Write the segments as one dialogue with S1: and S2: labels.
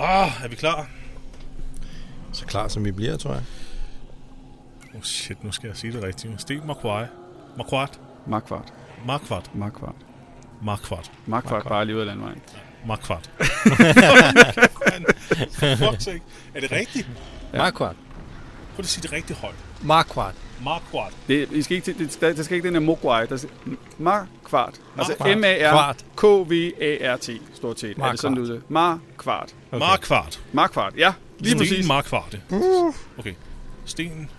S1: Åh, Ah, er vi klar?
S2: Så klar som vi bliver, tror jeg.
S1: Oh shit, nu skal jeg sige det rigtigt. Sten Marquardt. Marquardt.
S3: Markvart.
S1: Marquardt.
S3: Markvart.
S1: Marquardt.
S3: Markvart bare lige ud af landvejen.
S1: Marquardt. Fuck sake. Er det rigtigt?
S2: Ja. Marquardt.
S1: Prøv at sige det rigtigt højt.
S2: Marquardt.
S1: Marquardt.
S3: Det, I skal ikke, til- det, der, der skal ikke den her mogwai. Der skal, Markvart. Altså
S2: Markvart.
S3: M-A-R-K-V-A-R-T. Stort set. Er
S2: Markvart.
S3: det sådan, du det? Markvart.
S1: Okay. Marquardt.
S3: Markvart, ja. Lige
S1: Sten
S3: præcis.
S1: Marquardt. Okay. Sten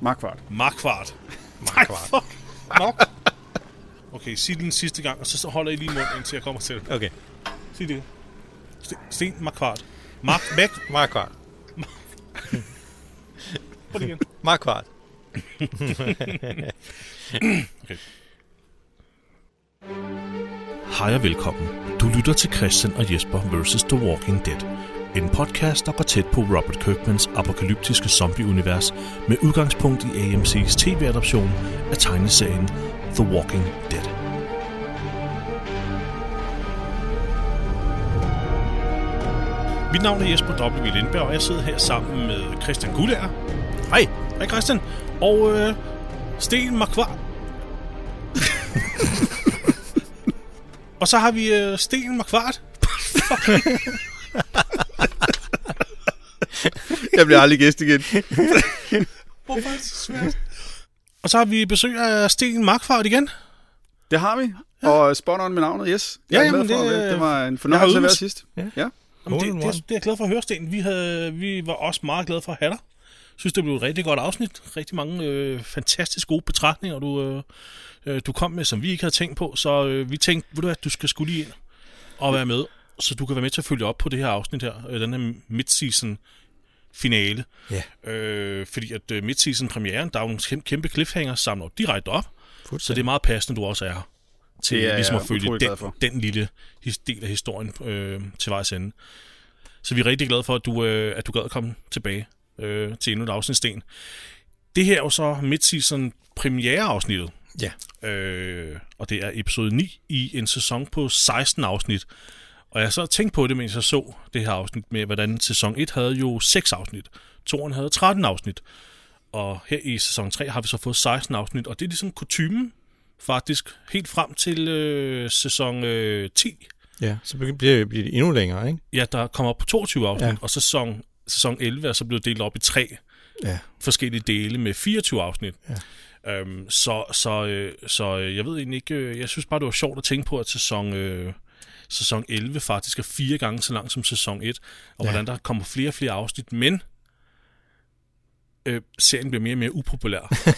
S3: Markvart.
S1: Marquardt.
S2: Marquardt.
S1: Fuck. Mark. Okay, sig det den sidste gang, og så så holder I lige munden, indtil jeg kommer til det.
S2: Okay.
S1: Sig det. Sten, Sten Marquardt. Mark, væk.
S2: Marquardt.
S1: Prøv det igen.
S2: Marquardt.
S1: Hej og velkommen. Du lytter til Christian og Jesper vs. The Walking Dead. En podcast, der går tæt på Robert Kirkmans apokalyptiske zombieunivers med udgangspunkt i AMC's tv-adoption af tegneserien The Walking Dead. Mit navn er Jesper W. Lindberg, og jeg sidder her sammen med Christian Gullager. Hej. Hej Christian. Og øh, Sten Marquardt. Og så har vi øh, Sten Marquardt.
S3: Jeg bliver aldrig gæst igen.
S1: Hvorfor er det så svært? Og så har vi besøg af Sten Markfart igen.
S3: Det har vi. Og spot on med navnet, yes. Jeg
S1: Ja,
S3: er med
S1: jamen,
S3: for
S1: det-
S3: at være- det var
S1: Jeg
S3: en
S1: har
S3: fornøjelse at være
S1: øvet.
S3: sidst.
S2: Ja.
S3: ja.
S1: Jamen, det,
S2: Hole in
S1: det,
S2: one.
S1: det, er jeg glad for at høre, Sten. Vi, havde, vi var også meget glade for at have dig. synes, det blev et rigtig godt afsnit. Rigtig mange øh, fantastisk gode betragtninger, du, øh, øh, du kom med, som vi ikke havde tænkt på. Så øh, vi tænkte, ved du hvad, du skal skulle lige ind og være med, så du kan være med til at følge op på det her afsnit her, øh, den her midseason finale.
S2: Ja.
S1: Øh, fordi at øh, midseason premieren, der er jo nogle kæmpe, kæmpe cliffhanger, samler jo direkte op. Så det er
S2: Fuldstændig.
S1: meget passende, du også er her. Til
S3: Det er jeg
S1: ligesom at følge
S3: utrolig glad
S1: den,
S3: for.
S1: den lille his- del af historien øh, til vejs ende. Så vi er rigtig glade for, at du, øh, at du gad at komme tilbage øh, til endnu et afsnit, Sten. Det her er jo så midseason premiereafsnittet.
S2: Ja.
S1: Øh, og det er episode 9 i en sæson på 16 afsnit. Og jeg så tænkte på det, mens jeg så det her afsnit med, hvordan sæson 1 havde jo 6 afsnit. Toren havde 13 afsnit. Og her i sæson 3 har vi så fået 16 afsnit, og det er ligesom kutumen faktisk helt frem til øh, sæson øh, 10.
S2: Ja, så begy- bliver bliver det endnu længere, ikke?
S1: Ja, der kommer op på 22 afsnit, ja.
S2: Ja.
S1: og sæson, sæson 11 er så blevet delt op i tre
S2: Ja.
S1: forskellige dele med 24 afsnit. Ja. Øhm, så, så, øh, så øh, jeg ved egentlig ikke, øh, jeg synes bare, det var sjovt at tænke på, at sæson, øh, sæson 11 faktisk er fire gange så lang som sæson 1, og ja.
S2: Ja.
S1: hvordan der kommer flere og flere afsnit, men øh, serien bliver mere og mere upopulær.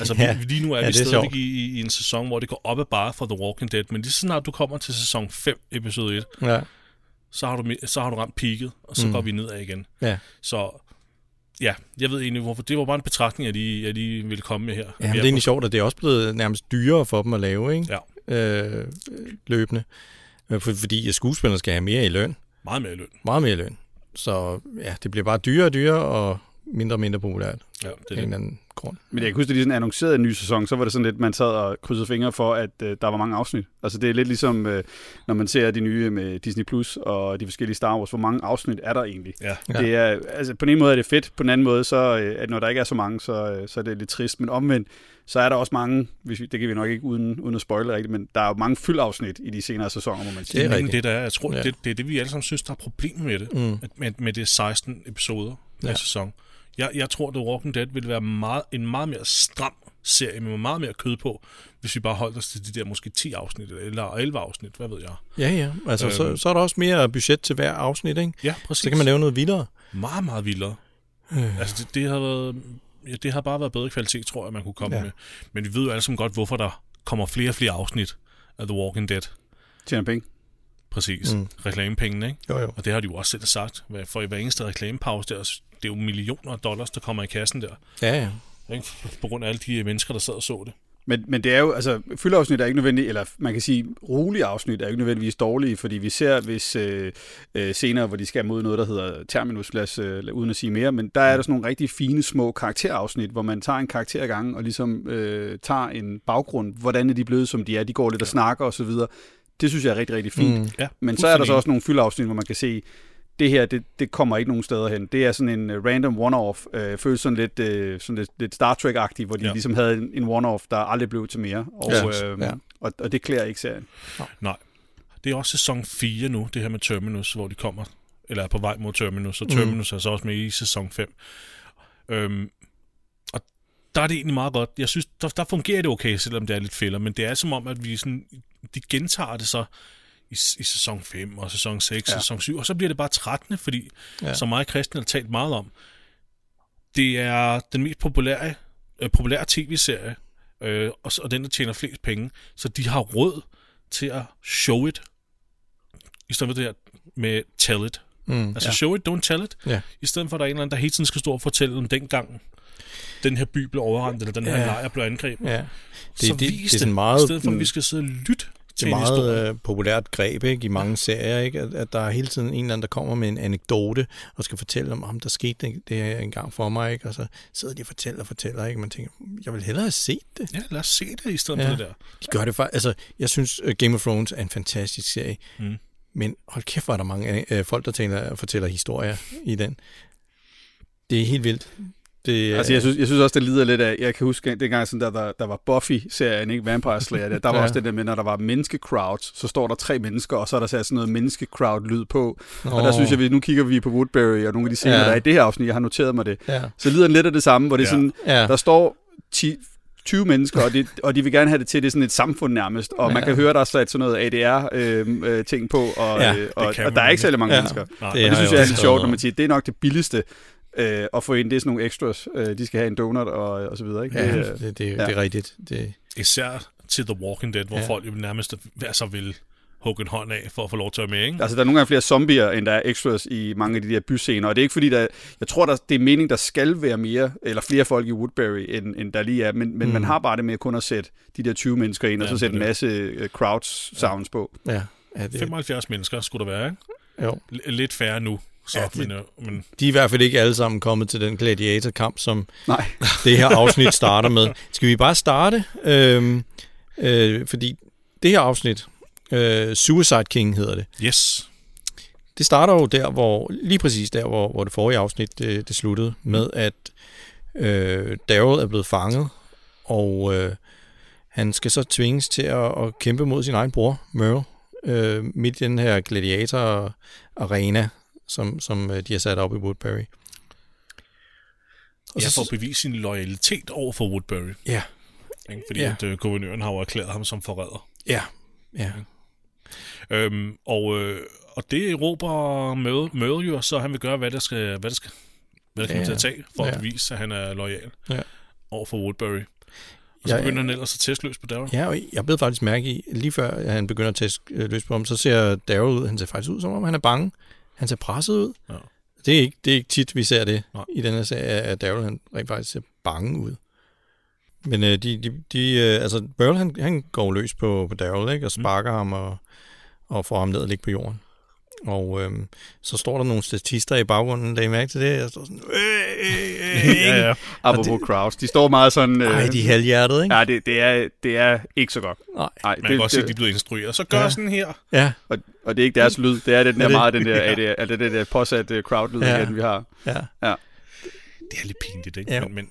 S1: altså
S2: Ja.
S1: vi, lige nu er
S2: Ja,
S1: vi
S2: det er
S1: stadigvæk
S2: sjovt.
S1: i, i, i en sæson, hvor det går op ad bare for The Walking Dead, men lige så snart du kommer til sæson 5, episode 1,
S2: Ja.
S1: så har du, mi- så har du ramt peaket, og så mm. går vi nedad igen.
S2: Ja.
S1: Så ja, jeg ved egentlig, hvorfor. Det var bare en betragtning, jeg lige, jeg lige ville komme med her.
S2: Ja, men det er egentlig sjovt, at det er også blevet nærmest dyrere for dem at lave, ikke?
S1: Ja.
S2: Øh, løbende. Øh, for- Fordi at skuespillerne skal have mere i løn.
S1: meget mere løn.
S2: Meget mere i løn. Så ja, det bliver bare dyrere og dyrere og mindre og mindre populært
S1: Ja, det er
S2: af en
S1: det.
S2: eller anden grund.
S3: Men jeg kan huske, da de sådan annoncerede en ny sæson, så var det sådan lidt, man sad og krydsede fingre for, at øh, der var mange afsnit. Altså det er lidt ligesom, øh, når man ser de nye med Disney Plus og de forskellige Star Wars, hvor mange afsnit er der egentlig?
S1: Ja.
S2: Ja.
S3: Det er, altså, på den ene måde er det fedt, på den anden måde, så, øh, at når der ikke er så mange, så, øh, så er det lidt trist. Men omvendt, så er der også mange, hvis vi, det kan vi nok ikke uden, uden at spoile rigtigt, men der er jo mange fyldafsnit i de senere sæsoner, må man sige.
S1: Det
S2: Det
S1: er
S2: er
S1: nemlig
S2: rigtigt.
S1: det, der er. Jeg tror, ja.
S2: Ja.
S1: det, det er det, vi alle sammen synes, der er problemet med det.
S2: Mm.
S1: At, med, med det 16 episoder ja. af
S2: Ja.
S1: sæson. Jeg, jeg tror, The Walking Dead ville være meget, en meget mere stram serie med meget mere kød på, hvis vi bare holdt os til de der måske 10 afsnit, eller 11 afsnit, hvad ved jeg.
S2: Ja, ja. Altså, øh. så,
S1: Øhm.
S2: så er der også mere budget til hver afsnit, ikke?
S1: Ja, præcis.
S2: Så kan man lave noget vildere.
S1: meget, meget vildere. Øh. Altså, det, det har været... Ja, det har bare været bedre kvalitet, tror jeg, man kunne komme ja.
S2: Ja.
S1: med. Men vi ved jo alle sammen godt, hvorfor der kommer flere og flere afsnit af The Walking Dead.
S3: Tjener penge.
S1: Præcis. Mm.
S2: Mm.
S1: Reklamepengene, ikke?
S2: Jo, jo.
S1: Og det har de jo også selv sagt. Hvad- For i hver eneste reklamepause der, så- det er jo millioner af dollars, der kommer i kassen der.
S2: Ja, ja.
S1: Ikke? På grund af alle de mennesker, der sad og så det.
S3: Men, men det er jo, altså, fyldeafsnit er ikke nødvendigt, eller man kan sige, rolige afsnit er ikke nødvendigvis dårlige, fordi vi ser, hvis øh, øh, senere, hvor de skal mod noget, der hedder Terminus, lad os, øh, lad- uden at sige mere, men der er der sådan nogle rigtig fine, små karakterafsnit, hvor man tager en karakter ad gangen, og ligesom øh, tager en baggrund, hvordan er de blevet, som de er, de går lidt og snakker osv., Det synes jeg er rigtig, rigtig fint. Mm.
S1: Ja,
S3: Men så er der
S1: fuldstændig.
S3: så også nogle fyldeafsnit, hvor man kan se, det her, det, det kommer ikke nogen steder hen. Det er sådan en øh, random one-off. Øh, føles sådan lidt, øh, sådan lidt, lidt Star Trek-agtigt, hvor de
S1: Ja.
S3: ja. ligesom havde en, en one-off, der aldrig blev til mere. Og,
S2: Ja,
S3: øh,
S2: ja.
S3: og, og det klæder ikke serien.
S1: Det er også sæson 4 nu, det her med Terminus, hvor de kommer, eller er på vej mod Terminus, og Terminus mm. er så også med i sæson 5. Øhm, og der er det egentlig meget godt. Jeg synes, der, der fungerer det okay, selvom det er lidt fælder, men det er som om, at vi sådan, de gentager det så i, i sæson 5 og sæson 6 og
S3: Ja.
S1: ja. sæson 7, og så bliver det bare trættende, fordi,
S2: Ja.
S1: ja. som mig og Christian har talt meget om, det er den mest populære, øh, populære tv-serie, øh, og, så- og den, der tjener flest penge, så de har råd til at show it, i stedet for det her med tell it.
S2: Mm.
S1: Altså ja. show it, don't tell it.
S2: Ja.
S1: I stedet for, at der er en eller anden, der hele tiden skal stå og fortælle om dengang den her by blev overrendt, eller den her
S2: Ja.
S1: ja. lejr blev angrebet.
S2: Ja.
S1: Det, så
S2: det- det er
S1: vis det,
S2: sådan
S1: det
S2: meget-
S1: i stedet for, at vi skal sidde og lytte
S2: Det
S1: til
S2: er
S1: en historie.
S2: meget øh, populært greb ikke, i mange serier, ikke? At, at der er hele tiden en eller anden, der kommer med en anekdote og skal fortælle om, om der skete det, det her engang for mig, ikke? og så sidder de og fortæller og fortæller, ikke? man tænker, jeg vil hellere have set det.
S1: Ja, lad os se det i stedet
S2: Ja.
S1: ja. for det der.
S2: De gør det faktisk. Altså, jeg synes, øh, Game of Thrones er en fantastisk serie, mm. men hold kæft, hvor er der mange øh, folk, der taler, fortæller historier i den. Det er helt vildt. Det,
S3: Altså, jeg synes, jeg synes også, det lider lidt af, jeg kan huske, dengang sådan, der, der, der var Buffy-serien, ikke? Vampire Slayer, der, der var
S2: Ja.
S3: ja. også det der med, når der var menneske-crowds, så står der tre mennesker, og så er der sat sådan noget menneske-crowd-lyd på. Oh. Og der
S2: Åh.
S3: synes jeg, vi, nu kigger vi på Woodbury og nogle af de scener,
S2: Ja.
S3: ja. der er i det her afsnit, jeg har noteret mig det.
S2: Ja.
S3: Så lider den lidt af det samme, hvor det er
S1: Ja.
S3: sådan,
S2: Ja.
S3: der står 10, 20 mennesker, og de, og de vil gerne have det til, det er sådan et samfund nærmest, og man
S2: Ja.
S3: kan høre, der er sat sådan noget ADR-ting øh, øh, ting på, og,
S2: Ja,
S3: ja,
S2: det
S3: og, og
S1: kan
S3: der
S1: man
S3: er ikke
S1: nemlig.
S3: særlig mange
S2: Ja.
S3: ja. mennesker. Og
S1: Nej,
S2: Det
S3: det
S2: har
S3: synes
S2: jeg
S3: jeg er
S2: også
S3: lidt sjovt,
S2: skrevet
S3: når man siger, det er nok det billigste øh, at få ind, det er sådan nogle extras, øh, de skal have en donut og, og så videre, ikke?
S2: Ja,
S3: Det, øh,
S2: det, det, det,
S3: ja.
S2: det er rigtigt. Det,
S1: Især til The Walking Dead, hvor
S2: Ja.
S1: ja. folk jo nærmest altså, vil hugge en hånd af for at få lov til at være med, ikke?
S3: Altså, der er nogle gange flere zombier, end der er extras i mange af de der byscener, og det er ikke fordi, der, jeg tror, der, det er meningen, der skal være mere, eller flere folk i Woodbury, end, end der lige er, men, men mm. man har bare det med kun at sætte de der 20 mennesker ind, ja, og
S1: Ja,
S3: så sætte en
S1: det er
S3: masse øh, crowds sounds ja. på.
S2: ja, ja, det,
S1: 75 mennesker skulle der være, ikke?
S2: jo.
S1: L- lidt færre nu, så,
S2: Ja,
S1: ja,
S2: det-
S1: det... men, øh, men
S2: De er i hvert fald ikke alle sammen kommet til den gladiatorkamp, som
S3: Nej.
S2: det her afsnit starter med. Skal vi bare starte? Øhm, øh, fordi det her afsnit, øh, Suicide King hedder det,
S1: yes,
S2: det starter jo der, hvor lige præcis der, hvor, hvor det forrige afsnit øh, det, det sluttede, med at øh, Daryl er blevet fanget, og øh, han skal så tvinges til at, at kæmpe mod sin egen bror, Merle, øh, midt i den her gladiator-arena, som, som øh, de har sat op i Woodbury.
S1: og så får bevise sin loyalitet over for Woodbury,
S2: Ja,
S1: ikke? fordi
S2: Ja.
S1: ja. at, øh, guvernøren har jo erklæret ham som forræder.
S2: ja, ja.
S1: Øhm, og, øh, og det råber Møde, Møde jo, så han vil gøre, hvad der skal, hvad der skal, hvad der skal
S2: Ja,
S1: ja. til at tage, for
S2: ja.
S1: at bevise, at han er loyal
S2: Ja.
S1: over for Woodbury. Og så
S2: Ja, ja.
S1: begynder han ellers at testløs på Daryl.
S2: Ja, og jeg blev faktisk mærke i, lige før han begynder at tage øh, løs på ham, så ser Daryl ud, han ser faktisk ud, som om han er bange. Han ser presset ud.
S1: Ja.
S2: Det, er ikke, det er ikke tit, vi ser det Nej.
S1: Nej.
S2: i den her serie, at Daryl han rent faktisk ser bange ud. Men øh, de, de, de øh, altså Burl, han, han går løs på, på Daryl, ikke? Og sparker mm. ham og, og får ham ned og ligge på jorden. Og øh, så står der nogle statister i baggrunden, der I mærke til det? Jeg står sådan, øh, øh, øh,
S1: Ja, ja.
S3: Apropos det... crowds, de står meget sådan... Øh,
S2: Ej, de er halvhjertet, ikke?
S3: Ja, det, det, er, det er ikke så godt.
S2: Nej.
S3: Ej,
S1: Man kan
S3: det,
S1: også se, at de er
S3: det,
S1: blevet instrueret. Så gør
S2: Ja.
S1: ja. sådan her.
S2: Ja,
S3: og, og det er ikke deres lyd, det er den
S2: Er
S3: der
S2: det-
S3: meget den der, ja. det, er altså det der påsat øh, crowd-lyd,
S2: Ja.
S3: ja. vi har.
S2: ja.
S1: Det er lidt pinligt, ikke?
S2: Ja.
S1: Ja. Men, men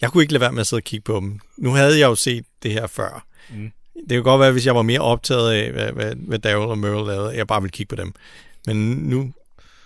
S2: Jeg kunne ikke lade være med at sidde og kigge på dem. Nu havde jeg jo set det her før. Mm. Det kan godt være, hvis jeg var mere optaget af, hvad, hvad, hvad Daryl og Merle lavede, at jeg bare ville kigge på dem. Men nu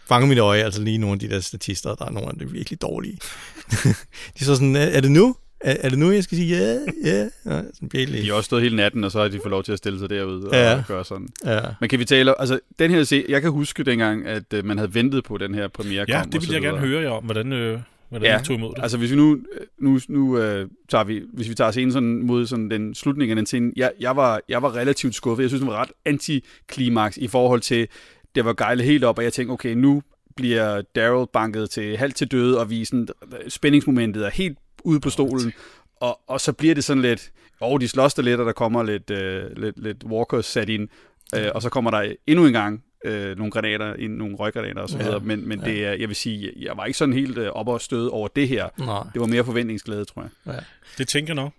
S2: fanger mit øje altså lige nogle af de der statister, der er nogle af de virkelig dårlige. de er så sådan, er, er det nu? Er, er det nu, jeg skal sige ja, ja? ja? Sådan
S3: De
S2: virkelig.
S3: har også stået hele natten, og så har de fået lov til at stille sig derude og
S2: Ja.
S3: ja. gøre sådan.
S2: Ja.
S3: Men kan vi tale om, altså den her se, jeg kan huske dengang, at øh, man havde ventet på den her premiere
S1: ja,
S3: kom, og
S1: det vil
S3: så
S1: jeg gerne
S3: videre.
S1: høre jer om, hvordan, øh, hvordan
S3: Ja.
S1: ja. I tog imod det.
S3: Altså hvis vi nu, nu, nu øh, tager vi, hvis vi tager scenen sådan mod sådan den slutning af den scene, jeg, jeg, var, jeg var relativt skuffet. Jeg synes, den var ret antiklimaks i forhold til, det var gejlet helt op, og jeg tænkte, okay, nu bliver Daryl banket til halvt til døde, og vi er sådan, øh, spændingsmomentet er helt ude på stolen, og, og så bliver det sådan lidt, og de slås der lidt, og der kommer lidt, øh, lidt, lidt walkers sat ind, øh, og så kommer der endnu en gang øh, nogle granater ind, nogle røggranater og så
S2: Ja.
S3: videre, men, men det er, jeg vil sige, jeg var ikke sådan helt øh, op og støde over det her.
S2: Nej.
S3: Det var mere forventningsglæde, tror jeg.
S2: Ja.
S1: Det tænker jeg nok.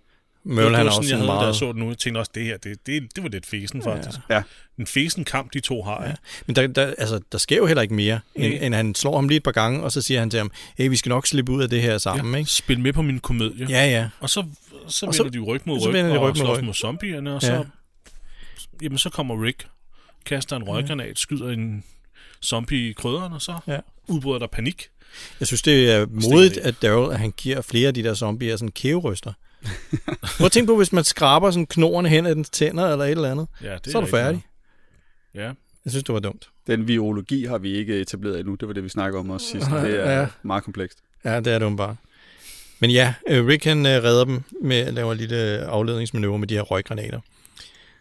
S2: Merle, han er også
S1: jeg
S2: sådan
S1: havde, da jeg
S2: meget...
S1: så den nu. Jeg tænkte også, det her, det, det, det var lidt fesen, faktisk.
S3: Ja.
S1: En fesen kamp, de to har. Ja.
S2: Men der, der, altså, der sker jo heller ikke mere, end,
S1: Nej.
S2: end han slår ham lige et par gange, og så siger han til ham, hey, vi skal nok slippe ud af det her sammen, ja. ikke?
S1: Spil med på min komedie.
S2: Ja, ja.
S1: Og så, så
S2: Og
S1: vender
S2: så-
S1: de jo ryg mod
S2: så
S1: ryg,
S2: vender de
S1: og
S2: ryg mod
S1: slås
S2: ryg.
S1: mod zombierne, og
S2: Ja.
S1: så, jamen, så kommer Rick, kaster en røggranat, skyder en zombie i krydderen, og så
S2: Ja.
S1: udbryder der panik.
S2: Jeg synes, det er
S1: Stikker
S2: modigt,
S1: det.
S2: at Daryl, at han giver flere af de der zombier sådan kæveryster. Prøv at tænke på, hvis man skraber sådan knoerne hen af dens tænder eller et eller andet.
S1: Ja, det
S2: Så er du
S1: rigtig
S2: færdig.
S1: noget. Ja.
S2: Jeg synes, det var dumt.
S3: Den virologi har vi ikke etableret endnu. Det var det, vi snakkede om også sidst. Det er
S2: Ja.
S3: meget komplekst.
S2: Ja, det er det bare. Men ja, øh, Rick han øh, redder dem med at lave en lille øh, afledningsmanøvre med de her røggranater.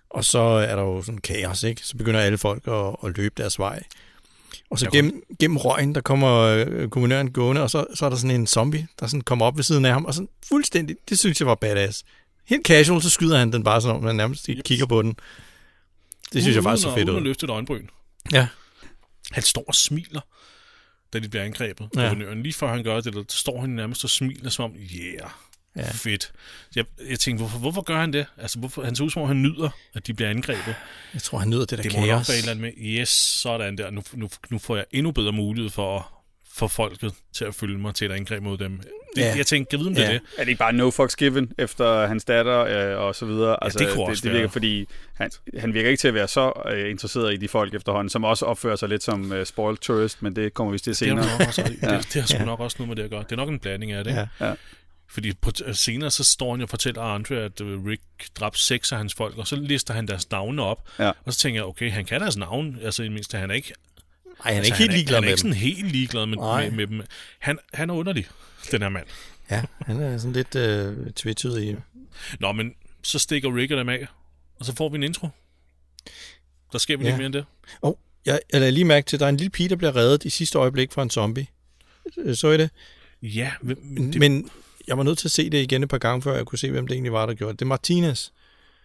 S2: Og så er der jo sådan kaos, ikke? Så begynder alle folk at, at løbe deres vej. Og så
S1: Jeg
S2: gennem, gennem røgen, der kommer øh, kommunøren gående, og så, så er der sådan en zombie, der sådan kommer op ved siden af ham, og sådan fuldstændig, det synes jeg var badass. Helt casual, så skyder han den bare sådan, om man nærmest ikke
S1: Yep.
S2: kigger på den. Det synes jeg faktisk
S1: Uden at-
S2: så fedt
S1: Uden at
S2: ud.
S1: løfte et øjenbryn.
S2: Ja.
S1: Han står og smiler, da de bliver angrebet.
S2: Ja.
S1: Ja. Lige før han gør det, der står han nærmest og smiler som om, yeah,
S2: Ja.
S1: ja. fedt. Jeg, jeg tænkte, hvorfor, hvorfor gør han det? Altså, hvorfor, han ser ud som om, han nyder, at de bliver angrebet.
S2: Jeg tror, han nyder det der
S1: Det må nok
S2: kaos.
S1: være et eller andet med, yes, sådan der, nu, nu, nu får jeg endnu bedre mulighed for at få folket til at følge mig til et angreb mod dem. Det,
S2: Ja.
S1: ja. Jeg tænkte, kan vide, om det
S2: Ja.
S1: er det?
S3: Er det ikke bare no fucks given efter hans datter øh, og så videre?
S1: det kunne også
S3: det, det
S1: være.
S3: virker, fordi han, han virker ikke til at være så øh, interesseret i de folk efterhånden, som også opfører sig lidt som øh, spoiled tourist, men det kommer vi til
S1: Det har,
S3: senere.
S1: nok også, det,
S3: Ja.
S1: det har sgu nok også noget med det at gøre. Det er nok en blanding af det.
S2: Ja.
S1: Ja.
S3: Ja.
S1: Fordi på, senere så står han jo og fortæller Andre, at øh, Rick dræbte seks af hans folk, og så lister han deres navne op.
S3: Ja.
S1: Og så tænker jeg, okay, han kan deres navn, altså i det mindste, han er ikke,
S2: Nej, han er
S1: altså,
S2: ikke helt
S1: han er,
S2: ligeglad
S1: han er
S2: med
S1: ikke
S2: dem.
S1: sådan helt ligeglad med,
S2: Nej.
S1: med, med dem. Han, han er underlig, den her mand.
S2: Ja, han er sådan lidt øh, tvetydig. i
S1: Nå, men så stikker Rick og dem af, og så får vi en intro. Der sker vi
S2: Ja.
S1: ja. mere end det.
S2: Og jeg, jeg lader lige mærke til, at der er en lille pige, der bliver reddet i sidste øjeblik fra en zombie. Øh, Så I det?
S1: Ja, hvem-
S2: det?
S1: det,
S2: Men jeg var nødt til at se det igen et par gange, før jeg kunne se, hvem det egentlig var, der gjorde det. Det er Martinez.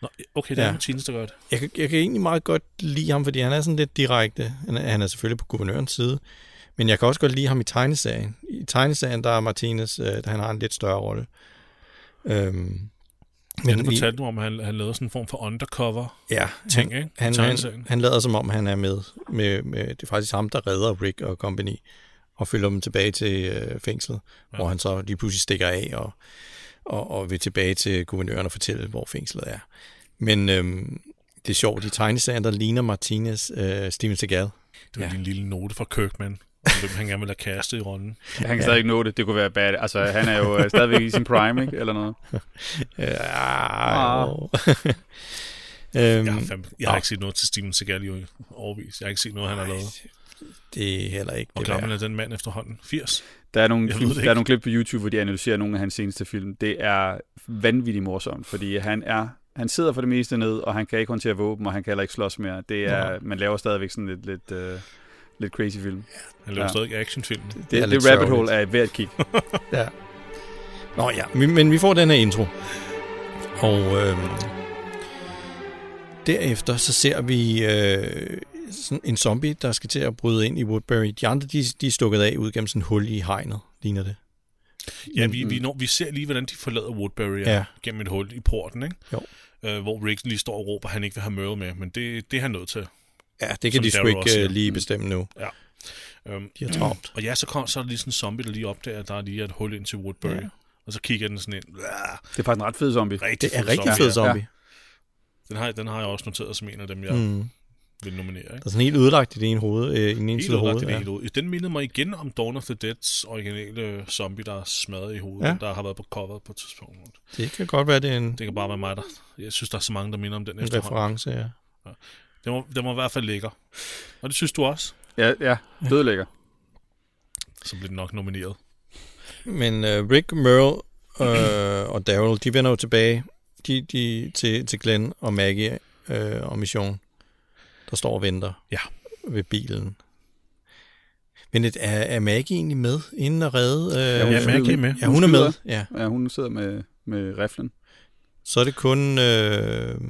S1: nå, okay, det er
S2: Ja.
S1: ja. Martinez, der gør det.
S2: Jeg, kan- jeg kan egentlig meget godt lide ham, fordi han er sådan lidt direkte. Han er, han er selvfølgelig på guvernørens side. Men jeg kan også godt lide ham i tegneserien. I tegneserien, der er Martinez, øh, han har en lidt større rolle. Øhm,
S1: Ja,
S2: men
S1: det
S2: i-
S1: fortalte du om, at han, han lavede sådan en form for undercover.
S2: ja,
S1: ting, ikke? I
S2: Han, han,
S1: tegneserien.
S2: han lader som om, han er med, med, med. Det er faktisk ham, der redder Rick og company og følger dem tilbage til øh, fængslet, ja. hvor han så lige pludselig stikker af og, og, og vil tilbage til guvernøren og fortælle, hvor fængslet er. Men øhm, det er sjovt, i tegneserien, der ligner Martinez øh, Steven Seagal.
S1: Det var
S2: Ja.
S1: ja. en lille note fra Kirkman, om hvem han gerne ville have kastet i rollen.
S3: Han kan stadig ikke nå det. Det kunne være bad. Altså, han er jo øh, stadigvæk i sin prime, ikke? Eller noget.
S2: Ja, Øh, ah,
S3: Ah.
S2: jo.
S1: Jeg har,
S2: øhm,
S1: fandme, jeg har
S2: Nå.
S1: ikke set noget til Steven Seagal i overvis. Jeg har ikke set noget, han har lavet.
S2: det er heller ikke
S1: Hvor
S2: det
S1: gammel
S2: værd.
S1: er den mand efterhånden? 80?
S3: Der er, nogle
S1: Jeg ved
S3: klip,
S1: det
S3: der
S1: ikke.
S3: er nogle klip på YouTube, hvor de analyserer nogle af hans seneste film. Det er vanvittigt morsomt, fordi han er han sidder for det meste ned, og han kan ikke håndtere våben, og han kan heller ikke slås mere. Det er, Man laver stadigvæk sådan lidt, lidt, øh, lidt crazy film.
S1: Han laver
S3: Ja.
S1: ja. stadig actionfilm.
S3: Det,
S2: er
S3: det,
S2: lidt
S3: det rabbit
S2: sørgeligt.
S3: hole er værd at kigge.
S2: Ja. Nå ja, men, men vi får den her intro. Og øh, derefter så ser vi øh, sådan en zombie, der skal til at bryde ind i Woodbury. De andre, de, de er stukket af ud gennem sådan et hul i hegnet, ligner det.
S1: Ja, vi, vi, når, vi ser lige, hvordan de forlader Woodbury
S2: mm. Ja.
S1: ja. gennem et hul i porten, ikke?
S2: Jo.
S1: Øh, hvor Rick lige står og råber, at han ikke vil have Merle med, men det, det er han nødt til.
S2: Ja, det kan
S1: Som
S2: de sgu
S1: Daryl også Mm.
S2: ikke
S1: siger.
S2: øh, lige bestemme nu.
S1: Øhm,
S2: De har travlt.
S1: og ja, så, kom, så er der lige sådan en zombie, der lige opdager, at der er lige et hul ind til Woodbury.
S2: Ja.
S1: Ja. Og så kigger den sådan ind. Ah,
S3: Det er faktisk en ret fed zombie.
S1: Rigtig
S2: Det er
S1: fed
S2: rigtig
S1: zombie.
S2: fed zombie.
S1: Den har, den har jeg også noteret som en af dem, jeg
S2: Ja.
S1: mm.
S2: Mm.
S1: vil nominere. Ikke?
S2: Der er sådan helt ødelagt i det ene hoved, øh, i den ene
S1: Helt
S2: side af
S1: ødelagt i
S2: hovedet.
S1: det
S2: Ja.
S1: hele ud. Den mindede mig igen om Dawn of the Deads originale øh, zombie, der er smadret i hovedet,
S2: Ja.
S1: ja. der har været på coveret på et tidspunkt.
S2: Det kan godt være, det er en,
S1: Det kan bare være mig, der... Jeg synes, der er så mange, der minder om den
S2: en
S1: efterhånden.
S2: reference. Ja.
S1: Den var, den var i hvert fald lækker. Og det synes du også?
S3: Ja, ja. Død lækker.
S1: Så blev den nok nomineret.
S2: Men øh, Rick, Merle øh, og Daryl, de vender jo tilbage de, de, til, til Glenn og Maggie øh, og Mission, der står og venter
S1: Ja.
S2: ved bilen. Men et, er, er Maggie egentlig med inden at redde? Øh,
S3: Ja, hun
S1: Ja, Maggie er med.
S2: ja, hun er
S3: skyder.
S2: med. Ja.
S3: Ja, hun sidder med, med riflen.
S2: Så er det kun... Øh,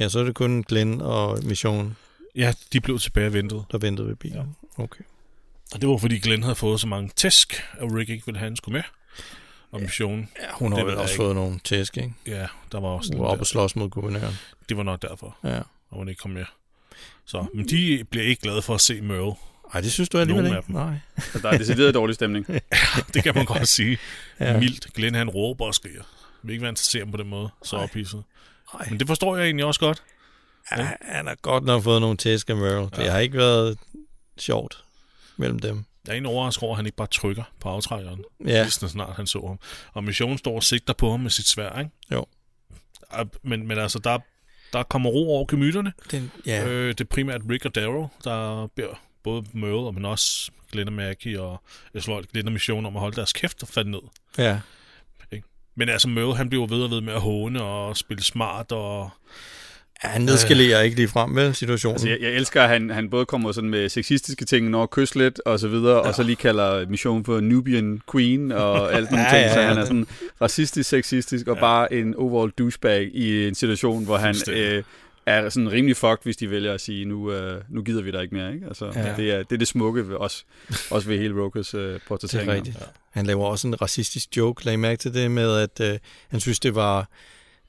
S2: ja, så er det kun Glenn og Mission,
S1: Ja, de blev tilbage ventet.
S2: der venter ved bilen. Ja. Okay.
S1: Og det var, fordi Glenn havde fået så mange tæsk, at Rick ikke ville have, at han skulle med. og missionen.
S2: Ja, hun har
S1: Det ved
S2: vel
S1: jeg
S2: også
S1: ikke.
S2: fået nogle tæsk, ikke?
S1: Ja, der var også
S2: Hun
S1: den
S2: var
S1: der.
S2: oppe og slås mod guvernøren.
S1: Det var nok derfor,
S2: Ja.
S1: at hun ikke kom med. Så, men de bliver ikke glade for at se Merle.
S2: Ej, det synes du alligevel
S1: Nogle af
S2: ikke? Nej.
S3: Så der er decideret dårlig stemning.
S1: Det kan man godt sige.
S2: Ja.
S1: ja. Mildt. Glenn han råber og skriger. Vi er ikke vant til at se ham på den måde, så
S2: Ej.
S1: ophidset.
S2: Ej.
S1: Men det forstår jeg egentlig også godt.
S2: Ja, han har godt nok fået nogle tæsk af Merle. Det
S1: Ja.
S2: har ikke været sjovt mellem dem.
S1: Jeg er egentlig overrasket over, at han ikke bare trykker på aftrækkeren, ja.
S2: Ja,
S1: lige så snart han så ham. Og missionen står og sigter på ham med sit svær, ikke?
S2: Jo.
S1: Og- Men, men altså, der, der kommer ro over gemytterne.
S2: den, ja.
S1: Øh, det er primært Rick og Darrow, der beder både Merle, og men også Glenn og Maggie og jeg tror, Glenn og Mission om at holde deres kæft og falde ned.
S2: ja.
S1: Men altså Merle, han bliver ved og ved med at håne og spille smart, og
S2: Ja, han nedskalerer ikke lige frem med
S3: Altså,
S2: situationen.
S3: jeg, jeg elsker, at han, han både kommer sådan med sexistiske ting, når kys lidt og så videre, ja. og så lige kalder missionen for Nubian Queen og alt nogle
S2: Ja,
S3: ting,
S2: ja,
S3: så
S2: ja.
S3: han er sådan racistisk, sexistisk og ja. bare en overall douchebag i en situation, hvor han
S1: Fuldstændig.
S3: øh, er sådan rimelig fucked, hvis de vælger at sige, nu, øh, nu gider vi dig ikke mere, ikke? Altså,
S2: Ja.
S3: ja. det, er, det er det smukke ved os, også ved hele Rokers øh,
S2: Det
S3: portrættering.
S2: er rigtigt. Han laver også en racistisk joke. Lagde I mærke til det med, at øh, han synes, det var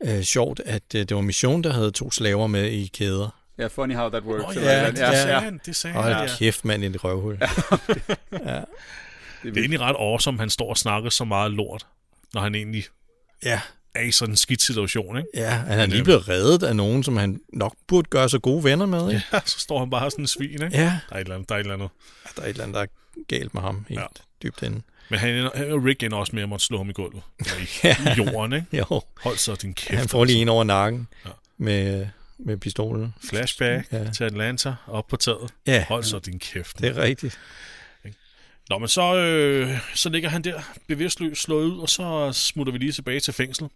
S2: øh, sjovt, at øh, det var Mission, der havde to slaver med i kæder.
S3: Ja, funny how that works.
S1: Nå,
S3: eller
S1: ja,
S3: et
S1: ja, det
S3: eller andet.
S1: sagde han, det sagde han.
S2: Hold
S1: Ja.
S2: kæft, mand, et røvhul. Ja. ja.
S3: det er
S1: Det er
S3: vildt.
S1: egentlig ret awesome, han står og snakker så meget lort, når han egentlig
S2: ja.
S1: er i sådan en skidt situation, ikke?
S2: Ja, han er lige blevet reddet af nogen, som han nok burde gøre sig gode venner med. Ikke?
S1: Ja, så står han bare sådan en svin, ikke?
S2: Ja.
S1: Der er et eller andet, der er et eller andet.
S2: ja. Der er et eller andet, der er galt med ham helt
S1: Ja.
S2: dybt inde.
S1: Men han ender, han- Rick ender også med at måtte slå ham i gulvet. Eller i,
S2: Ja.
S1: i jorden, ikke?
S2: Jo,
S1: Hold så din kæft.
S2: han får lige en over nakken
S1: Ja.
S2: med, med pistolen.
S1: altså. Flashback
S2: Ja.
S1: ja. til Atlanta, op på taget.
S2: Ja,
S1: Hold så din kæft.
S2: det er rigtigt.
S1: Nå, men så, øh, så ligger han der bevidstløs slået ud, og så smutter vi lige tilbage til fængsel,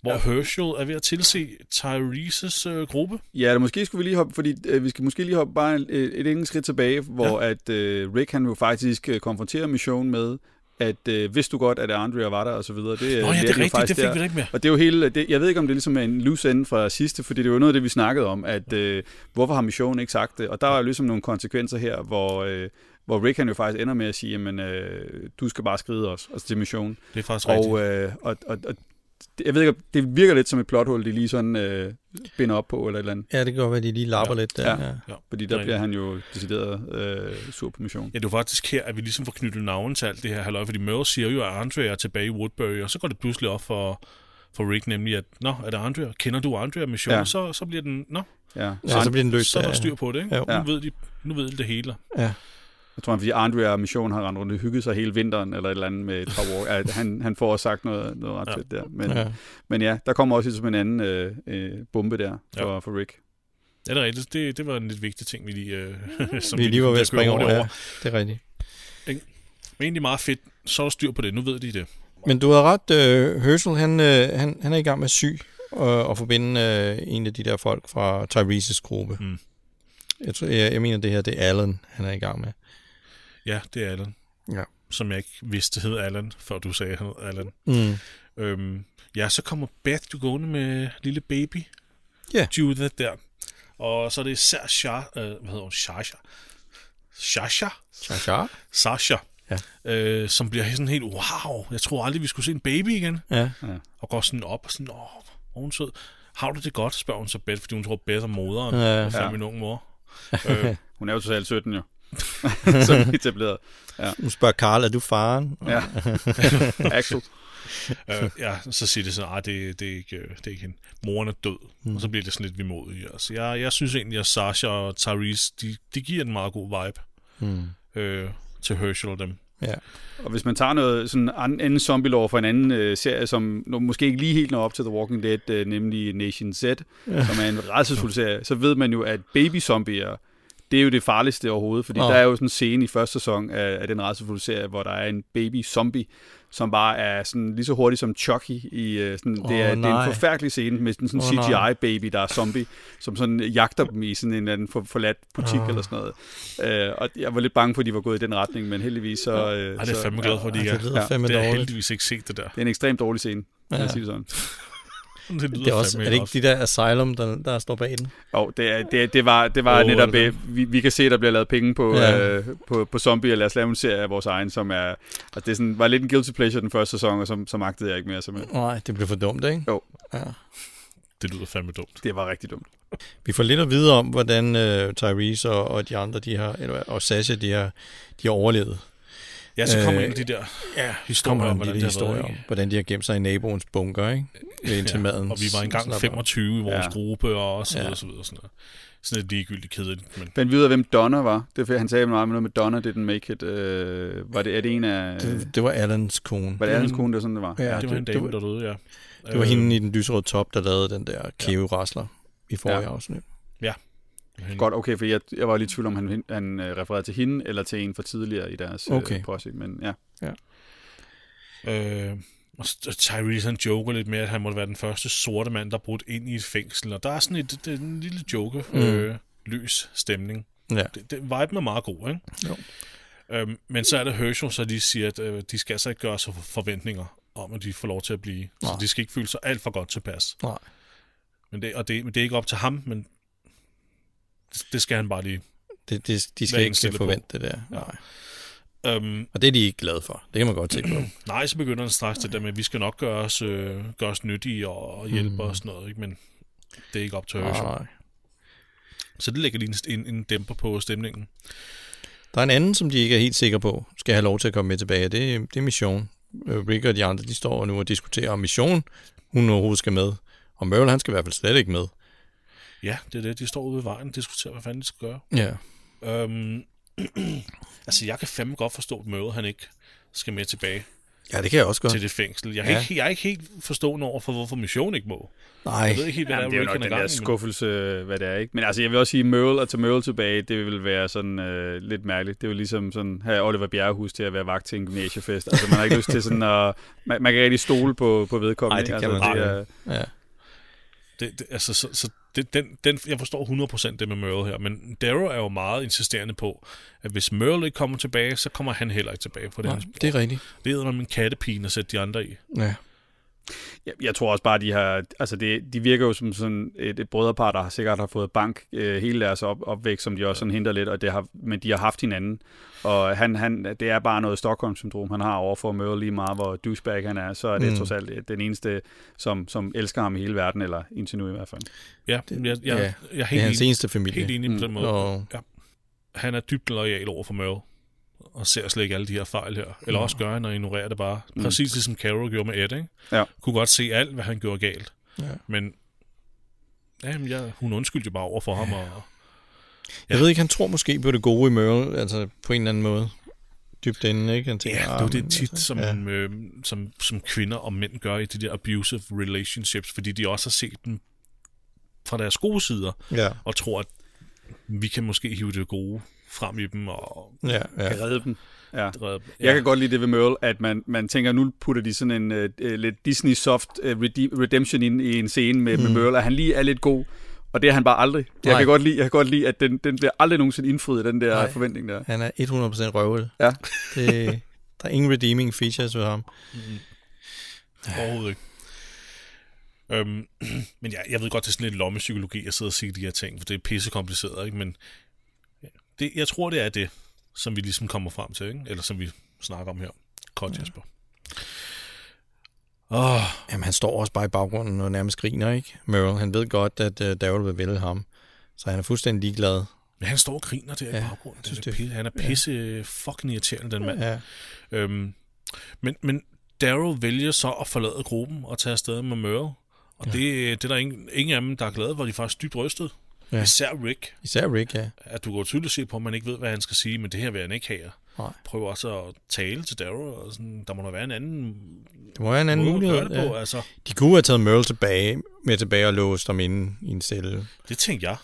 S1: hvor ja. Herschel er ved at tilse Tyrese's øh, gruppe.
S3: Ja, eller måske skulle vi lige hoppe, fordi øh, vi skal måske lige hoppe bare en, et, et enkelt skridt tilbage, hvor ja. at øh, Rick han jo faktisk øh, konfronterer missionen med, at øh, vidste du godt, at Andrea var der og så videre. Det, øh,
S1: Nå ja, det
S3: lærte vi
S1: er
S3: jo
S1: rigtigt, det
S3: faktisk
S1: fik
S3: der.
S1: vi da ikke mere.
S3: Og det er jo hele, det, jeg ved ikke om det ligesom er en loose ende fra sidste, fordi det var jo noget af det, vi snakkede om, at øh, hvorfor har missionen ikke sagt det? Og der er jo ligesom nogle konsekvenser her, hvor, øh, hvor Rick han jo faktisk ender med at sige, jamen øh, du skal bare skride os, altså til missionen.
S1: Det er faktisk rigtigt.
S3: Og, øh, og, og, og det- jeg ved ikke, om- det virker lidt som et plothul, de lige sådan øh, binder op på eller et eller andet.
S2: Ja, det kan godt være, at de lige lapper ja. lidt der. Ja.
S3: Ja.
S2: Ja.
S3: Fordi der
S1: Nej.
S3: bliver han jo decideret øh, sur på mission.
S1: Ja, det er jo faktisk her, at vi ligesom får knyttet navn til alt det her halløj, fordi Merle siger jo, at Andre er tilbage i Woodbury, og så går det pludselig op for, for Rick nemlig, at nå, er det Andre? Kender du Andre med show?
S3: Ja.
S1: Ja. Så, så bliver den, nå,
S3: Ja.
S2: Så, så bliver den løst.
S1: så er der
S2: af-
S1: styr på det, ikke?
S2: Jo.
S1: Ja.
S3: Ja.
S1: Nu, ved de, nu ved de det hele.
S2: Ja.
S3: Jeg tror, fordi Andrea og Mission har rendt rundt og hygget sig hele vinteren, eller et eller andet med et par år. At han, han får også sagt noget, noget ret
S1: Ja.
S3: fedt der. Men ja.
S2: Ja.
S3: men ja, der kommer også ligesom en anden øh, øh, bombe der for, ja. for Rick.
S1: Ja, det er rigtigt. Det, det var en lidt vigtig ting, vi lige, øh, som
S2: Vi lige var ved
S1: kører
S2: at springe over.
S1: det
S2: Ja, det er rigtigt.
S1: Men egentlig meget fedt. Så er der styr på det. Nu ved de det.
S2: Men du havde ret, øh, Herschel, han, øh, han, han er i gang med syg og, og forbinde øh, en af de der folk fra Tyrese's gruppe.
S1: Mm.
S2: Jeg, tror, jeg, jeg mener, det her det er Allen, han er i gang med.
S1: Ja, det er Allan.
S2: Ja.
S1: Som jeg ikke vidste hed Allan, før du sagde, han hed Allan.
S2: Mm.
S1: Øhm, ja, så kommer Beth jo gående med lille baby.
S2: Ja.
S1: Judith der. Og så er det især Sha, øh, hvad hedder hun? Sasha. Sasha?
S2: Chacha?
S1: Sasha.
S2: Ja.
S1: Øh, som bliver sådan helt, wow, jeg tror aldrig, vi skulle se en baby igen.
S2: Ja.
S1: Og går sådan op og sådan, åh, hvor er hun sød. Har du det godt, spørger hun så Beth, fordi hun tror, Beth er moderen.
S2: Ja.
S1: Ja. Fandme en ung mor. øh,
S3: Hun er jo totalt 17 jo. Som vi etableret.
S2: Nu spørger Karl, er du faren?
S3: Ja. Axel.
S1: øh, ja, så siger det sådan, at det, det, er ikke, øh, det er ikke hende. Moren er død. Mm. Og så bliver det sådan lidt vemodigt. Altså, jeg, jeg synes egentlig, at Sasha og Tyrese, de, de giver en meget god vibe
S2: Mm.
S1: øh, til Herschel og dem.
S2: Ja.
S3: Og hvis man tager noget sådan an- anden zombie lore fra en anden øh, serie, som nå, måske ikke lige helt når op til The Walking Dead, øh, nemlig Nation Z, som er en rædselsfuld serie, så ved man jo, at baby-zombier, det er jo det farligste overhovedet, fordi
S2: Nå.
S3: oh. der er jo sådan en scene i første sæson af, af den rædselsfulde serie, hvor der er en baby-zombie, som bare er sådan lige så hurtig som Chucky. I, øh, sådan, oh,
S2: Åh,
S3: det, er, det er
S2: nej.
S3: en forfærdelig scene med sådan en
S2: Åh,
S3: oh,
S2: nej.
S3: CGI-baby, der er zombie, som sådan jagter dem i sådan en eller anden for, forladt butik
S2: Ah.
S3: oh. eller sådan noget. Øh, og jeg var lidt bange for, at de var gået i den retning, men heldigvis så... Øh,
S1: Ej, det er jeg
S3: så-
S1: fandme glad for, at de
S2: Ej,
S1: ikke
S2: Altså,
S1: er.
S2: det lyder
S3: Ja,
S2: fandme
S1: Det har jeg
S2: dårligt.
S1: heldigvis ikke set det der.
S3: det er en ekstremt dårlig scene, ja.
S2: Ja.
S3: lad os sige det sådan.
S1: det lyder
S2: Det er, også,
S1: fandme
S2: er det
S1: også.
S2: ikke de der Asylum, der, der står bag den?
S3: Og det, er- det, er- det var, det var
S1: Åh,
S3: oh, netop,
S1: er det
S3: øh, vi, vi kan se, der bliver lavet penge på,
S2: Ja.
S3: ja. øh, på, på zombie, og lad os lave en serie af vores egen, som er, altså det er sådan, var lidt en guilty pleasure den første sæson, og som, så magtede jeg ikke mere, simpelthen.
S2: Nej, det bliver for dumt, ikke?
S3: Jo.
S2: Ja.
S1: Det lyder fandme dumt.
S3: Det var rigtig dumt.
S2: Vi får lidt at vide om, hvordan øh, Tyrese og, og de andre, de har, eller, og Sasha, de har, de har overlevet.
S1: Ja, så kommer
S2: Øh,
S1: øh, en af de der
S2: Ja,
S1: historier
S2: kommer
S1: om,
S2: en
S1: hvordan
S2: lille
S1: det har været,
S2: historie om,
S1: ikke?
S2: hvordan de har gemt sig i naboens bunker, ikke? Ved indtil
S1: Ja,
S2: maden.
S1: Og vi var engang
S2: slapper af.
S1: 25 i vores
S3: Ja.
S1: ja. gruppe, og så videre,
S2: Ja.
S1: ja. så videre, sådan noget. Sådan lidt ligegyldigt kedeligt, men
S3: Fandt vi ud af, hvem Donna var. Det, er fordi, han sagde meget om noget med Donna, det den make it. Øh, var det, er det en af...
S2: Det, det var Allens kone.
S3: Var det hans
S1: Mm.
S3: kone, der sådan, det var?
S2: Ja,
S1: ja, det var en
S2: det- det
S1: dame, der
S2: var-
S1: døde, ja. Øh,
S2: Det var hende i den lyserøde top, der lavede den der kæve rasler i forrige
S3: Ja.
S2: afsnit.
S1: hende.
S3: Godt, okay, for jeg, jeg var lidt i tvivl om, han, han øh, refererede til hende, eller til en fra tidligere i deres okay.
S2: Okay.
S3: øh, posse, men ja.
S1: Øh, og s- og Tyrese han joker lidt med, at han måtte være den første sorte mand, der brudt ind i et fængsel. Og der er sådan et, det er en lille joke,
S2: Mm.
S1: mm. øh, løs stemning.
S2: Ja.
S1: Det, det, viben er meget god, ikke?
S2: Jo.
S1: Øhm, men så er det Herschel, så de siger, at øh, de skal altså ikke gøre sig for- forventninger om, at de får lov til at blive.
S2: Nej.
S1: Så de skal ikke føle sig alt for godt tilpas.
S2: Nej.
S1: Men det, og det, men det er ikke op til ham, men det, det skal han bare lige.
S2: Det, det, de
S1: Vær
S2: skal ikke
S1: indstillet på.
S2: forvente det der. Nej.
S1: Øhm,
S2: Og det er de ikke glade for. Det kan man godt se på.
S1: nej, så begynder han straks det der med, at vi skal nok gøre os, øh, gøre os nyttige og, og hjælpe
S2: Mm.
S1: mm. og sådan noget, ikke? men det er ikke op til
S3: Ah.
S1: Herschel.
S2: Nej.
S1: Så det lægger lige en, en, en dæmper på stemningen.
S2: Der er en anden, som de ikke er helt sikre på, skal have lov til at komme med tilbage. Det, det er Mission. Øh, Rick og de andre, de står nu og diskuterer, om Mission, hun overhovedet skal med. Og Merle, han skal i hvert fald slet ikke med.
S1: Ja, det er det. De står ude ved vejen og diskuterer, hvad fanden de skal gøre.
S2: Ja.
S1: Øhm, altså, jeg kan fandme godt forstå, at Møde, han ikke skal med tilbage
S2: Ja, det kan jeg også godt.
S1: til det fængsel. Jeg, ja.
S2: Ja.
S1: ikke, jeg er ikke helt forstående over, for hvorfor mission ikke må.
S2: Nej,
S1: Jeg ved ikke helt, hvad
S3: Jamen, det
S1: der
S3: er
S1: er,
S3: jo nok
S1: Rick,
S3: den
S1: han er
S3: der
S1: gang,
S3: skuffelse, hvad det er, ikke? Men altså, jeg vil også sige, Merle at tage Merle tilbage, det vil være sådan øh, lidt mærkeligt. Det er jo ligesom sådan, have Oliver Bjerrehus til at være vagt til en gymnasiefest. Altså, man har ikke lyst til sådan at... Man, man kan ikke rigtig stole på, på vedkommende.
S2: Ej, det
S3: ikke?
S2: kan
S3: altså,
S2: man
S3: det
S2: ikke.
S3: er,
S2: ja.
S1: det, det, altså, så, så det, den, den, jeg forstår 100% det med Merle her, men Darrow er jo meget insisterende på, at hvis Merle ikke kommer tilbage, så kommer han heller ikke tilbage på det.
S2: Nej,
S1: hans-
S2: det er rigtigt.
S1: Det er med min kattepine at sætte de andre i.
S2: Ja.
S3: jeg, jeg tror også bare, de har... Altså, det, de virker jo som sådan et, et brødrepar, der har sikkert har fået bank øh, hele deres op, opvækst, som de også sådan henter lidt, og det har, men de har haft hinanden. Og han, han, det er bare noget Stockholm-syndrom, han har overfor Merle lige meget, hvor douchebag han er, så er det
S2: Mm.
S3: mm. trods alt den eneste, som, som elsker ham i hele verden, eller indtil nu i hvert fald.
S1: Ja,
S2: Det-
S1: det, jeg, jeg,
S2: ja.
S1: jeg, jeg er
S2: Det er
S1: helt
S2: hans
S1: enig,
S2: eneste familie.
S1: helt enig på den måde.
S2: Og,
S1: han er dybt lojal over for Merle, og ser slet ikke alle de her fejl her. Eller
S2: Nå.
S1: også gør han og ignorerer det bare.
S3: Mm.
S1: Præcis ligesom Carol gjorde med Ed, ikke?
S3: Ja.
S1: Kunne godt se alt, hvad han gjorde galt.
S2: ja.
S1: Men jamen, jeg, hun undskyldte jo bare over for ham. Og,
S2: Jeg ved ikke, han tror måske på det gode i Merle, altså på en eller anden måde. Dybt inde, ikke? Han tænker,
S1: ja, det er
S2: "Ah,
S1: jo det
S2: men
S1: tit,
S2: altså,
S1: som,
S2: ja.
S1: ja. øh, som, som kvinder og mænd gør i de der abusive relationships, fordi de også har set dem fra deres gode sider,
S2: Ja,
S1: og tror, at vi kan måske hive det gode frem i dem. Og,
S2: ja, ja.
S3: redde dem. Ja.
S1: ja.
S3: Jeg kan godt lide det ved Merle, at man, man tænker, nu putter de sådan en øh, øh, lidt Disney soft øh, rede- redemption ind i en scene med, mm. med Merle, at han lige er lidt god, og det er han bare aldrig. Jeg
S2: Nej.
S3: kan, godt lide, jeg kan godt lide, at den, den bliver aldrig nogensinde indfriet, den der
S2: Nej.
S3: Nej. forventning der.
S2: Han er 100% røvel.
S3: Ja.
S2: Det, der er ingen redeeming features ved ham.
S1: Overhovedet ikke. Øhm, men jeg, jeg ved godt, det er sådan lidt lommepsykologi at sidde og sige de her ting, for det er pissekompliceret, ikke? Men det, jeg tror, det er det, som vi ligesom kommer frem til, ikke? Eller som vi snakker om her. Kort, Jesper. Åh,
S2: Jamen, han står også bare i baggrunden og nærmest griner, ikke? Merle, han ved godt, at uh, Daryl vil vælge ham. Så han er fuldstændig ligeglad.
S1: men han står og griner der
S2: Ja,
S1: i baggrunden.
S2: jeg synes,
S1: Synes,
S2: det-
S1: det, han er pisse fucking irriterende, den mand.
S2: Ja.
S1: Øhm, men, men Daryl vælger så at forlade gruppen og tage afsted med Merle. Og ja. det, det er der ingen, ingen af dem, der er glade for. De er faktisk dybt rystet.
S2: Ja.
S1: Ja. Især Rick.
S2: Især Rick, ja.
S1: at du kan jo tydeligt se på, at man ikke ved, hvad han skal sige, men det her vil han ikke have.
S2: Nej.
S1: Prøv også at tale til Daryl, og sådan, der må da være en anden,
S2: Det må være en anden
S1: måde
S2: mulighed.
S1: at gøre det på.
S2: ja.
S1: Altså,
S2: De kunne have taget Merle tilbage, med tilbage og låst ham inde i en celle.
S1: det tænkte jeg,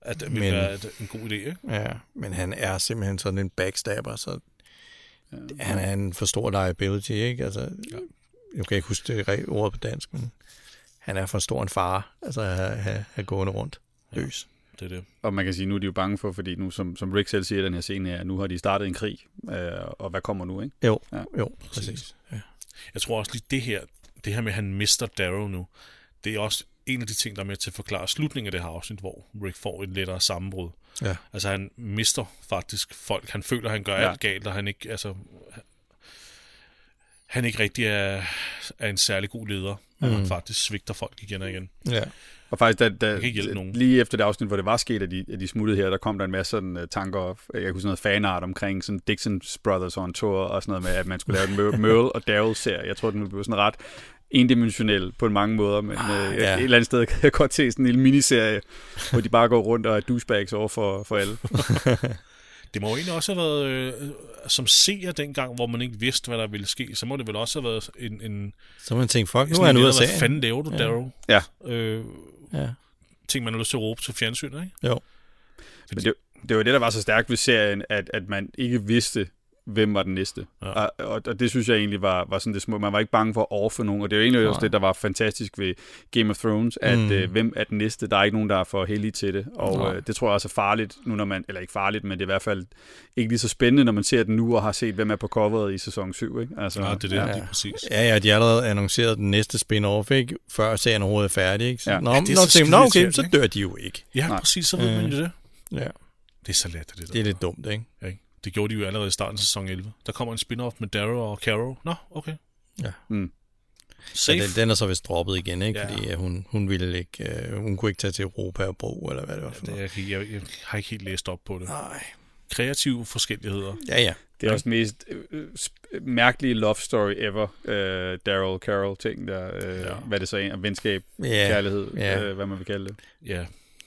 S1: at det ville
S2: Men-
S1: men... være et- en god idé. Ikke?
S2: Ja, men han er simpelthen sådan en backstabber, så han er en for stor liability, ikke? Altså, ja. Jeg kan ikke huske det re- ord på dansk, men han er for stor en fare, altså at have, have, have gående rundt løs.
S1: Det er det.
S3: Og man kan sige, nu er de jo bange for, fordi nu, som, som Rick selv siger i den her scene her, nu har de startet en krig, øh, og hvad kommer nu, ikke?
S2: Jo, ja.
S3: Ja.
S2: jo, præcis. Ja.
S1: Jeg tror også lige det her, det her med, at han mister Daryl nu, Det er også en af de ting, der er med til at forklare slutningen af det her afsnit, hvor Rick får et lettere sammenbrud.
S2: Ja.
S1: Altså han mister faktisk folk. Han føler, han gør
S3: Ja.
S1: ja. alt galt, og han ikke, altså, han ikke rigtig er, er en særlig god leder. Mm.
S2: Mhm.
S1: Han faktisk svigter folk igen og igen.
S2: Ja.
S3: Og faktisk, da, da,
S1: kan ikke hjælpe nogen.
S3: lige efter det afsnit, hvor det var sket, at de, at de smuttede her, der kom der en masse sådan, øh, tanker, og f- jeg kan huske noget fanart omkring sådan Dixon's Brothers on Tour, og sådan noget med, at man skulle lave en Mer- Merle og Daryl-serie. Jeg tror, den blev sådan ret endimensionel på mange måder, men ah, øh,
S2: ja.
S3: et eller andet sted kan jeg godt se sådan en lille miniserie, hvor de bare går rundt og er douchebags over for, for alle.
S1: Det må jo egentlig også have været, øh, som seer dengang, hvor man ikke vidste, hvad der ville ske, så må det vel også have været en... en
S2: Så man tænkte, fuck, nu
S1: sådan
S2: er han
S1: en
S2: ude af
S1: leder, Hvad
S2: sagen.
S1: fanden laver du,
S2: Ja.
S1: ja. Daryl?
S3: Ja.
S1: Øh,
S2: Ja.
S1: ting, man har lyst til at råbe til fjernsynet, ikke?
S2: Jo.
S3: Men det, det var det, der var så stærkt ved serien, at, at man ikke vidste, hvem var den næste. Ja.
S1: Ja.
S3: Og, og, og det synes jeg egentlig var, var sådan det små. Man var ikke bange for at overfor nogen, og det er jo egentlig Nej. også
S2: Nej.
S3: det, der var fantastisk ved Game of Thrones, at
S2: Mm.
S3: mm. øh, hvem er den næste? Der er ikke nogen, der er for heldig til det.
S2: Nej.
S3: Og øh, det tror jeg også er farligt, nu når man, eller ikke farligt, men det er i hvert fald ikke lige så spændende, når man ser den nu og har set, hvem er på coveret i sæson 7. Ikke? Altså,
S1: Ja, det er det, ja.
S2: Ja.
S1: lige præcis.
S2: Ja, ja, de har allerede annonceret den næste spin-off, ikke? Før serien overhovedet er færdig, ikke? Så,
S3: Ja.
S2: Nå,
S1: Ja,
S2: ja,
S1: det er
S2: nå,
S1: så
S2: så tænkte, nå, okay,
S1: skideirriterende,
S2: så dør de jo ikke.
S1: Ja,
S3: Nej.
S1: præcis, så ved
S2: Øh.
S1: man jo det.
S2: Ja,
S1: Det er så let, det der.
S2: det er lidt dumt, ikke?
S1: Ja, ikke? Det gjorde de jo allerede i starten af sæson 11. Der kommer en spin-off med Darrow og Carol. Nå, okay.
S2: Ja.
S3: Mm.
S1: Safe.
S2: Ja, den, den er så vist droppet igen, ikke?
S1: Ja.
S2: Fordi øh, hun, hun ville ikke, øh, hun kunne ikke tage til Europa og bo, eller hvad det var for
S1: det,
S2: noget.
S1: jeg, kan- jeg, jeg har ikke helt læst op på det.
S2: Nej.
S1: Kreative forskelligheder.
S2: Ja, ja.
S3: Det er også den mest øh, sp- mærkelige love story ever, øh, Daryl Carol-ting, der, øh, ja.
S1: Ja.
S3: hvad det så er, venskab, ja.
S2: Ja,
S3: kærlighed,
S2: Ja.
S3: ja. Øh, hvad man vil kalde det.
S1: Ja,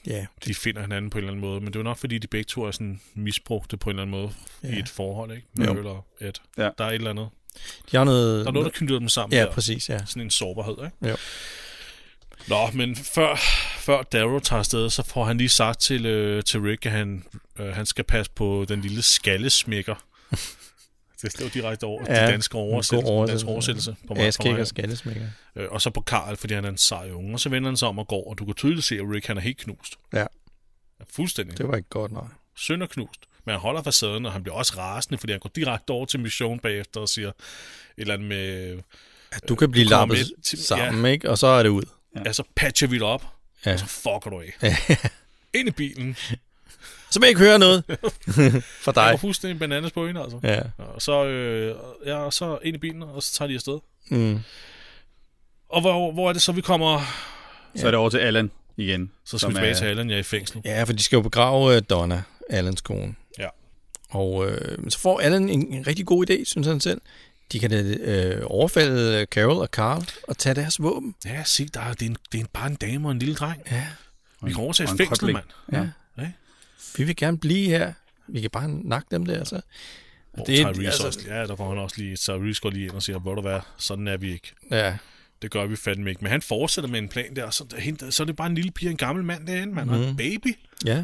S2: ja.
S1: de finder hinanden på en eller anden måde. Men det er jo nok, fordi de begge to er sådan misbrugte på en eller anden måde ja. i
S2: ja.
S1: et forhold, ikke?
S2: Jo.
S1: Møl og Ed.
S3: Ja.
S1: Der er et eller andet.
S2: De har noget...
S1: Der er noget, der knytter dem sammen
S2: Ja,
S1: der.
S2: præcis, ja.
S1: Sådan en sårbarhed, ikke?
S2: Jo.
S1: Nå, men før, før Darrow tager afsted, så får han lige sagt til, øh, til Rick, at han, øh, han skal passe på den lille skallesmækker. det står direkte over ja,
S2: Ja,
S1: det danske oversættelse,
S2: oversættelse.
S1: oversættelse. Dansk oversættelse på mig, på
S2: Askæg
S1: mig.
S2: og skallesmækker.
S1: Øh, og så på Karl, fordi han er en sej unge. Og så vender han sig om og går, og du kan tydeligt se, at Rick han er helt knust.
S2: Ja.
S1: Fuldstændig.
S2: Det var ikke godt, nej.
S1: sønderknust. Men han holder facaden, og han bliver også rasende, fordi han går direkte over til Mission bagefter og siger et eller andet med, øh,
S2: Du kan blive
S1: Du kommer
S2: lappet
S1: med til-
S2: sammen, ikke? Og så er det ud.
S1: altså patcher vi det op,
S2: Ja.
S1: og så fucker du af. Ind i bilen.
S2: Som ikke hører noget fra
S1: Han
S2: dig.
S1: var fuldstændig bananas på hende, altså.
S2: Ja.
S1: Og så, øh, ja, og så ind i bilen, og så tager de afsted.
S2: Mm.
S1: Og hvor, hvor er det så, vi kommer?
S3: Så er det over til Allan igen.
S1: Så skal
S3: som
S1: vi tilbage
S3: er-
S1: til Allen, jeg er i fængsel.
S2: Ja, for de skal jo begrave øh, Donna, Allens kone.
S1: Ja.
S2: Og øh, så får Allen en, en rigtig god idé, synes han selv. De kan øh, overfalde øh, Carol og Carl og tage deres våben.
S1: Ja, se, der er, det, er en, det er en, bare en dame og en lille dreng.
S2: Ja.
S1: Vi kommer over til
S3: Og
S1: et
S3: en
S1: fængsel,
S3: kobling.
S1: mand.
S3: Ja.
S1: Ja.
S2: Vi vil gerne blive her. Vi kan bare nakke dem der, så.
S1: Hvor
S2: Det er-
S1: Tyrese
S2: altså-
S1: altså... også, ja, der får han også lige, Tyrese går lige ind og siger, hvor du hvad, sådan er vi ikke.
S2: Ja.
S1: Det gør vi fandme ikke. Men han fortsætter med en plan der, og så, hende, så er det bare en lille pige og en gammel mand derinde, man. Mm. Og en baby.
S2: Ja.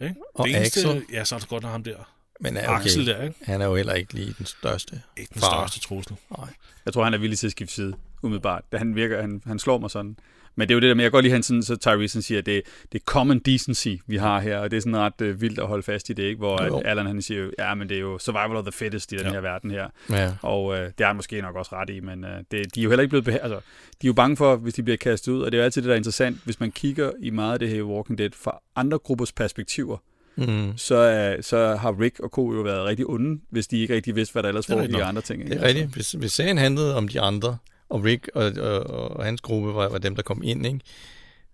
S1: Ikke?
S2: Mhm. Og
S1: det
S2: Axel.
S1: Ja, så er det godt nok ham der.
S2: Men ja,
S1: Ja, okay. Axel
S2: okay.
S1: der, ikke?
S2: Han er jo heller ikke lige den største.
S1: Ikke den
S2: Far.
S1: største trussel.
S2: Nej.
S3: Jeg tror, han er villig til at skifte side, umiddelbart. Da han virker, han, han slår mig sådan. Men det er jo det der med, jeg kan godt lige han sådan, så Tyrese han siger, at det, det er common decency, vi har her, og det er sådan ret øh, vildt at holde fast i det, ikke? hvor
S2: Jo.
S3: at Allan han siger, jo, ja, men det er jo survival of the fittest i den ja.
S1: Ja.
S3: her verden her,
S2: Ja.
S3: og øh, det har han måske nok også ret i, men øh, det, de er jo heller ikke blevet beha- altså, de er jo bange for, hvis de bliver kastet ud, og det er jo altid det, der er interessant, hvis man kigger i meget af det her i Walking Dead fra andre gruppers perspektiver,
S2: Mm.
S3: så, øh, så har Rick og Co. jo været rigtig onde, hvis de ikke rigtig vidste, hvad der ellers
S1: Det er
S3: foregik
S1: rigtigt
S3: i
S1: nok.
S3: andre ting. ikke?
S2: Det er rigtigt. Hvis, hvis sagen handlede om de andre, og Rick og, og, og hans gruppe var, var dem, der kom ind, ikke?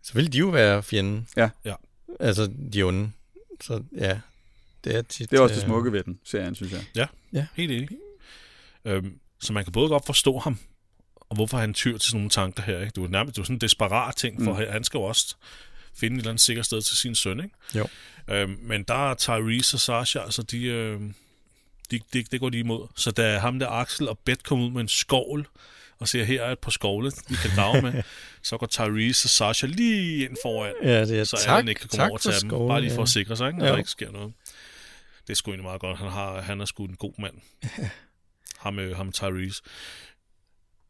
S2: så ville de jo være fjenden.
S3: Ja.
S1: Ja.
S2: Altså de onde. Så ja, det er tit...
S3: Det er også det
S2: øh,
S3: smukke ved den, serien, synes jeg.
S1: Helt enig. Øhm, så man kan både godt forstå ham, og hvorfor han tyr til sådan nogle tanker her. Ikke? Det er jo nærmest det er jo sådan en desperat ting, for
S3: Mm.
S1: mm. han skal jo også finde et eller andet sikkert sted til sin søn. Ikke?
S2: Jo.
S1: Øhm, men der er Tyrese og Sasha, altså de, øh, de, de, det går de imod. Så da ham der Axel og Bet kom ud med en skovl, og siger, her er et par skovle, I kan grave med, så går Tyrese og Sasha lige ind foran,
S2: Ja, det er
S1: så
S2: tak,
S1: Allen ikke kan komme
S2: tak
S1: over
S2: for
S1: til dem,
S2: skoven,
S1: bare lige for
S2: ja.
S1: at sikre sig, ikke? at
S2: Jo.
S1: der ikke sker noget. Det er sgu egentlig meget godt. Han, har, han er sgu en god mand. ham, øh, ham Tyrese.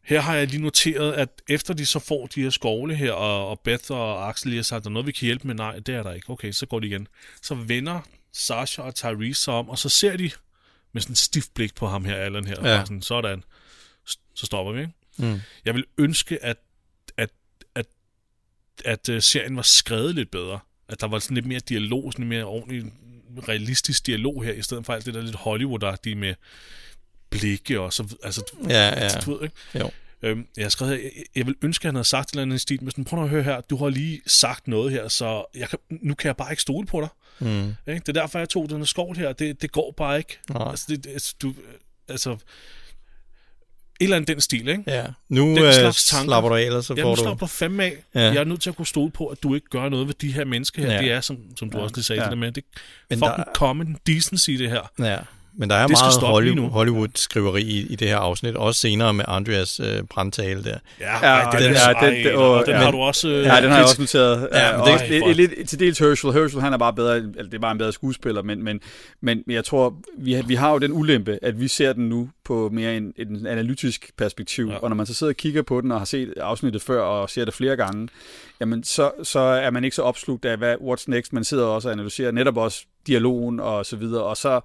S1: Her har jeg lige noteret, at efter de så får de her skovle her, og, og Beth og Axel lige har sagt, der er noget, vi kan hjælpe med. Nej, det er der ikke. Okay, så går de igen. Så vender Sasha og Tyrese sig om, og så ser de med sådan et stift blik på ham her, Allan her.
S2: Ja.
S1: Ja. Sådan, sådan. Så stopper vi, ikke?
S2: Mm.
S1: Jeg vil ønske, at, at, at at øh, serien var skrevet lidt bedre. At der var sådan lidt mere dialog, sådan lidt mere ordentlig realistisk dialog her, i stedet for alt det der lidt Hollywood-agtige med blikke og så... Altså,
S2: Ja, ja.
S1: du ved, ikke?
S2: Jo.
S1: Øhm, jeg har skrevet, her, jeg, jeg vil ønske, at han havde sagt et eller andet i stil, men sådan, prøv nu at høre her, du har lige sagt noget her, så jeg kan, nu kan jeg bare ikke stole på dig.
S2: Mm.
S1: Ikke? Det er derfor, jeg tog den her skov her. Det, det går bare ikke.
S2: Nej.
S1: Altså, det, det- altså, du, øh, altså, et eller andet den stil, ikke?
S2: Ja. Nu
S1: Den
S2: øh,
S1: slags tanker.
S2: slapper du af, eller så
S1: Jeg
S2: får
S1: nu
S2: du...
S1: slapper fandme af.
S2: Ja.
S1: Ja. Jeg er nødt til at kunne stole på, at du ikke gør noget ved de her mennesker her.
S2: Ja.
S1: Ja. Det er, som, som du ja. også lige sagde,
S3: Ja.
S1: ja. det der med, det er
S2: Men
S1: fucking
S2: der-
S1: der... common decency, det her.
S2: Ja. Men der er
S1: Det skal
S2: meget
S1: stoppe lige
S2: Holly-
S1: nu.
S2: Hollywood-skriveri i, i det her afsnit, også senere med Andreas øh, brandtale der.
S1: Ja,
S3: Ja,
S1: ej, den,
S3: den
S1: er,
S3: er-
S1: ej,
S3: den- den- åh,
S1: den, den
S3: ja.
S1: har du også... øh,
S3: Ja, den har jeg
S1: kritisk.
S3: også noteret. Ja,
S2: Ja,
S3: og
S2: men det-
S3: også, det,
S1: for-
S3: det, lidt, til dels Herschel. Herschel, han er bare bedre, altså, det er bare en bedre skuespiller, men, men, men jeg tror, vi, har- vi har jo den ulempe, at vi ser den nu på mere en, en analytisk perspektiv, ja.
S1: Ja.
S3: og når man så sidder og kigger på den og har set afsnittet før og ser det flere gange, jamen så, så er man ikke så opslugt af, hvad what's next, man sidder også og analyserer netop også dialogen og så videre, og så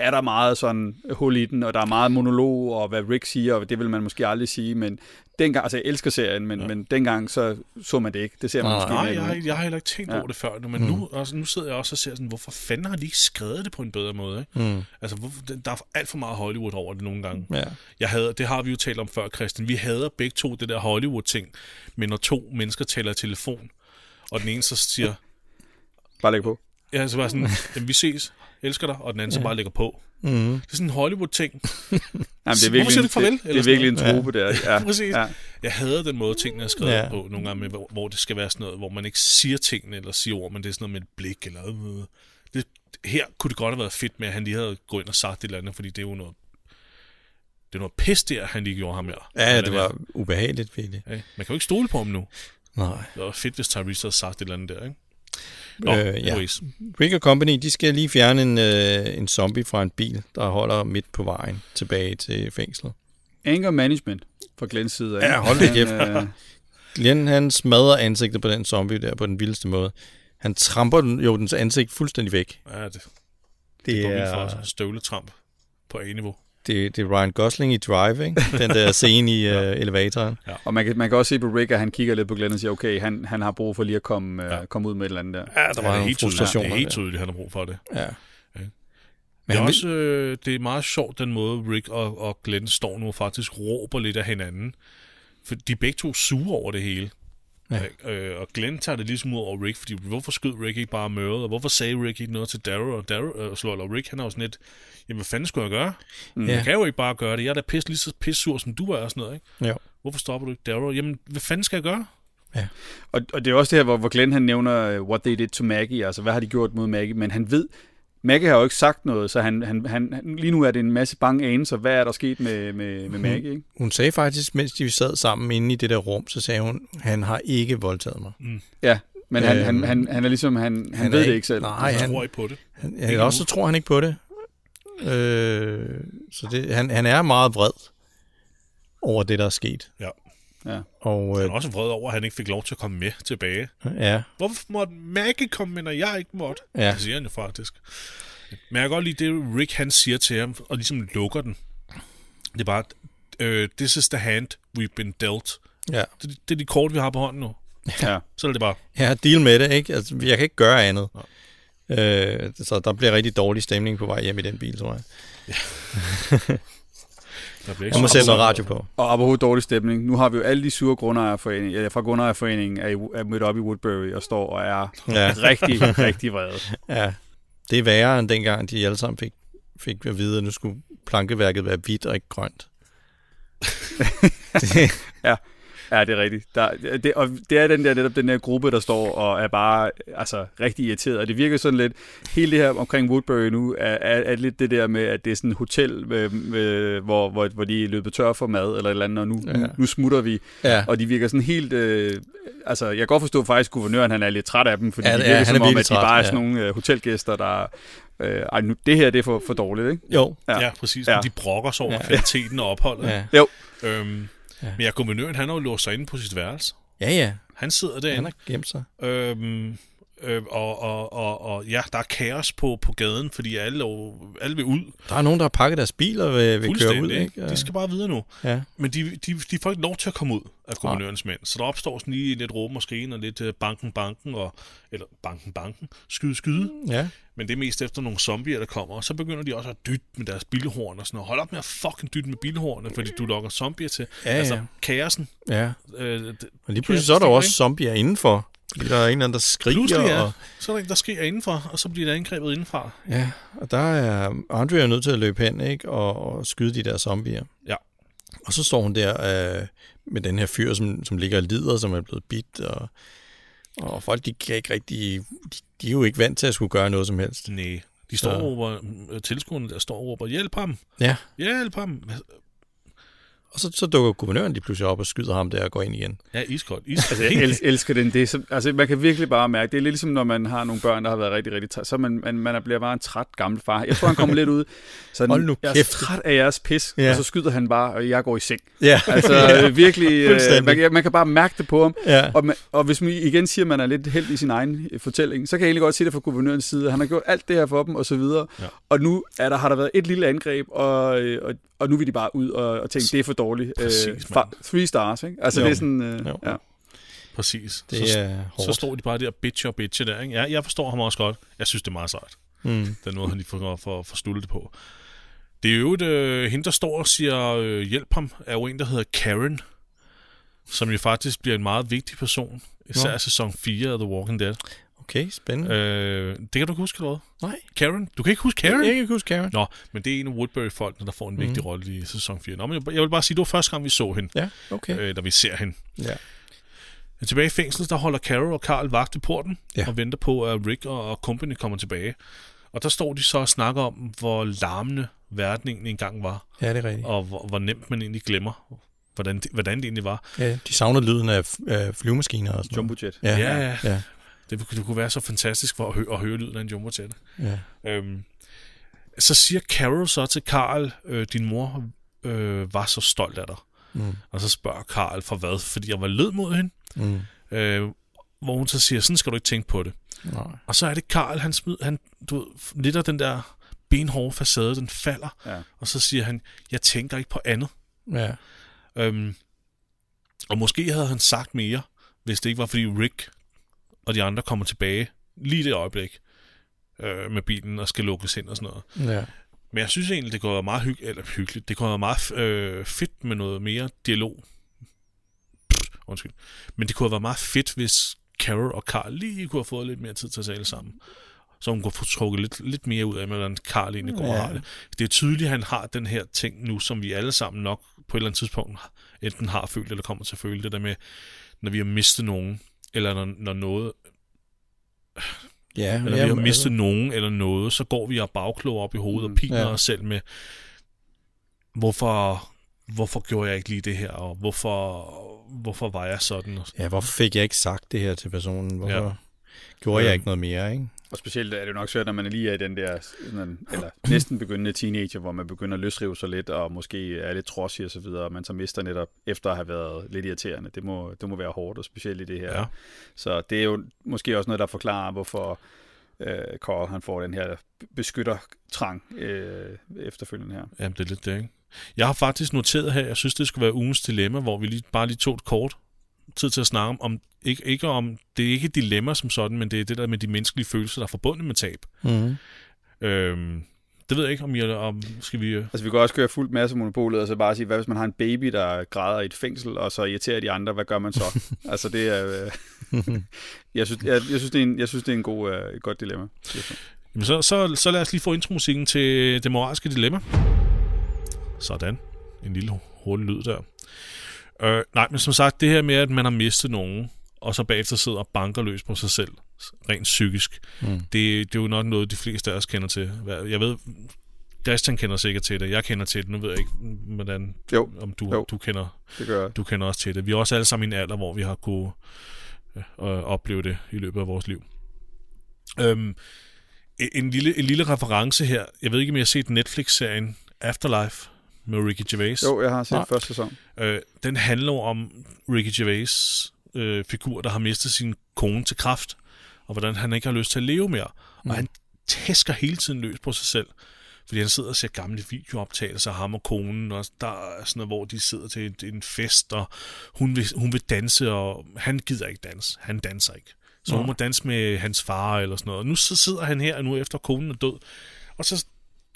S3: er der meget sådan hul i den, og der er meget monolog, og hvad Rick siger, og det vil man måske aldrig sige, men dengang, altså jeg elsker serien, men, ja. men dengang så så man det ikke. Det ser man
S2: Nej,
S3: måske
S1: Nej,
S3: mere
S1: jeg
S3: nu.
S1: har, jeg har heller ikke tænkt
S3: Ja.
S1: ja. over det før, nu, men mm. nu, altså, nu sidder jeg også og ser sådan, hvorfor fanden har de ikke skrevet det på en bedre måde? Ikke?
S2: Mm.
S1: Altså, hvorfor, den- der er alt for meget Hollywood over det nogle gange.
S2: Ja.
S1: Jeg hader, det har vi jo talt om før, Christian. Vi hader begge to det der Hollywood-ting, men når to mennesker taler i telefon, og den ene så siger,
S3: Bare lægge på.
S1: ja, så bare sådan, "Jamen, vi ses, elsker dig, og den anden ja. så bare lægger på.
S2: Mm.
S1: Det er sådan en Hollywood-ting.
S3: Jamen, det er
S1: Hvorfor siger
S3: virkelig, en-
S1: du ikke farvel?
S3: Det, det
S1: Eller
S3: er
S1: sådan
S3: virkelig en trope der. Ja.
S1: Præcis.
S3: Ja.
S1: Jeg hader den måde, tingene er skrevet
S2: Ja.
S1: ja. på nogle gange, med, hvor, hvor det skal være sådan noget, hvor man ikke siger tingene eller siger ord, men det er sådan noget med et blik eller noget. Det, her kunne det godt have været fedt med, at han lige havde gået ind og sagt et eller andet, fordi det er jo noget, det er noget pis der, han lige gjorde ham her.
S2: ja, det
S1: Eller
S2: var ubehageligt, virkelig.
S1: der. Ja, Man kan jo ikke stole på ham nu.
S2: Nej.
S1: Det var fedt, hvis Tyrese havde sagt et eller andet der, ikke? Nå,
S2: Øh,
S1: øh,
S2: ja.
S1: ja.
S2: Rick og Company, de skal lige fjerne en, øh, en zombie fra en bil, der holder midt på vejen tilbage til fængslet.
S3: Anger management fra Glens side. af.
S2: Ja, hold da
S3: Han,
S2: kæft.
S3: øh,
S2: Glenn, han smadrer ansigtet på den zombie der på den vildeste måde. Han tramper den, jo dens ansigt fuldstændig væk.
S1: ja, det, det
S2: Det
S1: går vildt for
S2: er,
S1: os. Støvletramp på A-niveau.
S2: det, det er Ryan Gosling i Drive, ikke? Den der scene i øh, elevatoren.
S3: og man kan, man kan også se på Rick, at han kigger lidt på Glenn og siger, okay, han, han har brug for lige at komme, ja.
S1: Ja.
S3: komme ud med et eller andet der.
S1: Ja, der var
S2: var
S1: det er
S2: nogle
S1: helt tydeligt, det
S2: frustrationer
S1: er helt
S2: der.
S1: tydeligt, han har brug for det.
S2: Ja.
S1: Men det,
S2: han
S1: er
S2: vil-
S1: også, øh, det er meget sjovt, den måde Rick og, og Glenn står nu og faktisk råber lidt af hinanden. For de er begge to sure over det hele.
S2: Ja.
S1: Øh, og Glenn tager det ligesom ud over Rick, fordi hvorfor skød Rick ikke bare møret, og hvorfor sagde Rick ikke noget til Darrow, og Darrow, øh, slår, eller Rick, han er jo sådan lidt, jamen hvad fanden skulle jeg gøre?
S2: Mm. Ja.
S1: Ja. Jeg kan jo ikke bare gøre det, jeg er da pisse, lige så pisse sur, som du er, og sådan noget, ikke?
S2: Jo.
S1: Hvorfor stopper du ikke Darrow? Jamen, hvad fanden skal jeg gøre?
S3: Og, og det er også det her, hvor, hvor Glenn han nævner, øh, what they did to Maggie, altså hvad har de gjort mod Maggie, men han ved, Maggie har jo ikke sagt noget, så han, han, han, lige nu er det en masse bange anelser, hvad er der sket med, med,
S2: Mhm.
S3: med Maggie, ikke?
S2: Hun sagde faktisk, mens de sad sammen inde i det der rum, så sagde hun, han har ikke voldtaget mig.
S3: Ja, men han,
S2: Øhm,
S3: han, han, han er ligesom, han, han,
S2: han
S3: han
S2: er
S3: ved det
S2: ikke-
S3: ikke selv.
S2: nej. Ej,
S1: jeg
S2: han-
S1: tror ikke på det.
S2: Han, eller også så tror han ikke på det. Øh, så det, han, han er meget vred over det, der er sket.
S1: Ja.
S3: Ja.
S2: Og
S1: Han
S2: øh,
S1: er også vred over, at han ikke fik lov til at komme med tilbage.
S2: ja,
S1: Hvorfor måtte Maggie komme med, når jeg ikke måtte?
S2: Ja.
S1: Det siger han jo faktisk. Men jeg kan godt lide det, Rick han siger til ham, og ligesom lukker den. Det er bare, øh, this is the hand we've been dealt.
S2: ja.
S1: Det, det er de kort, vi har på hånden nu.
S3: Ja.
S1: Så er det bare,
S2: Ja, deal med det, ikke? Altså, jeg kan ikke gøre andet. Øh, så der bliver rigtig dårlig stemning på vej hjem i den bil, tror jeg.
S1: der bliver
S2: Jeg må
S1: så
S2: sætte noget
S1: meget-
S2: radio på.
S3: Og apropos dårlig stemning, nu har vi jo alle de sure grundejerforeninger, eller fra grundejerforeningen er, i- er mødt op i Woodbury og står og er
S2: Ja,
S3: rigtig, rigtig vrede.
S2: ja. Det er værre end dengang, de alle sammen fik, fik at vide, at nu skulle plankeværket være hvidt og ikke grønt. det,
S3: Ja, det er rigtigt. Der, det, og det er den der, netop den der gruppe, der står og er bare altså, rigtig irriteret. Og det virker sådan lidt, hele det her omkring Woodbury nu, er, er, er lidt det der med, at det er sådan et hotel, øh, øh, hvor, hvor, hvor de er løbet tør for mad eller et eller andet, og nu, ja.
S2: Ja.
S3: nu, nu smutter vi.
S2: ja.
S3: Og de virker sådan helt... Øh, altså, jeg kan godt forstå faktisk, at guvernøren han er lidt træt af dem, fordi
S2: Ja,
S3: ja, det,
S2: det
S3: det
S2: er-
S3: virker
S2: han er
S3: som om,
S2: virkelig
S3: at de
S2: træt,
S3: bare er sådan
S2: ja.
S3: nogle øh, hotelgæster, der... Øh, ej, nu, det her det er for, for dårligt, ikke?
S2: Jo,
S3: Ja.
S1: Ja, præcis.
S3: Ja.
S1: Ja. De brokker sig over
S2: Ja.
S1: ja. kvaliteten og opholdet.
S2: ja.
S3: Jo.
S1: Øhm,
S2: Ja.
S1: ja. Men ja, guvernøren, han har jo låst sig inde på sit værelse.
S2: Ja, ja.
S1: Han sidder
S2: Han
S1: derinde.
S2: har gemt sig.
S1: Øhm, Øh, og, og, og, og ja, der er kaos på, på gaden, fordi alle, og, alle vil ud.
S2: Der er nogen, der har pakket deres biler ved, ved køre ud, ikke?
S1: De skal bare videre nu.
S2: Ja.
S1: Men de, de, de får ikke lov til at komme ud af guvernørens mænd. Så der opstår sådan lige lidt råben og skrigen og lidt øh, banken, banken, og, eller banken, banken, skyde, skyde.
S2: ja.
S1: Men det er mest efter nogle zombier, der kommer. Og så begynder de også at dytte med deres bilhorn og sådan noget. Hold op med at fucking dytte med bilhornene, fordi du lokker zombier til.
S2: Ja, ja.
S1: Altså, kaosen.
S2: Ja.
S1: Øh, det-
S2: Og lige
S1: Kære
S2: pludselig så er der jo også
S1: stil,
S2: zombier indenfor. Fordi der er en eller anden, der skriger.
S1: pludselig
S2: Ja.
S1: er,
S2: Og,
S1: så er der en, der sker indenfor, og så bliver der angrebet indenfra.
S2: ja. og der er Andre er nødt til at løbe hen ikke? Og, og skyde de der zombier.
S1: Ja.
S2: Og så står hun der øh, med den her fyr, som, som ligger og lider, som er blevet bidt. Og, og folk, de kan ikke rigtig... De, de er jo ikke vant til at skulle gøre noget som helst.
S1: Nej. De står
S2: Så-
S1: og råber, øh, tilskuerne der står og råber, hjælp ham,
S2: Ja.
S1: hjælp ham. Hvad-
S2: Og så, så dukker guvernøren lige pludselig op og skyder ham der og går ind igen.
S1: Ja, iskoldt. Is-
S3: Altså, jeg el- elsker den. Det er så, altså, man kan virkelig bare mærke, det er lidt ligesom, når man har nogle børn, der har været rigtig, rigtig træt, så er man, man, man er- bliver bare en træt gammel far. Jeg tror, han kommer lidt ud. Så
S2: Hold nu
S3: jeg er
S2: kæft.
S3: så træt af jeres pis,
S2: Ja.
S3: ja. og så skyder han bare, og jeg går i seng.
S2: Ja,
S3: Altså, øh, virkelig, øh, man,
S2: Fuldstændig.
S3: kan- man kan bare mærke det på ham.
S2: ja.
S3: Og, man, og hvis man igen siger, at man er lidt heldig i sin egen øh, fortælling, så kan jeg egentlig godt se det fra guvernørens side. Han har gjort alt det her for dem, og så videre.
S1: Ja.
S3: Ja. Og nu er der, har der været et lille angreb, og, øh, og, og nu vil de bare ud og, og tænke, det er for dårligt.
S1: Præcis,
S3: Øh,
S1: mand.
S3: fa- three stars, ikke? Altså,
S2: Jo.
S3: jo. det er sådan... Øh,
S2: Jo.
S3: ja.
S1: Præcis.
S2: Det
S1: så,
S2: er hårdt.
S1: så står de bare der bitcher og bitcher der. Ikke? Ja, jeg forstår ham også godt. Jeg synes, det er meget sejt.
S2: mm.
S1: Den måde, han lige får, får, får snullet det på. Det er jo et, øh, hende, der står og siger, øh, hjælp ham, er jo en, der hedder Karen, som jo faktisk bliver en meget vigtig person, især
S2: Nå.
S1: i sæson 4 af The Walking Dead.
S2: Okay, spændende.
S1: Øh, det kan du ikke huske, eller hvad?
S2: Nej.
S1: Karen? Du kan ikke huske Karen?
S2: Jeg kan ikke huske Karen.
S1: Nå, men det er en af Woodbury-folkene, der får en vigtig
S2: Mhm.
S1: rolle i sæson 4. Nå, men jeg- jeg vil bare sige, det var første gang, vi så hende,
S2: Ja, okay.
S1: øh, da vi ser hende.
S2: Ja.
S1: Men Tilbage i fængslet, der holder Carol og Carl vagt i porten
S2: Ja.
S1: og venter på, at Rick og, og company kommer tilbage. Og der står de så og snakker om, hvor larmende verden egentlig engang var,
S2: ja, det er rigtigt.
S1: og hvor, hvor nemt man egentlig glemmer, hvordan det, hvordan det egentlig var.
S2: Ja, de savner lyden af øh, flyvemaskiner og sådan noget.
S3: Jumbo jet.
S2: Ja,
S1: Ja,
S2: ja,
S1: ja.
S2: ja.
S1: Det, kunne- det kunne være så fantastisk for at, hø- at høre lyden af en jumbo til
S2: ja.
S1: Øhm, så siger Carol så til Carl, øh, din mor øh, var så stolt af dig.
S2: Mm.
S1: Og så spørger Karl for hvad, fordi jeg var led mod hende.
S2: Mm.
S1: Øh, hvor hun så siger, sådan skal du ikke tænke på det.
S2: Nej.
S1: Og så er det Karl, han, smid, han du, ved, litter den der benhårde facade, den falder.
S3: Ja.
S1: Og så siger han, jeg tænker ikke på andet.
S2: Ja.
S1: Øhm, og måske havde han sagt mere, hvis det ikke var, fordi Rick og de andre kommer tilbage lige det øjeblik øh, med bilen og skal lukkes ind og sådan noget.
S2: ja.
S1: Men jeg synes egentlig, det kunne være meget hygg- eller hyggeligt. Det kunne være meget øh, fedt med noget mere dialog. Pff, Undskyld. Men det kunne have været meget fedt, hvis Carol og Carl lige kunne have fået lidt mere tid til at tale sammen. Så hun kunne få trukket lidt, lidt mere ud af, hvordan Carl egentlig går ja. og
S2: Ja.
S1: har det. Det er tydeligt, at han har den her ting nu, som vi alle sammen nok på et eller andet tidspunkt enten har følt, eller kommer til at føle det der med, når vi har mistet nogen, eller når, når noget
S2: ja. altså-
S1: eller vi har mistet nogen eller noget, så går vi og bagklog op i hovedet
S3: Mm,
S1: og piner
S2: ja.
S1: ja. os selv med, hvorfor, hvorfor gjorde jeg ikke lige det her, og hvorfor, hvorfor var jeg sådan?
S2: Ja, hvorfor fik jeg ikke sagt det her til personen? Hvorfor
S1: Ja.
S2: ja. gjorde jeg
S1: Øhm.
S2: ikke noget mere, ikke?
S3: Og specielt er det jo nok svært, når man lige er i den der, sådan, eller næsten begyndende teenager, hvor man begynder at løsrive sig lidt, og måske er lidt trodsig og så videre, og man så mister netop, efter at have været lidt irriterende. Det må, det må være hårdt, og specielt i det her.
S1: Ja.
S3: Så det er jo måske også noget, der forklarer, hvorfor øh, Carl, han får den her beskyttertrang øh, efterfølgende her.
S1: Jamen, det er lidt det, ikke? Jeg har faktisk noteret her, jeg synes, det skulle være ugens dilemma, hvor vi lige, bare lige tog et kort tid til at snakke om, om ikke, ikke om, det er ikke et dilemma som sådan, men det er det der med de menneskelige følelser, der er forbundet med tab.
S2: Mm.
S1: Øhm, det ved jeg ikke, om, I, om skal vi...
S3: Altså, vi kan også køre fuldt masse monopolet, og så bare sige, hvad hvis man har en baby, der græder i et fængsel, og så irriterer de andre, hvad gør man så? altså, det er... Øh, jeg, synes, jeg, jeg, synes, det er en, jeg synes, det er en god, øh, et godt dilemma.
S1: Jamen så, så, så lad os lige få intromusikken til det moralske dilemma. Sådan. En lille hurtig lyd der. Øh, nej, men som sagt, det her med, at man har mistet nogen, og så bagefter sidder og banker løs på sig selv, rent psykisk,
S2: Mm.
S1: det, det er jo nok noget, de fleste af os kender til. Hvad- Jeg ved, Christian kender sikkert til det, jeg kender til det, nu ved jeg ikke, hvordan,
S3: Jo,
S1: om du,
S3: Jo.
S1: du kender
S3: det gør jeg.
S1: du kender også til det. Vi er også alle sammen i en alder, hvor vi har kunne øh, øh, opleve det i løbet af vores liv. Øhm, en- en, lille, en lille reference her. Jeg ved ikke, om I har set Netflix-serien Afterlife med Ricky Gervais.
S3: Jo, jeg har set
S2: Nej.
S3: første sæson.
S1: Øh, den handler jo om Ricky Gervais øh, figur, der har mistet sin kone til kraft. og hvordan han ikke har lyst til at leve mere. Mm. Og han tæsker hele tiden løs på sig selv, fordi han sidder og ser gamle videooptagelser af ham og konen, og der er sådan noget, hvor de sidder til en, en fest, og hun vil, hun vil danse, og han gider ikke danse. Han danser ikke. Så hun
S2: Nå.
S1: må danse med hans far eller sådan noget. Og nu så sidder han her nu efter konen er død, og så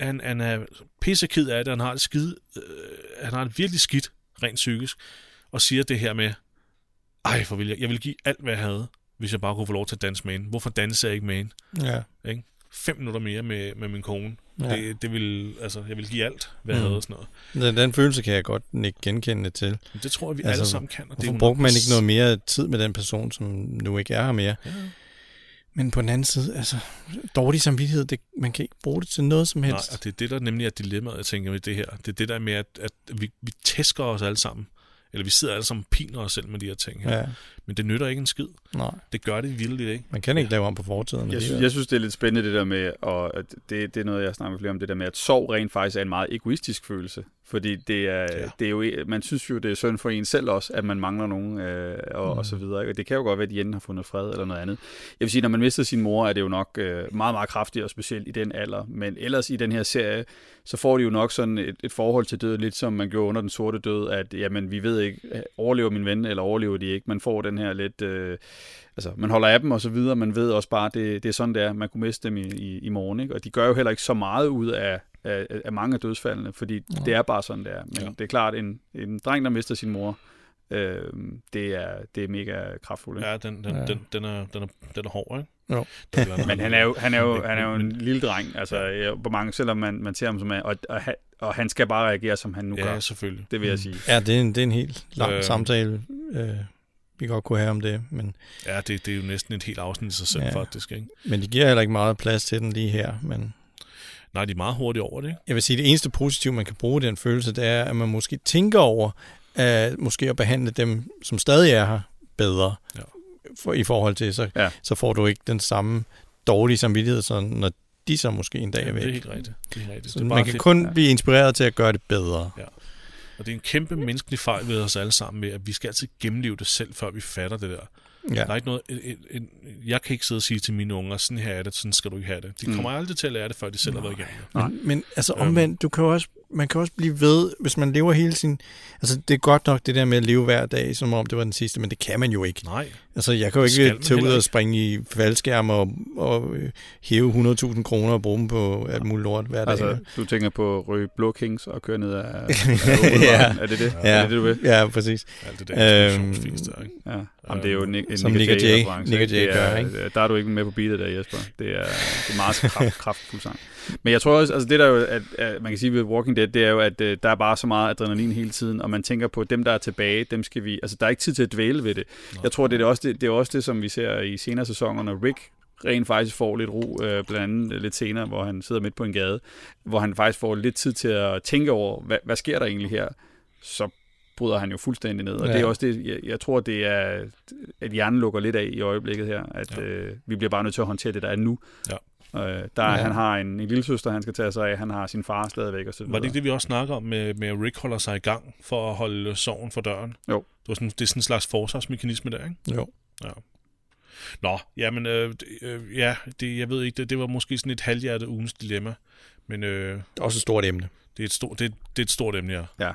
S1: han, han er pisseked af det, han har det skide, øh, han har det virkelig skidt, rent psykisk, og siger det her med, ej, for vil jeg, jeg vil give alt, hvad jeg havde, hvis jeg bare kunne få lov til at danse med hende. Hvorfor danser jeg ikke med hende?
S2: Ja.
S1: Fem minutter mere med, med min kone. Ja.
S2: Ja.
S1: Det, det vil, altså, jeg vil give alt, hvad jeg
S2: Mm.
S1: havde og sådan noget.
S2: Den, den følelse kan jeg godt ikke genkende til.
S1: Men det tror jeg, vi altså,
S2: Altså,
S1: alle sammen kan. Og det er
S2: Hvorfor
S1: jo
S2: brugte
S1: nok-
S2: man ikke noget mere tid med den person, som nu ikke er her mere?
S1: Ja.
S2: Men på den anden side, altså, dårlig samvittighed, det, man kan ikke bruge det til noget som
S1: Nej,
S2: helst.
S1: og det er det, der nemlig er dilemmaet, jeg tænker med det her. Det er det der med, at, at vi, vi tæsker os alle sammen. Eller vi sidder alle sammen og piner os selv med de her ting her. Ja.
S2: ja,
S1: Men det nytter ikke en skid.
S2: nej.
S1: Det gør det vildt ikke.
S2: Man kan ikke lave om på fortiden.
S3: Jeg,
S2: alligevel.
S3: synes, jeg synes, det er lidt spændende det der med, og at det, det er noget, jeg snakker med flere om, det der med, at sorg rent faktisk er en meget egoistisk følelse. Fordi det er,
S1: Ja.
S3: ja. det er jo, man synes jo, det er synd for en selv også, at man mangler nogen øh, og, mm. og så videre. ikke? Og det kan jo godt være, at de enten har fundet fred eller noget andet. Jeg vil sige, når man mister sin mor, er det jo nok øh, meget, meget kraftigt, og specielt i den alder. Men ellers i den her serie, så får de jo nok sådan et, et forhold til døden, lidt som man gjorde under den sorte død, at jamen, vi ved ikke, øh, overlever min ven, eller overlever de ikke. Man får den her lidt... Øh, altså, man holder af dem og så videre, man ved også bare, det, det er sådan, det er. Man kunne miste dem i, i, i morgen, ikke? Og de gør jo heller ikke så meget ud af, af, af mange af dødsfaldene, fordi ja. det er bare sådan, det er. Men
S1: Ja.
S3: ja. det er klart, en, en dreng, der mister sin mor, øh, det, er, det er mega kraftfuldt. Ikke?
S1: Ja, den, den, ja.
S2: Ja.
S1: Den, den, er, den, er, den er hård, ikke?
S2: Jo.
S1: Den er-
S3: Men han er jo, han er jo, han er jo en lille dreng, altså ja, hvor mange, selvom man, man ser ham som er, og, og, han- og han skal bare reagere, som han nu ja.
S1: Ja,
S3: gør.
S1: selvfølgelig.
S3: Det vil jeg sige.
S2: Ja, det er en, det er en helt lang
S1: Øh.
S2: øh, samtale, øh, vi godt kunne have om det, men,
S1: Ja, det, det er jo næsten et helt afsnit i sig selv, ja.
S2: Ja.
S1: faktisk. Ikke?
S2: men det giver heller ikke meget plads til den lige her. Men
S1: Nej, de er meget hurtige over det. Ikke?
S2: jeg vil sige, det eneste positive, man kan bruge i den følelse, det er, at man måske tænker over, at måske at behandle dem, som stadig er her, bedre
S1: Ja.
S2: ja. for, i forhold til, så,
S3: Ja.
S2: ja. så får du ikke den samme dårlige samvittighed, så når de så måske en dag er
S1: Jamen,
S2: væk.
S1: det er helt rigtigt. Det er helt rigtigt.
S2: så
S1: Det er
S2: man
S1: bare
S2: kan
S1: det,
S2: kun
S3: Ja.
S2: blive inspireret til at gøre det bedre.
S1: og det er en kæmpe menneskelig fejl ved os alle sammen med, at vi skal altid gennemleve det selv, før vi fatter det der.
S2: Ja.
S1: Der er ikke noget, en, en, en, jeg kan ikke sidde og sige til mine unger, sådan her er det, sådan skal du ikke have det. De
S3: Mm.
S1: kommer aldrig til at lære det, før de selv har været igennem det.
S3: Nej.
S2: Men, men altså
S1: Øhm.
S2: omvendt, du kan jo også, man kan også blive ved, hvis man lever hele sin... Altså det er godt nok det der med at leve hver dag, som om det var den sidste, men det kan man jo ikke.
S1: Nej,
S2: Altså jeg kan jo
S1: Det skal
S2: ikke
S1: man
S2: tage ud
S1: heller
S2: og
S1: ikke.
S2: springe i faldskærm og, og øh, hæve 100.000 kroner og bruge dem på alt muligt lort hver dag.
S3: Altså, du tænker på at ryge Blå Kings og køre ned af, af Åbenvejen. Er det det?
S1: Ja.
S3: Er det det, du vil?
S2: ja, præcis.
S1: alt det der
S2: Øhm,
S1: informationsfis der, ikke?
S3: Ja, Jamen, det er jo en, en
S2: Som
S3: Nick
S2: Nick
S3: og
S2: og Jay-
S3: Jay-reference.
S2: Nick og Jay
S3: Det er-
S2: gør, ikke?
S3: Der er du ikke med på beatet der, Jesper. Det er, det er meget kraft, kraftfuld sang. Men jeg tror også, altså det der jo, at, at man kan sige ved Walking Dead, det er jo, at øh, der er bare så meget adrenalin hele tiden, og man tænker på, dem der er tilbage, dem skal vi, altså der er ikke tid til at dvæle ved det. Jeg tror, det er det også det, det, er også det som vi ser i senere sæsoner, når Rick rent faktisk får lidt ro, øh, blandt andet lidt senere, hvor han sidder midt på en gade, hvor han faktisk får lidt tid til at tænke over, hvad, hvad sker der egentlig her? Så bryder han jo fuldstændig ned, og
S2: Ja.
S3: det er også det, jeg, jeg tror, det er, at hjernen lukker lidt af i øjeblikket her, at
S1: Ja.
S3: ja. øh, vi bliver bare nødt til at håndtere det, der er nu.
S1: Ja.
S3: Øh, der, ja.
S2: Ja.
S3: Han har en, en lille søster, han skal tage sig af, han har sin far stadigvæk og så
S1: Var det
S3: videre.
S1: ikke det, vi også snakker om med, med, at Rick holder sig i gang for at holde sorgen for døren?
S3: Jo.
S1: Det, var sådan, det er sådan en slags forsvarsmekanisme der, ikke?
S2: Jo.
S1: Nå, jamen, øh, det- øh, ja, det, jeg ved ikke, det, det var måske sådan et halvhjertet ugens dilemma, men øh,
S2: Det er også et stort emne.
S1: det, er et stort, det, det er et stort emne, ja.
S3: Ja.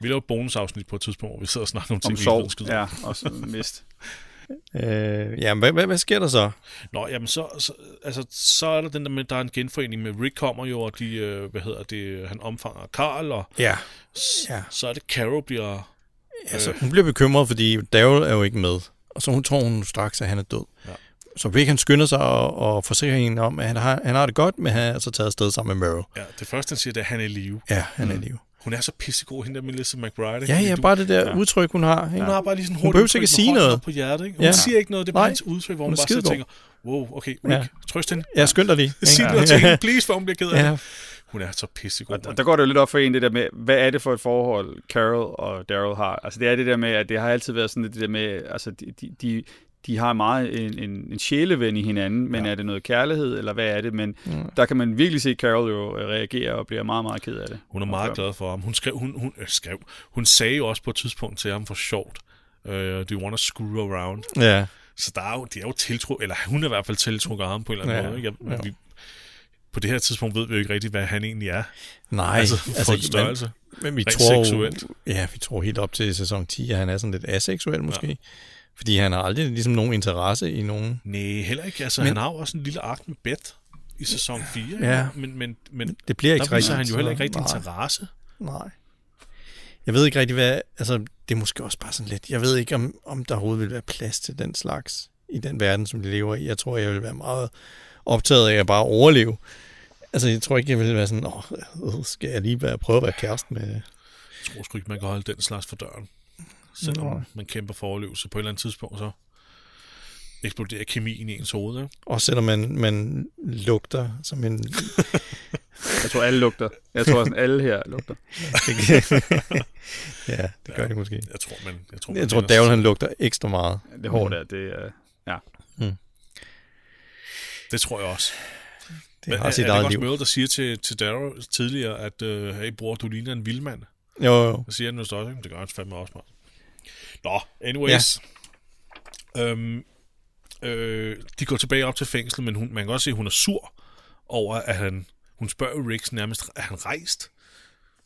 S1: Vi laver et bonusafsnit på et tidspunkt, hvor vi sidder og snakker om ting,
S3: Om
S1: vi ikke ved en
S3: sorg,
S1: skid om.
S3: ja, og så mist.
S2: Øh, jamen, hvad, hvad, hvad sker der så?
S1: Nå, jamen så, så, altså, så er der den der med, der er en genforening med Rick kommer jo, og de, øh, hvad hedder det, han omfanger Carl, og
S2: Ja,
S1: s-
S2: Ja.
S1: så er det Carol bliver...
S2: altså hun bliver bekymret, fordi Daryl er jo ikke med. Og så hun tror hun straks, at han er død.
S1: Ja.
S2: Ja. Så Rick han skynder sig og, og forsikrer hende om, at han har, han har det godt, men han er altså taget afsted sammen med Meryl.
S1: Ja, det første, han siger, det er, at han er i live.
S2: Ja, han er
S1: mm.
S2: i live.
S1: Hun er så pissegod, hende der Melissa McBride. ikke?
S2: Ja,
S1: Fordi
S2: ja,
S1: du,
S2: bare det der
S3: Ja.
S2: ja. udtryk, hun har. Ikke?
S1: Hun har bare lige sådan
S2: Hun
S1: hurtigt
S2: behøver ikke
S1: udtryk
S2: sige
S1: med hånden
S2: noget.
S1: op på hjertet. Ikke? Hun
S2: Ja.
S1: siger ikke noget, det er bare
S2: Nej.
S1: hendes udtryk, hvor hun,
S2: Hun er
S1: bare sidder og
S2: skidegod.
S1: tænker, wow, okay, Rick,
S2: Ja.
S1: trøst hende.
S2: Ja, skynd dig lige. ikke?
S1: Sig noget til hende, please, for hun bliver ked af
S2: Ja,
S1: det. Hun er så pissegod.
S3: Og der,
S1: mand.
S3: der går det jo lidt op for en det der med, hvad er det for et forhold, Carol og Daryl har? Altså det er det der med, at det har altid været sådan lidt det der med, altså de, de- de, de har meget en, en, en sjæleven i hinanden, men
S1: Ja.
S3: ja. Mm. er det noget kærlighed, eller hvad er det? Men
S2: Ja.
S3: der kan man virkelig se Carol jo øh, reagere og bliver meget, meget ked af det.
S1: Hun er meget glad for ham. Hun skrev, hun, hun, øh, skrev, øh, hun sagde jo også på et tidspunkt til ham for sjovt, uh, do you want to screw around?
S2: ja.
S1: Så der er jo, det er jo tiltro, eller hun er i hvert fald tiltrukket af ham på en eller anden
S2: Ja,
S1: måde. Ikke? Jeg,
S2: jo.
S1: vi, på det her tidspunkt ved vi jo ikke rigtigt, hvad han egentlig er.
S2: Nej,
S1: Ej, altså, for altså, en størrelse.
S2: Men, men vi
S1: Rent
S2: tror
S1: seksuelt.
S2: Jo, ja, vi tror helt op til sæson 10, at han er sådan lidt aseksuel måske. Ja. Fordi han har aldrig ligesom nogen interesse i nogen.
S1: Nej, heller ikke. Altså,
S2: Men-
S1: men, han har jo også en lille akt med Beth i sæson 4.
S2: Ja.
S1: Men, men, men
S2: Det bliver ikke
S1: der viser han jo heller
S2: sådan
S1: ikke rigtig
S2: noget. Nej.
S1: interesse.
S2: Nej. Jeg ved ikke rigtig, hvad... Altså, det er måske også bare sådan lidt... Jeg ved ikke, om, om der overhovedet vil være plads til den slags i den verden, som vi lever i. Jeg tror, jeg vil være meget optaget af at bare overleve. Altså, jeg tror ikke, jeg vil være sådan, åh, øh, skal jeg lige være, prøve at være kæresten med...
S1: Jeg tror sgu ikke, man kan holde den slags for døren. Selvom
S2: Nej.
S1: man kæmper for overlevelse på et eller andet tidspunkt, så eksploderer kemien i ens hoved. Ikke?
S2: Og selvom man, man lugter som en...
S3: Jeg tror, alle lugter. Jeg tror, sådan, alle her lugter.
S2: ja, det gør det måske.
S1: Jeg tror, man... Jeg tror, man
S2: Jeg tror,
S1: kender sig
S2: Davl, han lugter ekstra meget. Mm.
S3: Det hårde der, det er...
S1: selv. Det tror jeg også.
S2: Det har
S1: er,
S2: sit
S1: er det
S2: eget
S1: også
S2: liv.
S1: Mølle, der siger til, til Darrow tidligere, at øh, hey, bror, du ligner en vildmand.
S2: Jo, jo.
S1: Det siger han jo så også, ikke? Det gør han fandme også meget. Nå, anyways. Ja. Øhm, øh, de går tilbage op til fængsel, men hun, man kan også se, at hun er sur over, at han... Hun spørger jo Rix nærmest, er han rejst?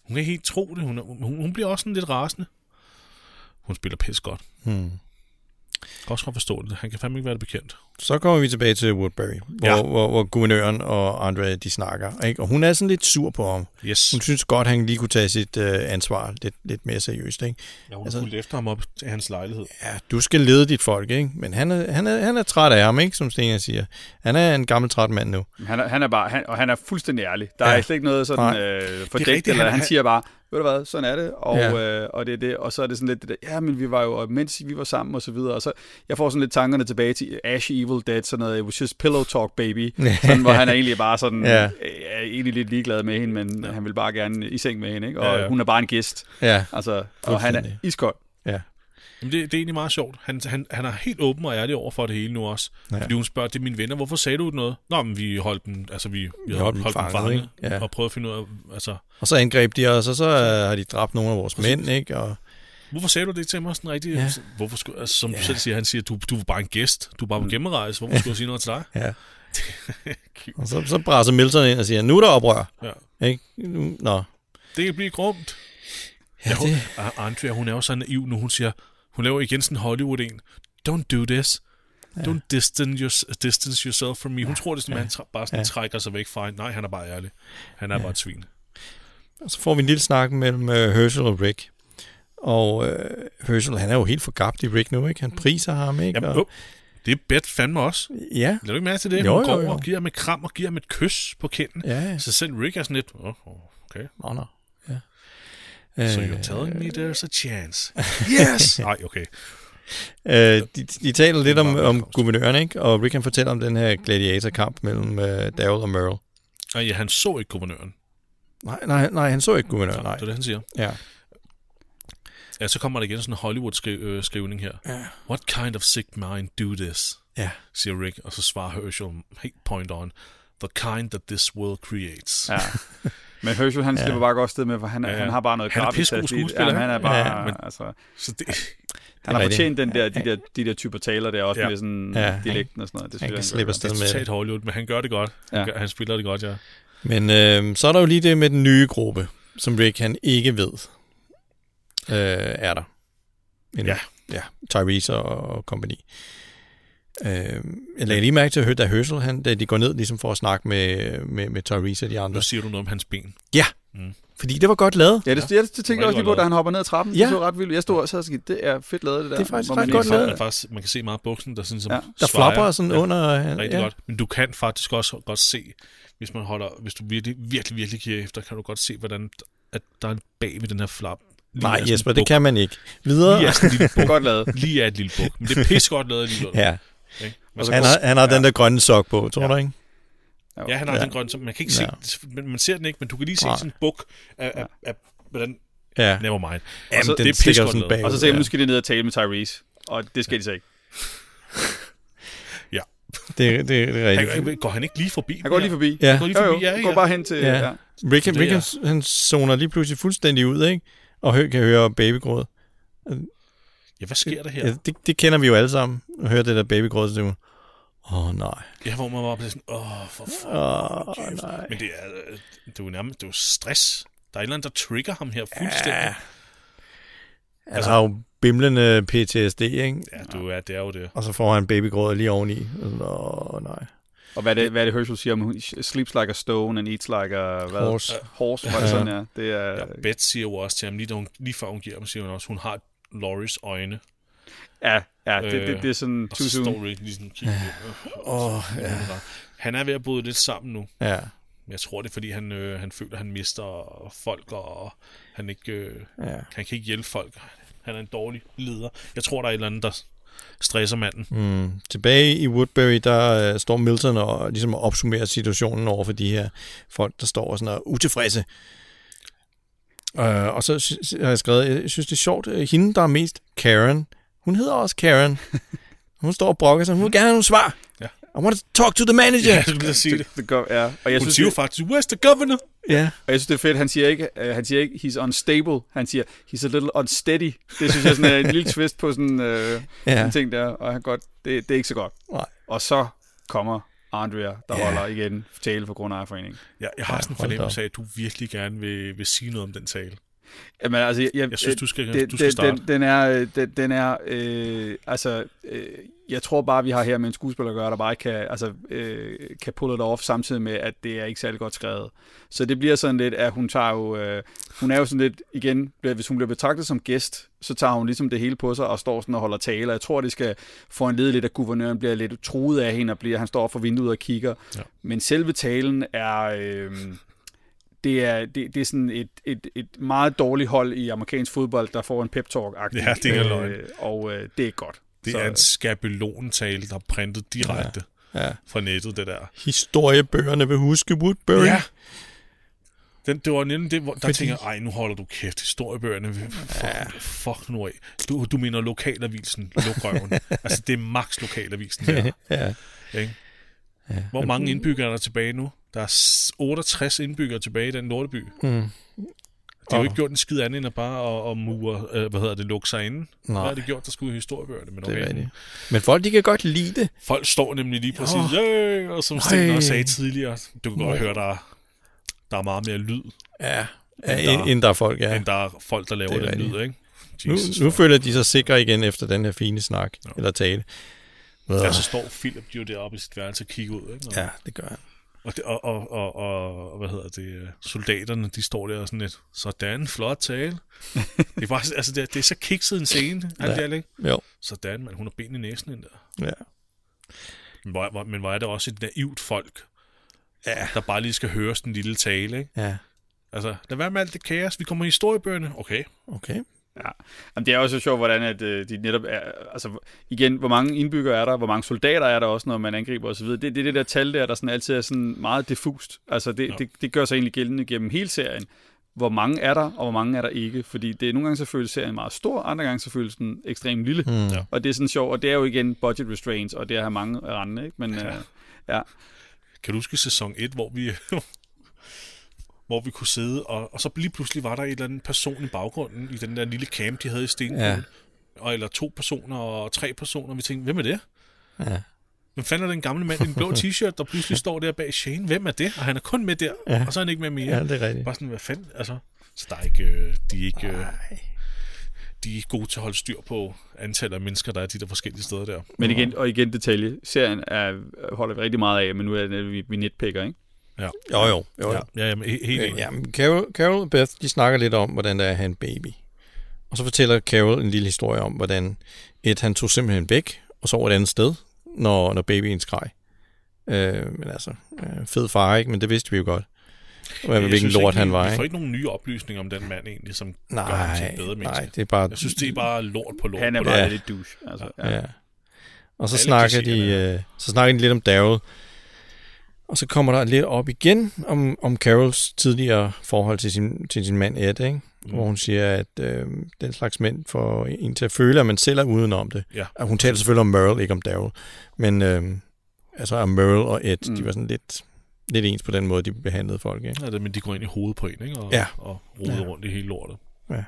S1: Hun kan ikke helt tro det. Hun, er, hun, hun bliver også sådan lidt rasende. Hun spiller pis godt.
S2: Hmm.
S1: Jeg kan også godt forstå det. Han kan fandme ikke være det bekendt.
S2: Så kommer vi tilbage til Woodbury, hvor, ja.
S1: Ja.
S2: hvor, hvor guvernøren og Andre de snakker. Ikke? Og hun er sådan lidt sur på ham.
S1: Yes.
S2: Hun synes godt, han lige kunne tage sit øh, ansvar lidt, lidt mere seriøst. Ikke?
S1: Ja, hun
S2: altså-
S1: altså, fulgte efter ham op til hans lejlighed.
S2: Ja, du skal lede dit folk, ikke? men han er, han, er, han er træt af ham, ikke? som Sten siger. Han er en gammel træt mand nu.
S3: Han er, han er bare, han, og han er fuldstændig ærlig. Der ja.
S2: Ja.
S3: er slet ikke noget sådan
S2: Nej.
S3: øh,
S1: Det
S3: fordækt,
S1: er rigtigt,
S3: eller
S1: han-
S3: han siger bare, ved du hvad, sådan er det, og,
S2: Ja.
S3: ja. øh, og det er det, og så er det sådan lidt det der, ja, men vi var jo, og mens vi var sammen, og så videre, og så, jeg får sådan lidt tankerne tilbage til Ash i Evil Dead, sådan noget, it was just pillow talk, baby, sådan, hvor han er egentlig bare sådan,
S2: Ja.
S3: ja. er egentlig lidt ligeglad med hende, men ja. han vil bare gerne i seng med hende, ikke? og
S1: Ja,
S3: ja,
S1: ja.
S3: ja. hun er bare en gæst,
S2: Ja,
S3: altså, og han er
S2: Fuldstændig.
S3: iskold.
S2: ja.
S1: Jamen det, det er egentlig meget sjovt. Han, han, han er helt åben og ærlig over for det hele nu også.
S2: Ja.
S1: Ja. Fordi hun spørger, det er mine venner, hvorfor sagde du noget? Nå, men vi holdt dem, altså vi, vi, vi
S2: holdt
S1: holdt,
S2: dem
S1: holdt dem
S2: fanget,
S1: fanget,
S2: ikke? Ja.
S1: ja. og prøvede at finde ud af, altså,
S2: Og så angreb de os, og så øh, har de dræbt nogle af vores mænd. Ikke? Og,
S1: hvorfor sagde du det til mig sådan rigtigt?
S2: Ja.
S1: Ja. Hvorfor skulle, altså, som ja. du selv siger, han siger, du, du var bare en gæst, du
S2: Mm.
S1: var bare på gennemrejse, hvorfor skulle jeg sige noget til dig?
S2: ja. og så, så braser Milton ind og siger, nu er der oprør.
S1: Ja.
S2: Ikke? Nu, nå.
S1: Det kan blive grumt.
S2: Ja,
S1: Ja, hun,
S2: det,
S1: det... Andrea, hun er jo så naiv nu, hun siger, hun laver igen sådan en Hollywood-en. Don't do this. Don't distance, your, distance yourself from me. Hun tror, det er sådan, at han tr- bare sådan
S2: Ja.
S1: trækker sig væk fra hende. Nej, han er bare ærlig. Han er bare et svin.
S2: Og så får vi en lille snak mellem uh, Herschel og Rick. Og øh, Herschel, han er jo helt forgabt i Rick nu, ikke? Han priser ham, ikke?
S1: Jamen,
S2: og,
S1: oh, det er Bet fandme også.
S2: ja,
S1: Lad du ikke mærke til det?
S2: Jo,
S1: Jo, Hun
S2: jo,
S1: går
S2: jo.
S1: jo, jo. og giver ham et kram og giver ham et kys på kinden.
S2: ja, ja.
S1: Så selv Rick er sådan lidt, oh, okay,
S2: Nå, nå. Ja.
S1: so you're telling me there's a chance. Yes! Nej, okay.
S2: Øh, de, de taler lidt om,
S1: Meget
S2: om
S1: velkomst.
S2: guvernøren, ikke? Og Rick han fortæller om den her gladiatorkamp mellem øh, Daryl og Merle.
S1: Og ja, han så ikke guvernøren.
S2: Nej, nej, nej, han så ikke guvernøren,
S1: Så,
S2: nej.
S1: Det er det, han siger.
S2: Ja.
S1: Ja, så kommer der igen sådan en Hollywood-skrivning her.
S2: Ja.
S1: What kind of sick mind do this?
S2: Ja.
S1: Siger Rick, og så svarer Herschel helt point on. The kind that this world creates.
S3: Ja. Men Herschel, han
S2: Ja.
S3: slipper bare godt sted med, for han,
S1: Ja.
S3: han har bare noget
S1: Han er
S3: gratis.
S1: pissegod skuespiller,
S3: han er
S1: ikke?
S3: bare,
S2: Ja,
S3: ja,
S1: men-
S3: altså,
S1: Så det,
S3: Han har
S2: rigtigt.
S3: fortjent den der, de der, de der typer taler der, også
S1: Ja.
S3: ja. med sådan
S2: Ja.
S3: ja. dialekten og sådan noget. Det
S2: Han
S3: synes jeg,
S2: kan
S3: gør
S2: slippe
S3: godt.
S1: det
S2: afsted
S1: er
S2: med
S1: totalt
S2: det.
S1: Hollywood, men han gør det godt. Han,
S3: Ja.
S1: gør, han spiller det godt, ja.
S2: Men øh, så er der jo lige det med den nye gruppe, som Rick han ikke ved, øh, er der. Endnu.
S1: Ja.
S2: Ja, Tyrese og, og company. Øh, jeg lagde lige mærke til, at da Herschel, han, da de går ned ligesom for at snakke med, med, med Tyrese og de
S1: Nu
S2: andre.
S1: siger du noget om hans ben.
S2: Ja, mm.
S1: Mm.
S2: fordi det var godt lavet.
S3: Ja, det, det, det, det tænkte jeg også lige på, da han hopper ned ad trappen. Ja.
S2: Ja.
S3: Det så ret vildt. Jeg stod også og sagde, det er fedt lavet, det der.
S2: Det er faktisk
S3: hvor
S2: ret
S3: man
S2: godt
S3: lige-
S1: Man,
S2: lavet.
S1: man, faktisk, man kan se meget af buksen, der sådan som
S3: Ja.
S2: Der
S1: svejer.
S2: flapper sådan ja. under. øh,
S1: Rigtig ja. godt. Men du kan faktisk også godt se, hvis man holder, hvis du virkelig, virkelig, virkelig kigger efter, kan du godt se, hvordan at der er en bag ved den her flap. Lige
S2: Nej,
S1: er sådan
S2: Jesper,
S1: en
S2: det
S1: buk.
S2: kan man ikke. Videre.
S1: Lige er sådan en lille buk.
S3: Godt lavet.
S1: Lige er et lille buk. Men det er pis godt lavet alligevel.
S2: Ja.
S1: Ikke? Man
S3: Og
S1: skal
S2: Han har, han har ja. den der grønne sok på, tror ja.
S1: Ja.
S2: du ikke?
S1: Ja, han har
S2: Ja.
S1: ja. den grønne, som man kan ikke se,
S2: Ja.
S1: men man ser den ikke, men du kan lige se
S2: Nej.
S1: sådan en buk af, af, af hvordan,
S2: Ja.
S1: never mind.
S2: Jamen,
S1: så-
S2: den
S1: det er
S2: stikker
S1: pissegodt
S2: sådan
S1: lavet.
S2: bag.
S3: Og så tænkte jeg,
S2: ja.
S3: nu skal de ned og tale med Tyrese. Og det skal de så ikke.
S2: det, det, det er rigtigt.
S1: Han, går han ikke lige forbi?
S3: Han går lige forbi.
S2: Ja.
S1: Går lige
S3: Jo,
S1: forbi,
S3: jo.
S1: ja,
S3: Han
S1: ja.
S3: går bare hen til...
S2: Ja.
S3: Ja.
S2: Rick,
S1: det
S2: Rick
S1: er-
S2: han, han zoner lige pludselig fuldstændig ud, ikke? Og hø, kan høre babygråd.
S1: Ja, hvad sker der her?
S2: Ja, det, det kender vi jo alle sammen. At høre det der babygråd, så tænker man, åh oh, nej,
S1: Ja, hvor man var bare sådan, åh, for fuck.
S2: åh oh, nej.
S1: Men det er, øh, det er jo nærmest det er jo stress. Der er et eller andet, der trigger ham her fuldstændig.
S2: Ja. Altså, har jo bimlende PTSD, ikke?
S1: Ja, du er, det er jo det.
S2: Og så får han babygråd lige oveni. Og sådan, Åh oh, nej.
S3: Og hvad er, det, hvad er det, Herschel siger om, hun sleeps like a stone and eats like a... Hvad?
S2: Horse.
S3: Horse, var det sådan, ja. Det er...
S1: Ja, Beth siger jo også til ham, lige, da hun, lige før hun giver ham, siger hun også, hun har Loris øjne.
S3: Ja, ja, det, det, det er sådan...
S1: Og
S3: Too
S1: så
S3: soon.
S1: står Rick lige sådan kigger.
S2: Åh, oh, ja.
S1: Han er ved at bryde lidt sammen nu.
S2: Ja,
S1: Men jeg tror, det er, fordi han, øh, han føler, at han mister folk, og han, ikke, øh,
S2: ja.
S1: han kan ikke hjælpe folk. Han er en dårlig leder. Jeg tror, der er et eller andet, der stresser manden.
S2: Mm. Tilbage i Woodbury, der øh, står Milton og ligesom opsummerer situationen over for de her folk, der står og sådan er utilfredse. Øh, og så sy- sy- har jeg skrevet, jeg synes det er sjovt, øh, hende der er mest Karen, hun hedder også Karen. Hun står og brokker sig, hun vil gerne have nogle svar.
S1: Ja.
S2: I want to talk to the manager.
S1: Jeg skulle lige sige det.
S3: Det gør, ja. Og jeg
S1: Hun
S3: synes,
S1: siger jo
S3: det,
S1: faktisk, where's the governor?
S2: Ja.
S3: og jeg synes, det er fedt. Han siger ikke, uh, han siger ikke, he's unstable. Han siger, he's a little unsteady. Det synes jeg sådan er en lille twist på sådan øh,
S2: Ja.
S3: ja. en ting der. Og han godt, det, det er ikke så godt.
S2: Nej.
S3: Og så kommer Andrea, der
S2: Ja.
S3: ja. holder igen tale for grundejerforeningen.
S1: Ja, jeg har sådan en
S2: hold da
S1: fornemmelse af, at du virkelig gerne vil, vil sige noget om den tale.
S3: Jamen, altså, jeg, jeg,
S1: Jeg synes, du skal,
S3: den,
S1: du skal
S3: den,
S1: starte.
S3: den, den er, øh, den, den er øh, altså, øh, jeg tror bare, vi har her med en skuespiller at gøre, der bare ikke kan, altså, øh, kan pull it off, samtidig med, at det er ikke særlig godt skrevet. Så det bliver sådan lidt, at hun tager jo, øh, hun er jo sådan lidt, igen, bliver- hvis hun bliver betragtet som gæst, så tager hun ligesom det hele på sig og står sådan og holder tale. Og jeg tror, det skal få en led lidt, at guvernøren bliver lidt truet af hende, og bliver, han står op for vinduet og kigger.
S1: Ja.
S3: Ja. Men selve talen er... Øh, det er, det, det er sådan et, et, et meget dårligt hold i amerikansk fodbold, der får en pep talk
S1: Ja, det er ikke løgn.
S3: Og øh, det er ikke godt.
S1: Det
S3: Så,
S1: er en skabelontale, der er printet direkte
S2: ja.
S1: fra nettet, det der.
S2: Historiebøgerne vil huske Woodbury.
S1: Ja. Den, det var nemlig det, hvor der
S2: Fordi-
S1: tænker jeg, ej, nu holder du kæft, historiebøgerne, vil- fuck, ja. fuck nu af. Du, du mener lokalavisen, luk røven. altså, det er max lokalavisen der.
S2: ja.
S1: Ikke? Ja. Hvor mange indbyggere er der tilbage nu? Der er s- 68 indbyggere tilbage i den lorteby. De
S2: Mm.
S1: har jo
S2: Og-
S1: ikke gjort en skid andet end at bare at, at mure, øh, hvad hedder det, lukke sig inde.
S2: Nej.
S1: Hvad har det gjort, der skulle i historiebøgerne? Men
S2: Det er
S1: okay,
S2: rigtigt. Men folk, de kan godt lide det.
S1: Folk står nemlig lige præcis,
S2: Åh.
S1: oh. og som
S2: Nej.
S1: Sten også sagde tidligere, du kan godt
S2: Nej.
S1: høre, der er, der er meget mere lyd,
S2: Ja.
S1: der-
S2: End, end der er folk, ja.
S1: ja. end der er folk, der laver
S2: Det er
S1: den
S2: rigtigt.
S1: lyd, ikke?
S2: Nu,
S1: Jesus.
S2: nu føler de sig sikre igen efter den her fine snak,
S1: Ja.
S2: eller tale.
S1: Ja, så står Philip jo deroppe i sit værelse og kigger ud, ikke? Og,
S2: Ja, det gør han.
S1: og, det- og, og, og, og, og, hvad hedder det, øh, soldaterne, de står der og sådan lidt, sådan, flot tale. det, er faktisk, altså, det, er, det er så kikset en scene, alt
S2: Ja.
S1: det her, ikke?
S2: Jo,
S1: Sådan, man, hun har ben i næsen ind der.
S2: ja.
S1: Men hvor, hvor, men hvor er det også et naivt folk,
S2: Ja.
S1: der bare lige skal høre sådan en lille tale, ikke?
S2: Ja,
S1: Altså, lad være med alt det kaos, vi kommer i historiebøgerne. Okay,
S2: okay.
S3: Ja. Jamen, det er også sjovt, hvordan at, øh, de netop er, altså igen, hvor mange indbyggere er der, hvor mange soldater er der også, når man angriber osv. Det, det er det der tal der, der sådan altid er sådan meget diffust. Altså det,
S1: Ja.
S3: det, det gør sig egentlig gældende gennem hele serien. Hvor mange er der, og hvor mange er der ikke? Fordi det er nogle gange så føles serien meget stor, andre gange så føles den ekstremt lille.
S2: Mm.
S1: Ja.
S2: Ja.
S3: Og det er sådan sjovt, og det er jo igen budget restraints, og det er at have mange rende, ikke? Men ja. Øh, ja.
S1: Kan du huske sæson 1, hvor vi, hvor vi kunne sidde, og, og så lige pludselig var der et eller andet person i baggrunden i den der lille camp, de havde i Stenbrun. Ja.
S2: Ja.
S1: Og, eller to personer og tre personer, og vi tænkte, hvem er det?
S2: Ja.
S1: Hvem fanden er den gamle mand i den blå t-shirt, der pludselig står der bag Shane? Hvem er det? Og han er kun med der, ja.
S2: Ja.
S1: og så er han ikke med mere.
S2: ja,
S1: Ja.
S2: det Ah. er rigtigt.
S1: Bare sådan, hvad fanden? Altså, så der er ikke, øh, de, er ikke, øh, de er ikke gode til at holde styr på antallet af mennesker, der er de der forskellige steder der.
S3: Men igen, og igen detalje, serien er, holder vi rigtig meget af, men nu er det, vi, vi nitpicker, ikke?
S2: Jo, jo. jo, jo.
S1: Ja, jamen, he- helt
S2: Ja.
S1: enig.
S2: Ja, men Carol, Carol og Beth, de snakker lidt om, hvordan det er at have en baby. Og så fortæller Carol en lille historie om, hvordan et, han tog simpelthen væk og sov et andet sted, når, når babyen skreg. Øh, men altså, øh, fed far, ikke? Men det vidste vi jo godt. Hvad,
S1: Jeg
S2: hvilken
S1: synes
S2: lort
S1: ikke,
S2: han
S1: vi-
S2: var,
S1: Vi får
S2: ikke?
S1: ikke nogen nye oplysninger om den mand egentlig, som nej, gør ham til
S2: Nej,
S1: et bedre menneske.
S2: nej, det er bare...
S1: Jeg synes, det er bare lort på lort.
S3: Han er
S1: på
S3: bare
S1: lort.
S2: Ja.
S3: ja. lidt douche. Altså, ja.
S2: Ja. Og så
S1: Alle
S2: snakker,
S1: kan se,
S2: de,
S1: at
S2: øh, så snakker de lidt om Daryl. Og så kommer der lidt op igen om, om Carols tidligere forhold til sin, til sin mand Ed, ikke? Mm. hvor hun siger, at øh, den slags mænd får en til at føle, at man selv er udenom det.
S1: Ja.
S2: Og hun taler selvfølgelig om Merle, ikke om Daryl. Men øh, altså om Merle og Ed, mm. de var sådan lidt, lidt ens på den måde, de behandlede folk. Ikke?
S1: Ja, det, men de går ind i hovedet på en, ikke? Og,
S2: Ja.
S1: og roder
S2: Ja.
S1: rundt i hele lortet.
S2: Ja.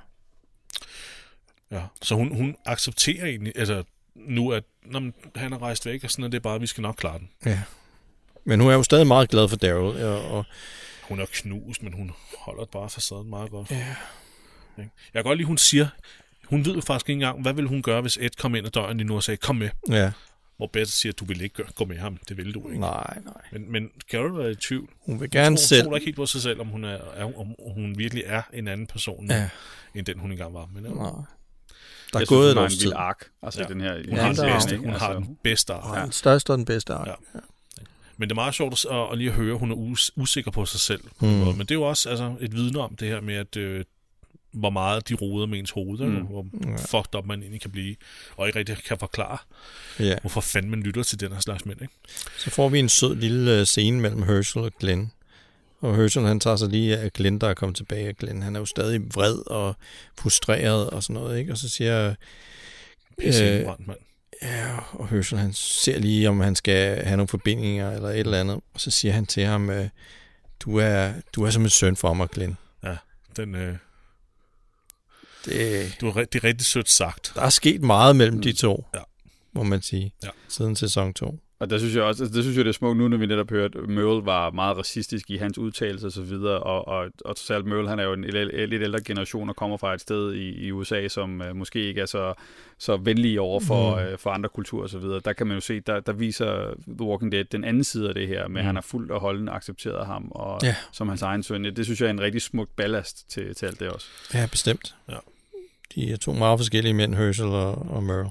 S1: Ja. Så hun, hun accepterer egentlig, altså nu at når man, han er rejst væk, og sådan er det bare, vi skal nok klare den.
S2: Ja. Men hun er jo stadig meget glad for Daryl, og, og
S1: Hun er knust, men hun holder bare facaden meget godt. Ja. Jeg kan godt lide, hun siger, hun ved jo faktisk ikke engang, hvad ville hun gøre, hvis Ed kom ind ad døren lige nu og sagde, kom med.
S2: ja.
S1: Hvor Beth siger, du vil ikke gøre, gå med ham, det vil du ikke.
S2: Nej, nej.
S1: Men, men Carol er i tvivl.
S2: Hun vil
S1: Hun
S2: gerne
S1: tror,
S2: selv.
S1: tror da ikke helt på sig selv, om hun, er, er, om hun virkelig er en anden person, ja.
S2: Ja.
S1: end den hun engang var. Men, ja, hun,
S2: Nej. Der er
S3: Jeg
S2: gået
S3: synes,
S2: et
S3: hun har
S2: års
S3: en
S2: tid.
S3: vild ark. Altså
S1: Ja.
S3: ja. den her.
S1: ja,
S2: har
S1: har,
S2: en
S1: den
S2: ark,
S1: bedste,
S3: ikke? Altså,
S1: hun har den bedste ark.
S2: Og den største og den bedste ark.
S1: Ja.
S2: Ja.
S1: Men det er meget sjovt at, at- at lige at høre, at hun er us- usikker på sig selv. Mm. Men det er jo også altså, et vidne om det her med, at øh, hvor meget de roder med ens hoved, mm. hvor fucked up man egentlig kan blive, og ikke rigtig kan forklare,
S2: ja.
S1: hvorfor fanden man lytter til den her slags mænd. Ikke?
S2: Så får vi en sød lille øh, scene mellem Herschel og Glenn. Og Herschel, han tager sig lige af Glenn, der er kommet tilbage. Og Glenn, han er jo stadig vred og frustreret og sådan noget, ikke? Og så siger...
S1: Pisse
S2: Øh,
S1: brændt, mand.
S2: Ja, og Herschel, han ser lige, om han skal have nogle forbindinger eller et eller andet. Og så siger han til ham, øh, du er, du er som en søn for mig, Glenn.
S1: Ja, den, øh,
S2: Det,
S1: du har rigtig, det er rigtig sødt sagt.
S2: der er sket meget mellem de to,
S1: Ja.
S2: må man sige,
S1: Ja.
S2: siden sæson 2.
S3: Og der synes jeg også, altså, det synes jeg, det er smukt nu, når vi netop hørte, at Merle var meget racistisk i hans udtalelser og så videre, og, og, og trods alt Merle, han er jo en el- el- lidt ældre generation og kommer fra et sted i, i USA, som øh, måske ikke er så, så venlige over for, øh, for andre kulturer og så videre. Der kan man jo se, der, der viser The Walking Dead den anden side af det her, med mm. han har fuldt og holdende accepteret ham og
S2: Ja.
S3: ja. som hans egen søn. Det synes jeg er en rigtig smuk ballast til, til alt det også.
S2: Ja, bestemt.
S1: Ja.
S2: De er to meget forskellige mænd, Herschel og, og Merle.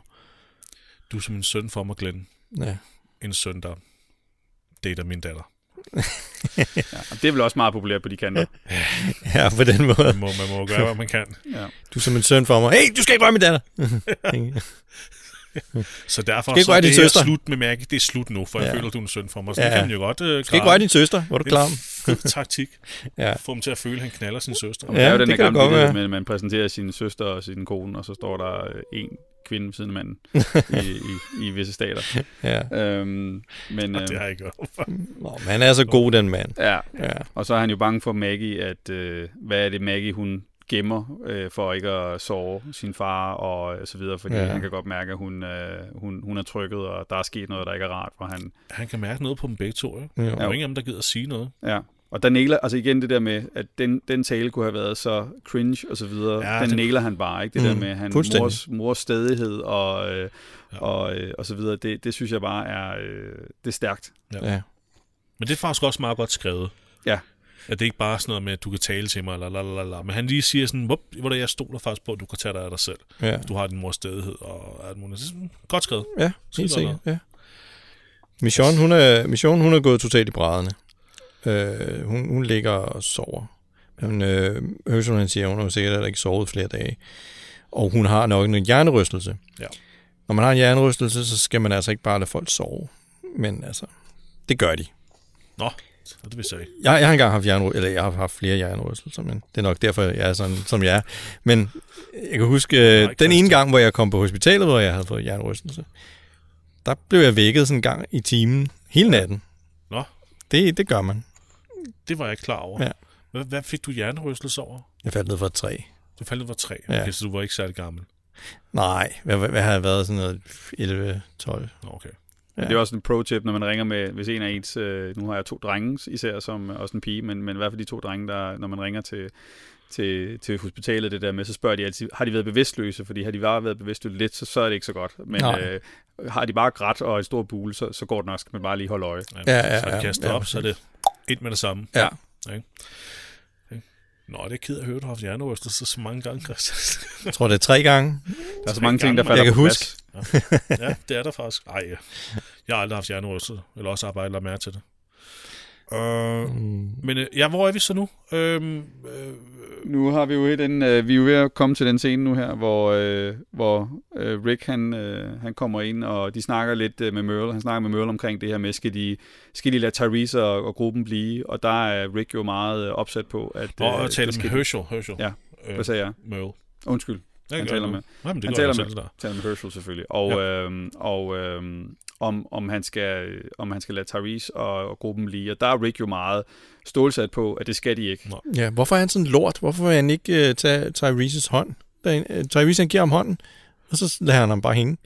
S1: Du er som en søn for mig, Glenn.
S2: Ja.
S1: En søn, der dater min datter.
S3: Ja, og det er vel også meget populært på de kanter.
S2: ja, på den måde.
S1: Man må, man må gøre, hvad man kan.
S3: Ja.
S2: Du er som en søn for mig. Hey, du skal ikke røre min datter!
S1: Så derfor
S2: Skal ikke
S1: så er
S2: røre din
S1: det her
S2: søster.
S1: slut med mærke, det er slut nu, for ja. jeg
S2: Ja.
S1: føler, du er en søn for mig. Så ja.
S2: Ja.
S1: kan man jo godt øh,
S2: skal ikke røre din søster, hvor er du
S1: Det er
S2: klar.
S1: en fed taktik.
S2: Ja.
S1: Få ham til at føle, at han knaller sin søster.
S3: Ja, der er jo den
S2: det
S3: der
S2: kan det
S3: gamle
S2: godt
S3: billede,
S2: være.
S3: med, at man præsenterer sin søster og sin kone, og så står der øh, en kvinde ved siden af manden i, i, i visse stater.
S2: Ja.
S3: Øhm, men, øh,
S1: Det har jeg ikke gjort.
S2: Nå, men han er så god, den mand.
S3: ja,
S2: Ja.
S3: og så er han jo bange for Maggie, at øh, hvad er det Maggie, hun gemmer øh, for ikke at sove sin far og øh, så videre, fordi
S2: Ja.
S3: ja. han kan godt mærke, at hun, øh, hun, hun er trykket, og der er sket noget, der ikke er rart for han.
S1: Han kan mærke noget på dem begge to, ja.
S2: Jo.
S1: Der er jo ingen af dem, der gider at sige noget.
S3: Ja. Og der næler, altså igen det der med, at den, den tale kunne have været så cringe og så videre,
S1: Ja,
S3: ja, den
S1: det-
S3: næler han bare, ikke? Det
S2: Mm,
S3: der med han
S2: fuldstændig.
S3: mors, mors stedighed og, øh,
S1: Ja.
S3: ja. og, øh, og så videre, det, det synes jeg bare er, øh, det er stærkt.
S2: Ja.
S1: Men det er faktisk også meget godt skrevet.
S3: Ja.
S1: At det ikke bare er sådan noget med, at du kan tale til mig, eller la, la, la, la. men han lige siger sådan, Vup, hvor der jeg stoler faktisk på, at du kan tage dig af dig selv.
S2: ja.
S1: Du har din mors stedighed og alt muligt. Det er sådan, godt skrevet.
S2: Ja,
S1: Skide godt
S2: helt sikkert. Ja. Mission, hun er, Mission, hun er gået totalt i brædderne. Øh, hun, hun ligger og sover. Men øh, Herschel, han siger, hun har jo sikkert heller ikke sovet flere dage. Og hun har nok en hjernerystelse.
S1: Ja.
S2: Når man har en hjernerystelse, så skal man altså ikke bare lade folk sove. Men altså, det gør de.
S1: Nå, og det vil sige.
S2: Jeg, jeg har engang haft hjernerystelser, eller jeg har haft flere hjernerystelser, men det er nok derfor, jeg er sådan, som jeg er. Men jeg kan huske, øh,
S1: ikke
S2: den ene
S1: konstigt.
S2: gang, hvor jeg kom på hospitalet, hvor jeg havde fået hjernerystelse, der blev jeg vækket sådan en gang i timen, hele natten.
S1: Nå,
S2: Det, det gør man.
S1: det var jeg ikke klar over.
S2: Ja.
S1: Hvad, hvad fik du hjernerystelse over?
S2: Jeg faldt ned fra et træ.
S1: Du faldt over tre,
S2: Ja.
S1: okay, så du var ikke særlig gammel.
S2: Nej, hvad, hvad, hvad har jeg været? Sådan noget 11, 12?
S1: Nå, okay.
S2: Ja.
S3: Ja. Det er også en pro-tip, når man ringer med, hvis en af ens, øh, nu har jeg to drenge især, som også en pige, men, men i hvert fald de to drenge, der, når man ringer til, til, til hospitalet det der med, så spørger de altid, har de været bevidstløse? Fordi har de bare været bevidstløse lidt, så, så er det ikke så godt. Men
S2: Nej.
S3: øh, har de bare grædt og en stor bule, så, så går det nok, skal man bare lige holde øje.
S2: Ja, ja,
S1: så
S2: ja,
S1: kastet
S2: ja,
S1: op, så er det ind med det samme.
S2: Ja.
S1: Ikke? Ikke? Nå, det er ked af at høre, du har haft hjernerystelse så mange gange, Christian.
S2: Jeg tror, det er tre gange.
S3: Der er så mange ting,
S1: gammel,
S3: der
S1: mand.
S3: falder
S2: Jeg kan
S3: på plads.
S2: huske.
S1: ja, det er der faktisk. Ej, ja. jeg har aldrig haft hjernerystelse, eller også arbejdet lagt mærke til det. Øh, men øh, ja, hvor er vi så nu? Øhm, øh,
S3: Nu har vi jo et, en, øh, vi er jo ved at komme til den scene nu her, hvor, øh, hvor øh, Rick han, øh, han kommer ind, og de snakker lidt øh, med Merle. Han snakker med Merle omkring det her med, skal de, skal de lade Tyrese og, og gruppen blive? Og der er Rick jo meget øh, opsat på, at...
S1: det, og at tale
S3: det
S1: med
S3: skal de-
S1: Herschel. Herschel.
S3: Ja,
S1: øh,
S3: Hvad sagde jeg?
S1: Merle.
S3: Undskyld.
S1: Jeg
S3: han taler med.
S1: Nej, men det
S3: Han
S1: gør jeg
S3: taler med.
S1: selv der.
S3: Taler med Herschel selvfølgelig. Og, ja. øhm, og øhm, om, om, han skal, om han skal lade Tyrese og, og gruppen blive. Og der er Rick jo meget stålsat på, at det skal de ikke.
S2: Ja, hvorfor er han sådan lort? Hvorfor vil han ikke uh, tage Tyrese's øh, hånd? Da øh, Tyrese han giver ham hånden, og så lader han ham bare hænge.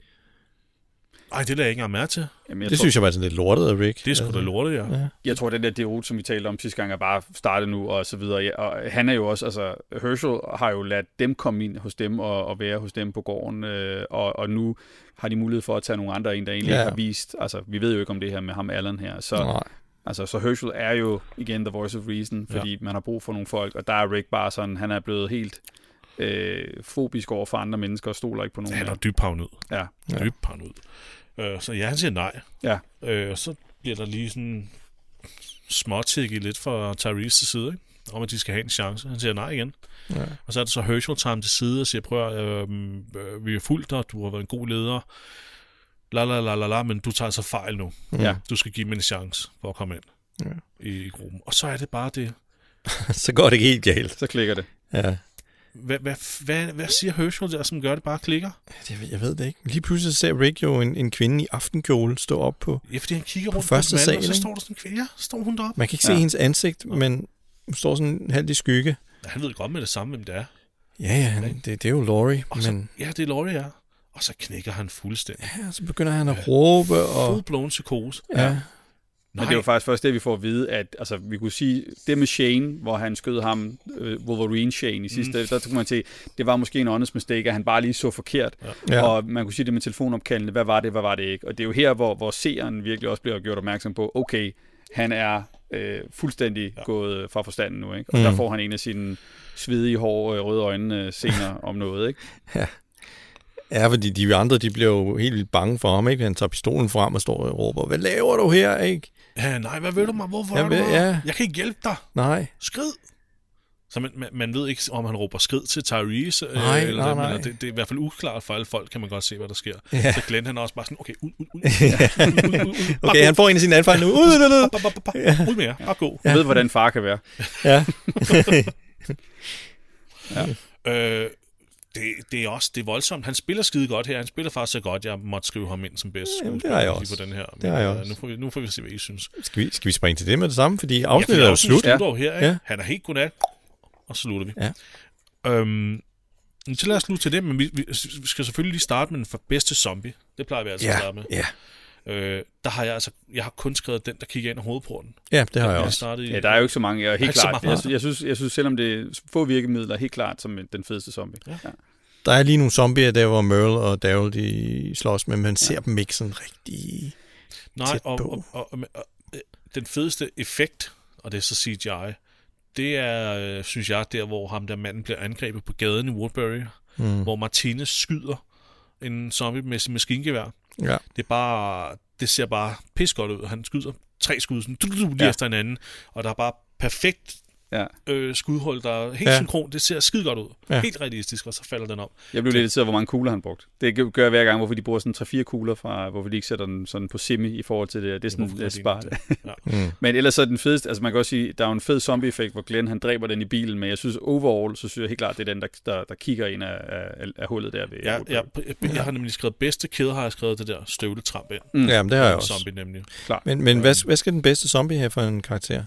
S1: Ej, det lader jeg ikke engang mærke til.
S3: Jamen,
S2: Jeg
S3: jeg
S2: det tror,
S3: tror,
S2: synes jeg var sådan lidt lortet af Rick. Altså.
S1: Det er sgu da lortet, ja.
S2: Ja.
S3: Jeg tror, den der deroute, som vi talte om sidste gang, er bare startet nu, og så videre. Ja, og han er jo også, altså, Herschel har jo ladt dem komme ind hos dem og, og være hos dem på gården, øh, og, og nu har de mulighed for at tage nogle andre ind, der egentlig
S2: Ja.
S3: ja. har vist. Altså, vi ved jo ikke om det her med ham Allen her. Så,
S2: Nej.
S3: altså, så Herschel er jo igen the voice of reason, fordi ja. man har brug for nogle folk, og der er Rick bare sådan, han er blevet helt øh, fobisk over for andre mennesker og stoler ikke på nogen.
S1: Han er
S3: Ja,
S1: dybt paranoid.
S3: Mm. ja.
S2: Ja.
S1: Ja. Dybt paranoid. Øh, så ja, han siger nej.
S3: Ja.
S1: Øh, og så bliver der lige sådan småtikket lidt fra Tyrese til side, ikke? om at de skal have en chance. Han siger nej igen.
S2: Ja.
S1: Og så er det så Herschel tager ham til side og siger, prøv at, øh, øh, vi har fulgt dig, du har været en god leder, la la la la la, men du tager altså fejl nu.
S3: Ja.
S2: Mm.
S1: Du skal give dem en chance for at komme ind ja. i, i gruppen. Og så er det bare det.
S2: så går det ikke helt galt.
S3: Så klikker det.
S2: Ja.
S1: Hvad, hvad, hvad, hvad siger Herschel der, som gør det bare klikker?
S2: Jeg, ved- jeg ved det ikke. Lige pludselig ser Rick jo en, en kvinde i aftenkjole stå op på...
S1: Ja, fordi han kigger
S2: På
S1: rundt
S2: første
S1: på dem alle,
S2: sal,
S1: og så
S2: ikke?
S1: står der sådan en kvinde. Ja, så står hun deroppe.
S2: Man kan ikke se
S3: Ja.
S2: hendes ansigt, men hun står sådan halvt i skygge.
S1: Ja, han ved godt med det samme, hvem det er.
S2: Ja, ja, han, det, det er jo Laurie,
S1: Og så,
S2: men
S1: ja, det er Laurie, ja. Og så knækker han fuldstændig.
S2: ja, så begynder han at råbe, og...
S1: Full blown psykose.
S2: Ja,
S1: Nej,
S3: Men det var faktisk først det, vi får at vide, at altså, vi kunne sige, det med Shane, hvor han skød ham, øh, Wolverine Shane i sidste, mm. der kunne man se, det var måske en honest mistake, at han bare lige så forkert.
S2: ja.
S3: Ja. Og man kunne sige det med telefonopkaldene, hvad var det, hvad var det ikke? Og det er jo her, hvor, hvor seeren virkelig også bliver gjort opmærksom på, okay, han er øh, fuldstændig ja. gået fra forstanden nu, ikke? Og
S2: Mm.
S3: mm. der får han en af sine svedige hår øh, røde øjne øh, senere om noget, ikke?
S2: ja fordi de andre, de bliver jo helt vildt bange for ham, ikke? Han tager pistolen frem og står og råber, hvad laver du her, ikke?
S1: ja, nej, hvad ved du mig? Hvorfor
S2: Jeg
S1: jeg er du
S2: ved-
S1: her?
S2: ja.
S1: Jeg kan ikke hjælpe dig.
S2: Nej,
S1: Skrid! Så man, man, man ved ikke, om han råber skrid til Tyrese, øh,
S2: Nej,
S1: eller
S2: nej,
S1: hvad, men
S2: nej.
S1: Det, det er i hvert fald uklart for alle folk, kan man godt se, hvad der sker.
S2: Ja.
S1: Ja. Så Glenn han er også bare sådan, okay, ud, ud, ud.
S2: okay, han får en af sine anfald nu. Ud, ud, ud, ud.
S1: Ba, ba, ba, ba. Ud med jer, bare gå.
S3: Du ja. ved, hvordan far kan være.
S2: Ja.
S1: Øh, det, det er også det er voldsomt. Han spiller skide godt her. Han spiller faktisk så godt, jeg måtte skrive ham ind som bedst
S2: Jamen, det
S1: skuespiller
S2: har jeg
S1: lige
S2: også.
S1: på den her.
S2: Det har jeg
S1: Men, øh,
S2: også.
S1: Nu får, vi, nu får vi se, hvad I synes.
S2: Skal vi, skal vi springe til det med det samme? Fordi afsnittet er jo slut.
S1: Ja, for afsnittet her, ikke?
S2: Ja.
S1: Ja. Han er helt godnat, og så slutter vi.
S2: Ja.
S1: Øhm, men så lad os slutte til det, men vi, vi, vi skal selvfølgelig lige starte med den for bedste zombie. Det plejer vi altså
S2: Ja,
S1: at starte med.
S2: ja.
S1: Øh, der har jeg altså, jeg har kun skrevet den, der kigger ind i hovedporten.
S2: ja, det har jeg
S1: Jeg
S2: også.
S1: startede i,
S3: Ja, der er jo ikke så mange, og helt
S1: Ikke så
S3: klart,
S1: mange.
S3: jeg, sy- jeg, synes, jeg synes, selvom det er få virkemidler, helt klart som den fedeste zombie. Ja. Ja.
S2: Der er lige nogle zombier der, hvor Merle og Daryl de slås, men man ser dem ikke sådan rigtig...
S1: nej,
S2: tæt
S1: og,
S2: på.
S1: og, og, og, og, øh, den fedeste effekt, og det er så CGI, det er, øh, synes jeg, der hvor ham der manden bliver angrebet på gaden i Woodbury, mm. hvor Martinez skyder en zombie med sin maskingevær.
S2: Ja.
S1: Det er bare, det ser bare pis godt ud. Han skyder tre skud sådan, du, du, du, lige
S3: Ja.
S1: efter hinanden, og der er bare perfekt
S3: Ja.
S1: øh, skudhold, der er helt
S2: Ja.
S1: ja. synkron. Det ser skide godt ud.
S2: Ja.
S1: Ja. Helt realistisk, og så falder den om.
S3: Jeg blev lidt irriteret, hvor mange kugler han brugte. Det gør jeg hver gang, hvorfor de bruger sådan 3-4 kugler fra, hvorfor de ikke sætter den sådan på semi i forhold til det. der. Det er sådan
S1: Hvorfor gør
S3: lidt
S1: de
S3: spart.
S1: ikke det? Ja.
S2: mm.
S3: Men ellers så er den fedeste, altså man kan også sige, der er jo en fed zombie-effekt, hvor Glenn han dræber den i bilen, men jeg synes overall, så synes jeg helt klart, det er den, der, der, der kigger ind af, af, af hullet der ved.
S1: Ja, ja, jeg, jeg har nemlig skrevet bedste kæde, har jeg skrevet det der støvletramp ind.
S3: Mm.
S2: Ja, men det har jeg også.
S1: Zombie nemlig.
S2: Men, men hvad, hvad skal den bedste zombie have for en karakter?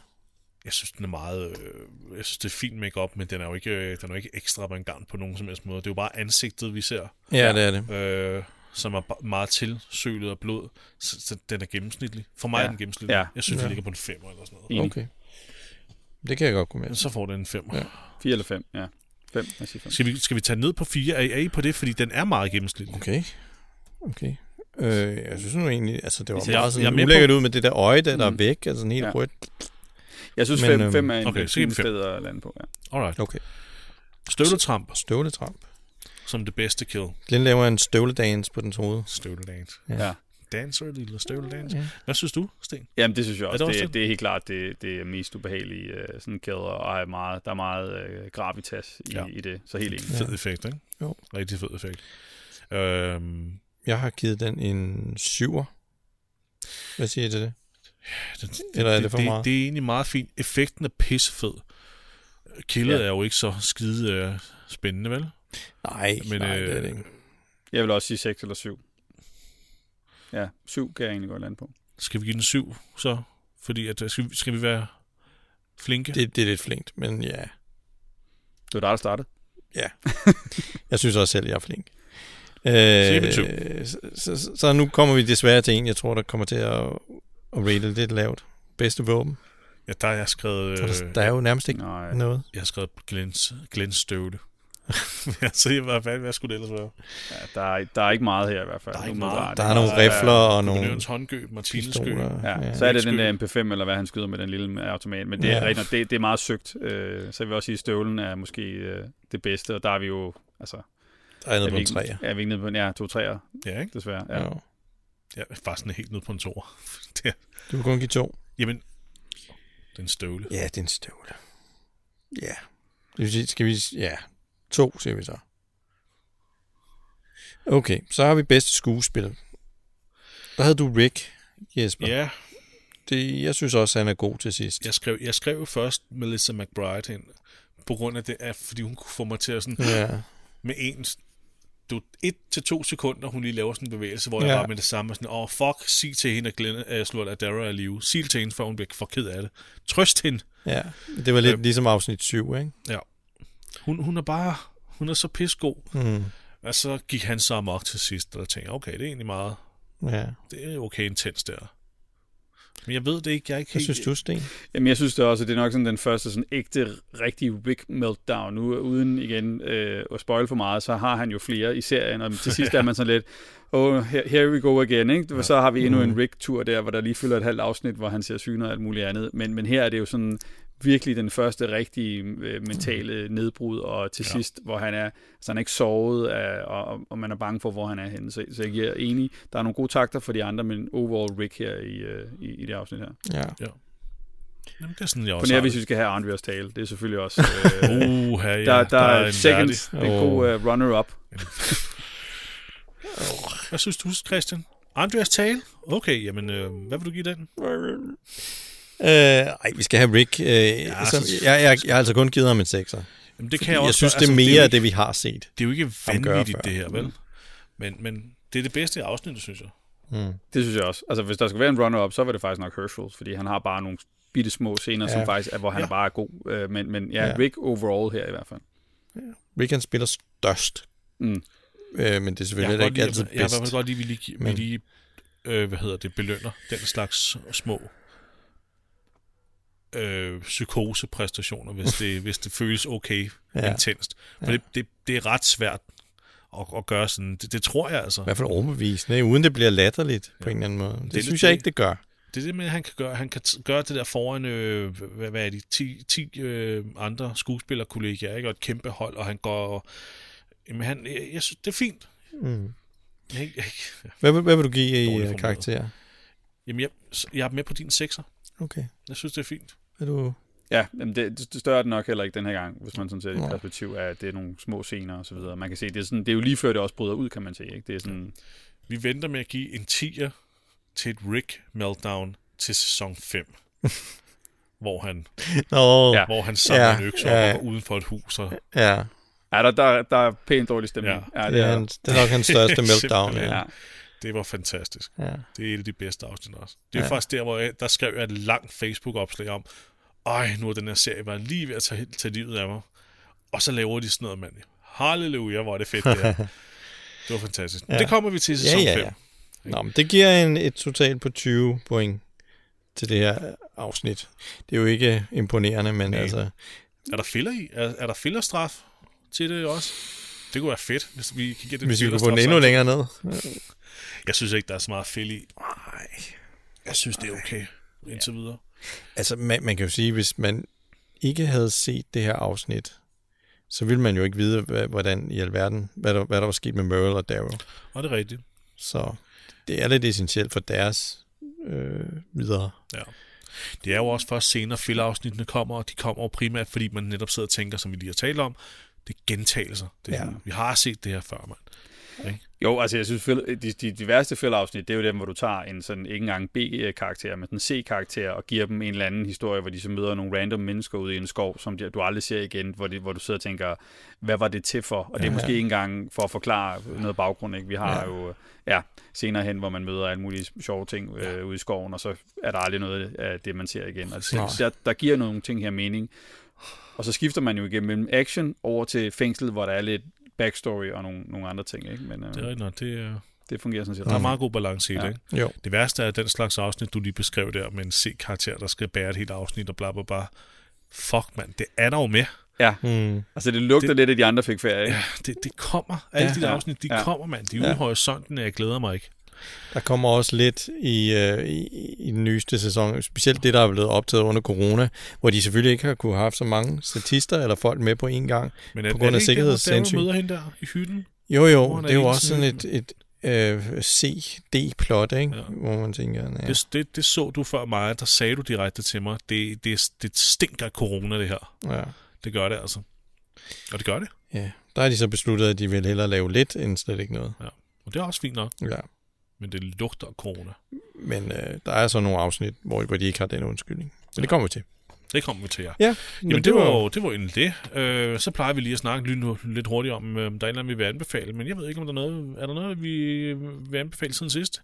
S1: Jeg synes, den er meget... Øh, jeg synes, det er fint makeup, men den er jo ikke, øh, den er jo ikke ekstra på en gang på nogen som helst måde. Det er jo bare ansigtet, vi ser,
S2: Ja, det er det.
S1: øh, som er ba- meget tilsølet af blod. Så, så den er gennemsnitlig. For mig
S3: Ja.
S1: er den gennemsnitlig.
S3: Ja.
S1: Jeg synes, ja. det
S2: Ja.
S1: ligger på en 5 eller sådan noget.
S3: Enig.
S2: Okay. Det kan jeg godt gå med.
S1: Men så får den en 5.
S2: Ja.
S1: Ja.
S3: 4 eller 5, ja. 5, jeg siger 5.
S1: Skal, vi, skal vi tage den ned på 4? Er I, er I på det? Fordi den er meget gennemsnitlig.
S2: Okay. Okay. Øh, jeg synes nu egentlig, altså det var
S1: Jeg-
S2: meget
S1: jeg er
S2: sådan
S1: med
S2: ulækkert ud med det der øje, der, der er
S3: Mm.
S2: væk, altså sådan helt
S3: Ja.
S2: rødt.
S3: Jeg synes,
S2: Men,
S3: 5,
S2: øhm,
S3: 5 er en
S1: okay,
S3: okay,
S1: så giver
S3: fin
S1: vi fem.
S3: sted at lande på. Ja.
S1: Alright.
S2: Okay.
S1: Støvletramp
S2: Støvletramp.
S1: som det bedste kill.
S2: Glenn laver en støvledans på dens hoved.
S1: Støvledance.
S2: Ja.
S3: Ja.
S1: Dancer, lille støvledance.
S2: Ja.
S1: Ja. Hvad synes du, Sten?
S3: Jamen, det synes jeg også.
S1: det også
S3: det,
S1: det?
S3: det, er helt klart det, det er mest ubehagelige øh, sådan kæder, og er meget, der er meget øh, gravitas i,
S1: Ja.
S3: i det. Så helt enig.
S1: Fed effekt, ikke?
S2: Jo.
S1: Rigtig fed effekt. Øhm,
S2: Jeg har givet den en syver. Hvad siger I til det?
S1: Altså, det,
S2: Eller er det for
S1: det,
S2: meget?
S1: Det, det er egentlig meget fint. Effekten er pissefed. Killet
S2: Ja.
S1: ja. er jo ikke så skide øh, spændende, vel?
S2: Nej,
S1: Men,
S2: nej, det er
S1: øh,
S2: det ikke.
S3: Jeg vil også sige 6 eller 7. Ja, 7 kan jeg egentlig godt lande på.
S1: Skal vi give den syv, så? Fordi at, øh, skal, vi- skal vi være flinke? Det.
S2: Det, det er lidt flinkt, men ja.
S3: Det var dig, der startede.
S2: Ja. Jeg synes også selv, jeg er flink. Øh,
S1: Sikke to.
S2: så, så, så, så nu kommer vi desværre til en, jeg tror, der kommer til at, at rate det lidt lavt. Bedste våben.
S1: Ja, der har jeg skrevet...
S2: For der,
S1: Øh,
S2: der er jo nærmest ikke
S3: Nej.
S2: noget.
S1: jeg har skrevet Glens, Glens støvle. jeg siger, hvad, hvad, hvad skulle det ellers være?
S3: Ja, der, er, der er ikke meget her i hvert fald.
S1: Der er ikke
S3: Umiddelbart.
S1: meget.
S2: Der er nogle
S1: der er-
S2: rifler og nogle
S1: Nørens håndgøb, Martines gøb.
S2: pistoler.
S3: Ja, ja, så er det den
S1: Skyld.
S3: der MP5, eller hvad han skyder med den lille med automat. Men det er,
S2: Ja.
S3: ja. rigtigt, det, det er meget søgt. Øh, så jeg vil også sige, at støvlen er måske øh, det bedste, og der er vi jo... Altså,
S2: Der er nede
S3: er
S2: på
S3: vi
S2: en
S3: ikke,
S2: træer.
S3: er vi ikke nede på en ja, to træer,
S1: Ja, ikke?
S3: desværre. Ja.
S2: Ja.
S3: Ja.
S1: Jeg er faktisk sådan helt nede på en tor. Det er-
S2: Du kan kun give to.
S1: Jamen, den støvle.
S2: Ja, det er en støvle. Ja. Det vil sige, skal vi... Ja. To, siger vi så. Okay, så har vi bedste skuespil. Der havde du Rick, Jesper.
S1: Ja,
S2: Det, jeg synes også, han er god til sidst.
S1: jeg skrev, jeg skrev først Melissa McBride ind, på grund af det, at, fordi hun kunne få mig til at sådan,
S2: Ja.
S1: med en, du, et til to sekunder, hun lige laver sådan en bevægelse, hvor ja.
S2: Ja.
S1: jeg bare med det samme, sådan, åh, oh, fuck, sig til hende, at Glenn uh, slår at Dara er i live. Sig til hende, for hun bliver for ked af det. Trøst hende.
S2: ja. Det var lidt
S1: Øh.
S2: ligesom afsnit 7, ikke?
S1: Hun, hun er bare, hun er så pissegod.
S2: Mm.
S1: Og så gik han så amok til sidst, og der tænkte jeg, okay, det er egentlig meget,
S2: Ja.
S1: det er okay intens der. Men jeg ved det ikke, jeg er ikke
S2: Hvad
S1: helt...
S2: synes du, Sten?
S3: Jamen, jeg synes det også, at det er nok sådan den første sådan ægte, rigtige big meltdown. Nu uden igen øh, at spoil for meget, så har han jo flere i serien, og til sidst er man sådan lidt, oh, here here we go again, ikke? Så har vi endnu en Rick-tur der, hvor der lige fylder et halvt afsnit, hvor han ser syner og alt muligt andet. Men, men her er det jo sådan virkelig den første rigtige øh, mentale nedbrud, og til ja. sidst, hvor han er, så han er ikke sovet, af, og, og- og man er bange for, hvor han er henne. Så, så jeg er enig, der er nogle gode takter for de andre, men overall Rick her i, øh, i, i det afsnit her.
S2: Ja.
S1: Jamen, det er sådan, jeg
S3: På
S1: også
S3: nær,
S1: har
S3: hvis vi
S1: det.
S3: skal have Andreas tale. Det er selvfølgelig også... Øh, der,
S1: Uh, her, ja,
S3: der, der er
S1: en værdig-
S3: second, det er en
S2: Åh.
S3: god øh, runner-up.
S1: Hvad synes du, Christian? Andreas tale? Okay, jamen, øh, hvad vil du give den?
S2: Øh, ej, vi skal have Rick. Øh, ja, så,
S1: så-
S2: jeg, jeg, jeg har altså kun givet ham en sekser.
S1: Jamen, det kan
S2: Jeg,
S1: jeg også
S2: jeg synes,
S1: godt.
S2: det er
S1: Altså,
S2: mere
S1: jo
S2: af
S1: ikke-
S2: det, vi har set.
S1: Det er jo ikke
S2: ham gøre
S1: vanvittigt,
S2: før.
S1: det her, vel? Men, men det er det bedste afsnit, synes jeg.
S2: Mm.
S3: Det synes jeg også. Altså, hvis der skal være en runner-up, så var det faktisk nok Herschel, fordi han har bare nogle bitte små scener,
S2: Ja.
S3: ja. som faktisk er, hvor han
S1: Ja.
S3: ja. bare er god. Øh, men, men ja,
S2: Ja.
S3: ja, Rick overall her i hvert fald.
S2: Rick, han spiller størst.
S3: Mm.
S2: Øh, men det er
S1: Jeg kan
S2: selvfølgelig
S1: godt
S2: heller ikke
S1: lide,
S2: altid
S1: at- jeg
S2: bedst.
S1: kan godt lide, at vi lige, gi- vi
S2: Men-
S1: lige øh, hvad hedder det, belønner den slags små øh, psykosepræstationer, hvis det, hvis det føles okay ja.
S2: Ja.
S1: intenst. For ja. det, det, det er ret svært at, at gøre sådan. Det, det tror jeg altså.
S2: I hvert fald overbevisende, uden det bliver latterligt på en eller anden måde. Det,
S1: lidt
S2: det synes jeg
S1: det.
S2: ikke, det gør.
S1: Det er det med, at han kan gøre. Han kan t- gøre det der foran, øh, hvad, hvad er det, 10, 10 øh, andre skuespillerkollegaer, ikke? Og et kæmpe hold, og han går... Og, jamen, han, jeg, jeg synes, det er fint.
S2: Mm.
S1: Jeg, jeg, jeg,
S2: Hvad, vil- hvad vil du give i
S1: Dårligt
S2: øh,
S1: formuleret.
S2: karakter?
S1: jamen, jeg, jeg er med på din sekser.
S2: Okay.
S1: Jeg synes, det er fint.
S2: Er du...
S3: Ja, jamen det, det større er det nok heller ikke den her gang, hvis man sådan ser det
S2: Nej.
S3: i perspektiv af, at det er nogle små scener og så videre. Man kan se, det er, sådan, det er jo lige før det også bryder ud, kan man sige. Ikke? Det er sådan,
S1: Vi venter med at give en 10'er til et Rick Meltdown til sæson 5. hvor han,
S2: Nå, ja.
S3: Ja.
S1: hvor han samler
S2: Ja,
S1: en økse
S2: ja.
S1: ja, og går uden for et hus. Og,
S2: ja.
S3: ja, der, der, der er pænt dårlig stemning.
S1: Ja.
S3: Ja,
S2: Det, er, hans- det er nok hans største meltdown.
S1: Simpelthen.
S2: ja.
S3: ja.
S1: det var fantastisk.
S2: Ja.
S1: Det er et af de bedste afsnit også. Det er
S2: Ja.
S1: ja. faktisk der, hvor jeg, der skrev jeg et langt Facebook-opslag om, ej, nu er den her serie bare lige ved at tage, tage livet af mig. Og så laver de sådan noget, mand. Halleluja, hvor er det fedt det her. det var fantastisk.
S2: Ja.
S1: Ja. Det kommer vi til i
S2: ja,
S1: sæson 5.
S2: ja, ja. Nå, men det giver en, et totalt på 20 point til det her øh, afsnit. Det er jo ikke imponerende, men
S1: Nej.
S2: altså...
S1: Er der filler i? Er, er der fillerstraf til det også? Det kunne være fedt, hvis vi kan give det en
S2: Hvis vi kunne få
S1: fillerstraf
S2: den endnu
S1: samtidig.
S2: længere ned.
S1: Jeg synes ikke, der er så meget fill i. Nej. Jeg synes, det er okay indtil videre.
S2: Altså, man, man kan jo sige, hvis man ikke havde set det her afsnit, så ville man jo ikke vide, hva- hvordan i alverden, hvad der, hvad der var sket med Merle og Daryl.
S1: Og det er rigtigt.
S2: Så det er lidt essentielt for deres øh, videre.
S1: Det er jo også først senere, fillerafsnittene kommer, og de kommer jo primært, fordi man netop sidder og tænker, som vi lige har talt om, det er gentagelser. Det,
S2: Ja.
S1: ja. Vi har set det her før, mand.
S3: Jo, altså jeg synes, fæl- de, de, de værste fældeafsnit, det er jo dem, hvor du tager en sådan ikke engang B-karakter, men en C-karakter og giver dem en eller anden historie, hvor de så møder nogle random mennesker ude i en skov, som de, du aldrig ser igen, hvor, det, hvor du sidder og tænker, hvad var det til for? Og det er
S2: Ja.
S3: måske ikke engang for at forklare noget baggrund, ikke? Vi har
S2: Ja.
S3: ja. jo øh, ja, senere hen, hvor man møder alle mulige sjove ting øh, ude i skoven, og så er der aldrig noget af det, man ser igen. Og så,
S2: Nej.
S3: der, der giver nogle ting her mening. Og så skifter man jo igennem mellem action over til fængslet, hvor der er lidt backstory og nogle, nogle andre ting. Ikke? Men øh,
S1: Det er rigtigt nok. Det er,
S3: det fungerer sådan set.
S1: der er
S3: ret
S1: meget god balance i det.
S3: Ja.
S1: Ikke?
S2: Jo.
S1: Det værste er den slags afsnit, du lige beskrev der, med en C-karakter, der skal bære et helt afsnit og bla bla bla. Fuck, mand. Det er der jo med.
S2: Mm.
S3: Altså, det lugter det... lidt af de andre fik færre, ikke?
S1: Ja, det, det kommer. Alle
S3: Ja,
S1: ja, de der
S3: ja,
S1: afsnit, de
S3: ja.
S1: ja, kommer, mand. De er ude
S3: Ja.
S1: i horisonten, og jeg glæder mig ikke.
S2: Der kommer også lidt i, øh, i, i den nyeste sæson, specielt det, der er blevet optaget under corona, hvor de selvfølgelig ikke har kunne have haft så mange statister eller folk med på én gang.
S1: Men
S2: grund af sikkerhedshensyn.
S1: Du møder hende der i hytten.
S2: Jo,
S1: Hvor
S2: jo,
S1: han er
S2: det er jo
S1: hele
S2: også sådan
S1: tiden-
S2: et, et øh, CD-plot, ikke? Ja.
S1: Ja.
S2: hvor man tænker, ja.
S1: Ja. Det, det, det, så du før mig, der sagde du direkte til mig, det, det, det stinker af corona, det her.
S2: ja.
S1: Det gør det altså. Og det gør det.
S2: Ja, der har de så besluttet, at de vil hellere lave lidt, end slet ikke noget.
S1: Og det er også fint nok,
S2: Ja.
S1: men det lugter af corona.
S2: Men øh, der er så nogle afsnit, hvor, hvor de ikke har den undskyldning. Men det kommer vi til.
S1: Det kommer vi til jer.
S2: Ja,
S1: Jamen, det, var, jo- det var egentlig det. Øh, så plejer vi lige at snakke lidt, lidt hurtigt om, øh, om der er en eller anden, vi vil anbefale, men jeg ved ikke, om der er noget, er der noget vi øh, vil anbefale siden sidst.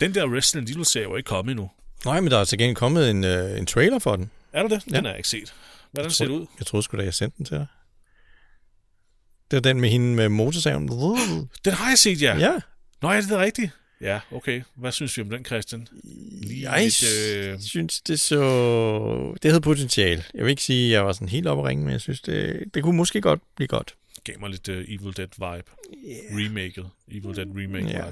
S1: Den der Resident Evil-serie er jo ikke kommet endnu.
S2: Nej, men der er til gengæld kommet en, øh, en trailer for den.
S1: Er der det? Den
S2: Ja.
S1: har jeg ikke set. Hvordan
S2: Jeg
S1: ser det
S2: tror-
S1: ud?
S2: Jeg troede sgu da, jeg sendte den til dig. Det var den med hende med motorsaven.
S1: Den har jeg set, ja. ja.
S2: Ja.
S1: Nå, ja, det er rigtigt. Ja, okay. Hvad synes vi om den, Christian? Lige
S2: Jeg
S1: lidt, øh,
S2: synes, det så... Det havde potentiale. Jeg vil ikke sige, at jeg var sådan helt oppe at ringe, men jeg synes, det, det kunne måske godt blive godt.
S1: gav mig lidt uh, Evil Dead-vibe.
S2: Yeah.
S1: Remaket. Evil Dead remake-vibe.
S2: Ja.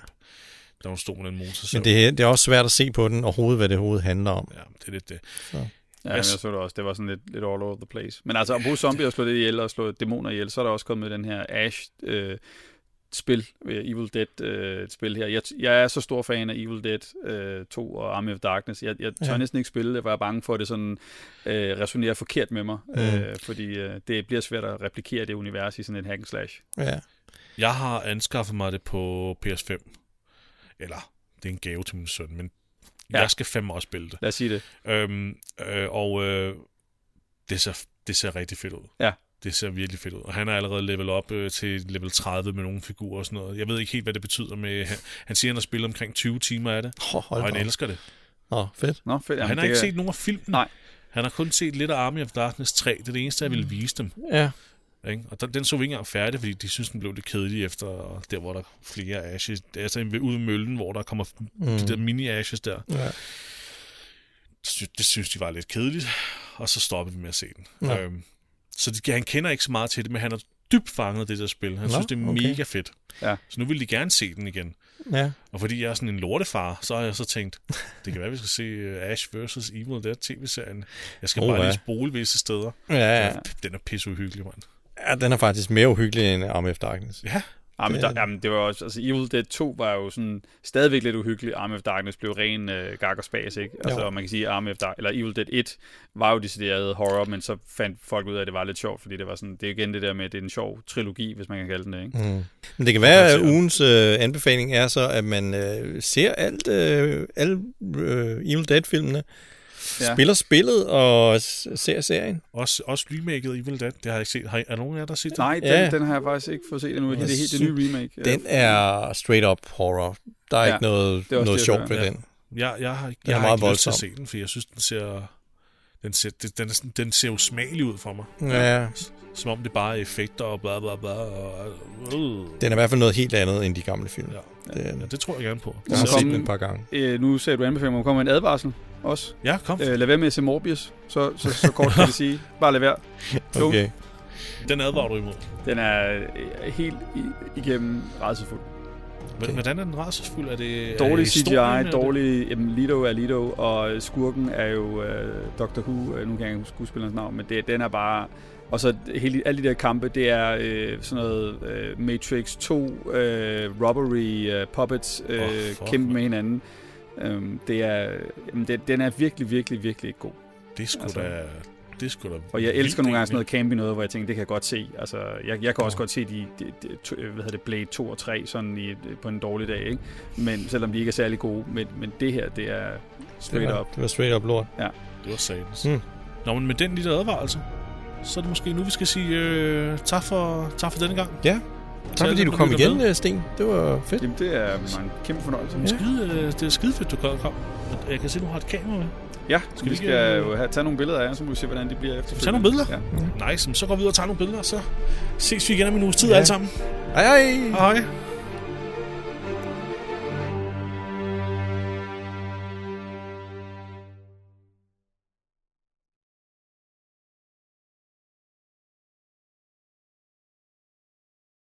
S1: Der hun stod med den motor.
S2: Men det, det er også svært at se på den overhovedet, hvad det overhovedet handler om.
S1: Ja, det er lidt det.
S3: Ja, men jeg så det også. Det var sådan lidt, lidt all over the place. Men altså, at bruge zombier og slå det ihjel og slå dæmoner ihjel, så er der også kommet den her Ash... Øh, spil, øh, Evil Dead øh, spil her. Jeg, jeg er så stor fan af Evil Dead øh, 2 og Army of Darkness. Jeg, jeg tør
S2: Ja.
S3: ja. næsten ikke spille det, for jeg er bange for, at det sådan øh, resonerer forkert med mig.
S2: Mm.
S3: Mm. Øh, fordi øh, det bliver svært at replikere det univers i sådan et hack and slash.
S2: Ja.
S1: Jeg har anskaffet mig det på PS5. Eller, det er en gave til min søn, men
S3: Ja.
S1: ja. jeg skal fandme også spille det.
S3: Lad os sige det.
S1: Øhm, øh, og øh, det, ser, det ser rigtig fedt ud.
S3: Ja.
S1: Det ser virkelig fedt ud. Og han er allerede level op øh, til level 30 med nogle figurer og sådan noget. Jeg ved ikke helt, hvad det betyder med... Han, han siger, han har spillet omkring 20 timer af det,
S2: Oh,
S1: og
S2: hold
S1: han
S2: da op.
S1: elsker det.
S2: Nå, fedt.
S3: Nå, fedt.
S1: Jamen, han har
S3: det
S1: ikke
S3: er-
S1: set nogen af filmene.
S3: Nej.
S1: Han har kun set lidt af Army of Darkness 3. Det er det eneste, jeg ville vise dem.
S2: Ja.
S1: Ikke? Og den, den så vi ikke engang færdig, fordi de synes, den blev lidt kedelig efter der, hvor der er flere ashes. Altså ved- ude i møllen, hvor der kommer mm. de der mini-ashes der.
S2: Ja.
S1: Det sy- Det synes de var lidt kedeligt, og så stoppede vi med at se den.
S2: Nå.
S1: Ja. Øhm, så de, han kender ikke så meget til det, men han er dybt fanget af det der spil. Han
S2: Nå,
S1: Nå, synes, det er
S2: okay.
S1: okay. mega fedt.
S3: Ja.
S1: Så nu vil de gerne se den igen.
S2: ja.
S1: Og fordi jeg er sådan en lortefar, så har jeg så tænkt, det kan være, vi skal se øh, Ash vs. Evil Dead tv-serien. Jeg skal
S2: Oh,
S1: oh, bare
S2: ja.
S1: lige spole visse steder.
S2: Ja, ja.
S1: Ja. Den er pisseuhyggelig, mand.
S2: Ja, den er faktisk mere uhyggelig end Army of Darkness.
S1: Ja,
S3: Ja, men
S2: Det-
S3: der, jamen, det var også, altså Evil Dead 2 var jo sådan stadigvæk lidt uhyggelig. Army of Darkness blev ren øh, gag og spas, ikke? Altså,
S2: Jo.
S3: og man kan sige, Army of Dark, eller Evil Dead 1 var jo decideret horror, men så fandt folk ud af, at det var lidt sjovt, fordi det var sådan, det er igen det der med, at det er en sjov trilogi, hvis man kan kalde den det, ikke?
S2: Mm. Men det kan være, at
S1: Kompliceret.
S2: ugens øh, anbefaling er så, at man øh, ser alt, øh, alle øh, Evil Dead-filmene, ja.
S3: Ja.
S2: spiller spillet og s- ser serien.
S1: også, også remaket Evil Dead, det har jeg ikke set. Har I, er nogen af jer, der har set det?
S3: Nej, den,
S2: Ja.
S3: den har jeg faktisk ikke fået set endnu. Det er helt det nye remake. Ja.
S2: Den er straight up horror. Der er
S3: Ja,
S2: ikke noget,
S3: det er også
S2: noget
S3: det,
S2: sjovt
S3: jeg
S2: ved
S1: hører.
S2: den.
S1: Jeg, jeg har,
S2: er
S1: jeg har
S2: meget
S1: ikke voldsom.
S2: voldsom.
S1: lyst til at se den, for jeg synes, den ser... Den ser, den, den, er sådan- den ser usmagelig ud for mig.
S2: Ja.
S1: Som om det bare er effekter og bla bla bla. Og, øh,
S2: Den er i hvert fald noget helt andet end de gamle film. Ja.
S1: ja.
S2: Det,
S1: ja, det tror jeg gerne på.
S2: jeg
S1: Så-
S2: har
S3: Kom-
S2: set den et par gange.
S3: Øh, nu sagde du anbefaling, om kommer en advarsel også.
S1: Ja, kom.
S3: Øh, lad være med at se Morbius, så, så, så kort kan jeg sige. Bare lad være. Jo.
S2: Okay.
S1: Den advarer du imod.
S3: Den er øh, helt i, igennem rædselsfuld.
S1: Okay. Hvordan er den racesfuld? Er det Øh, er
S3: Dårlig
S1: det historien,
S3: CGI,
S1: eller-
S3: dårlig... Jamen, Lido er Lido, og skurken er jo øh, Doctor Who. øh, Nu kan jeg ikke huske skuespillerens navn, men det, den er bare... Og så hele, alle de der kampe, det er øh, sådan noget øh, Matrix 2, øh, robbery, øh, puppets, øh,
S1: Åh,
S3: oh,
S1: fuck,
S3: kæmpe med
S1: mand.
S3: hinanden. Øhm, det er, jamen, det, den er virkelig, virkelig, virkelig ikke god.
S1: Det er sgu
S3: Altså.
S1: altså. da... Det er sgu da
S3: Og jeg elsker
S1: vildt
S3: nogle gange sådan noget
S1: egentlig.
S3: campy noget, hvor jeg tænker, det kan jeg godt se. Altså, jeg, jeg kan også
S2: Ja.
S3: godt se de, de, de to, øh, hvad hedder det, Blade 2 og 3 sådan i, øh, på en dårlig dag, ikke? Men selvom de ikke er særlig gode, men, men det her, det er
S2: Det
S3: straight
S2: var,
S3: up.
S2: det var straight up lort.
S1: Det var satans.
S2: Mm.
S1: Mm. Nå, men med den lille advarelse, så er det måske nu, vi skal sige øh, tak, for, tak for denne gang.
S2: Ja. Tak fordi
S1: alle,
S2: du
S1: der
S2: kom
S1: lytter
S2: igen,
S1: med.
S2: øh, Sten. Det var fedt.
S3: Jamen, det er mig en kæmpe fornøjelse.
S2: Ja.
S1: Skide, øh, det er skide fedt, du kom. Og Jeg kan se, du har et kamera med.
S3: Ja,
S1: Skal
S3: skal
S1: vi
S3: vi
S1: ikke,
S3: skal
S1: øh,
S3: jo have, tage nogle billeder af jer, så må vi se, hvordan det bliver efterfølgende.
S1: Tage nogle billeder?
S3: Ja.
S1: Nice, men så går vi ud og tager nogle billeder, og så ses vi igen om en uges tid
S2: Ja.
S1: alle sammen.
S2: Hej hej!
S1: Hej.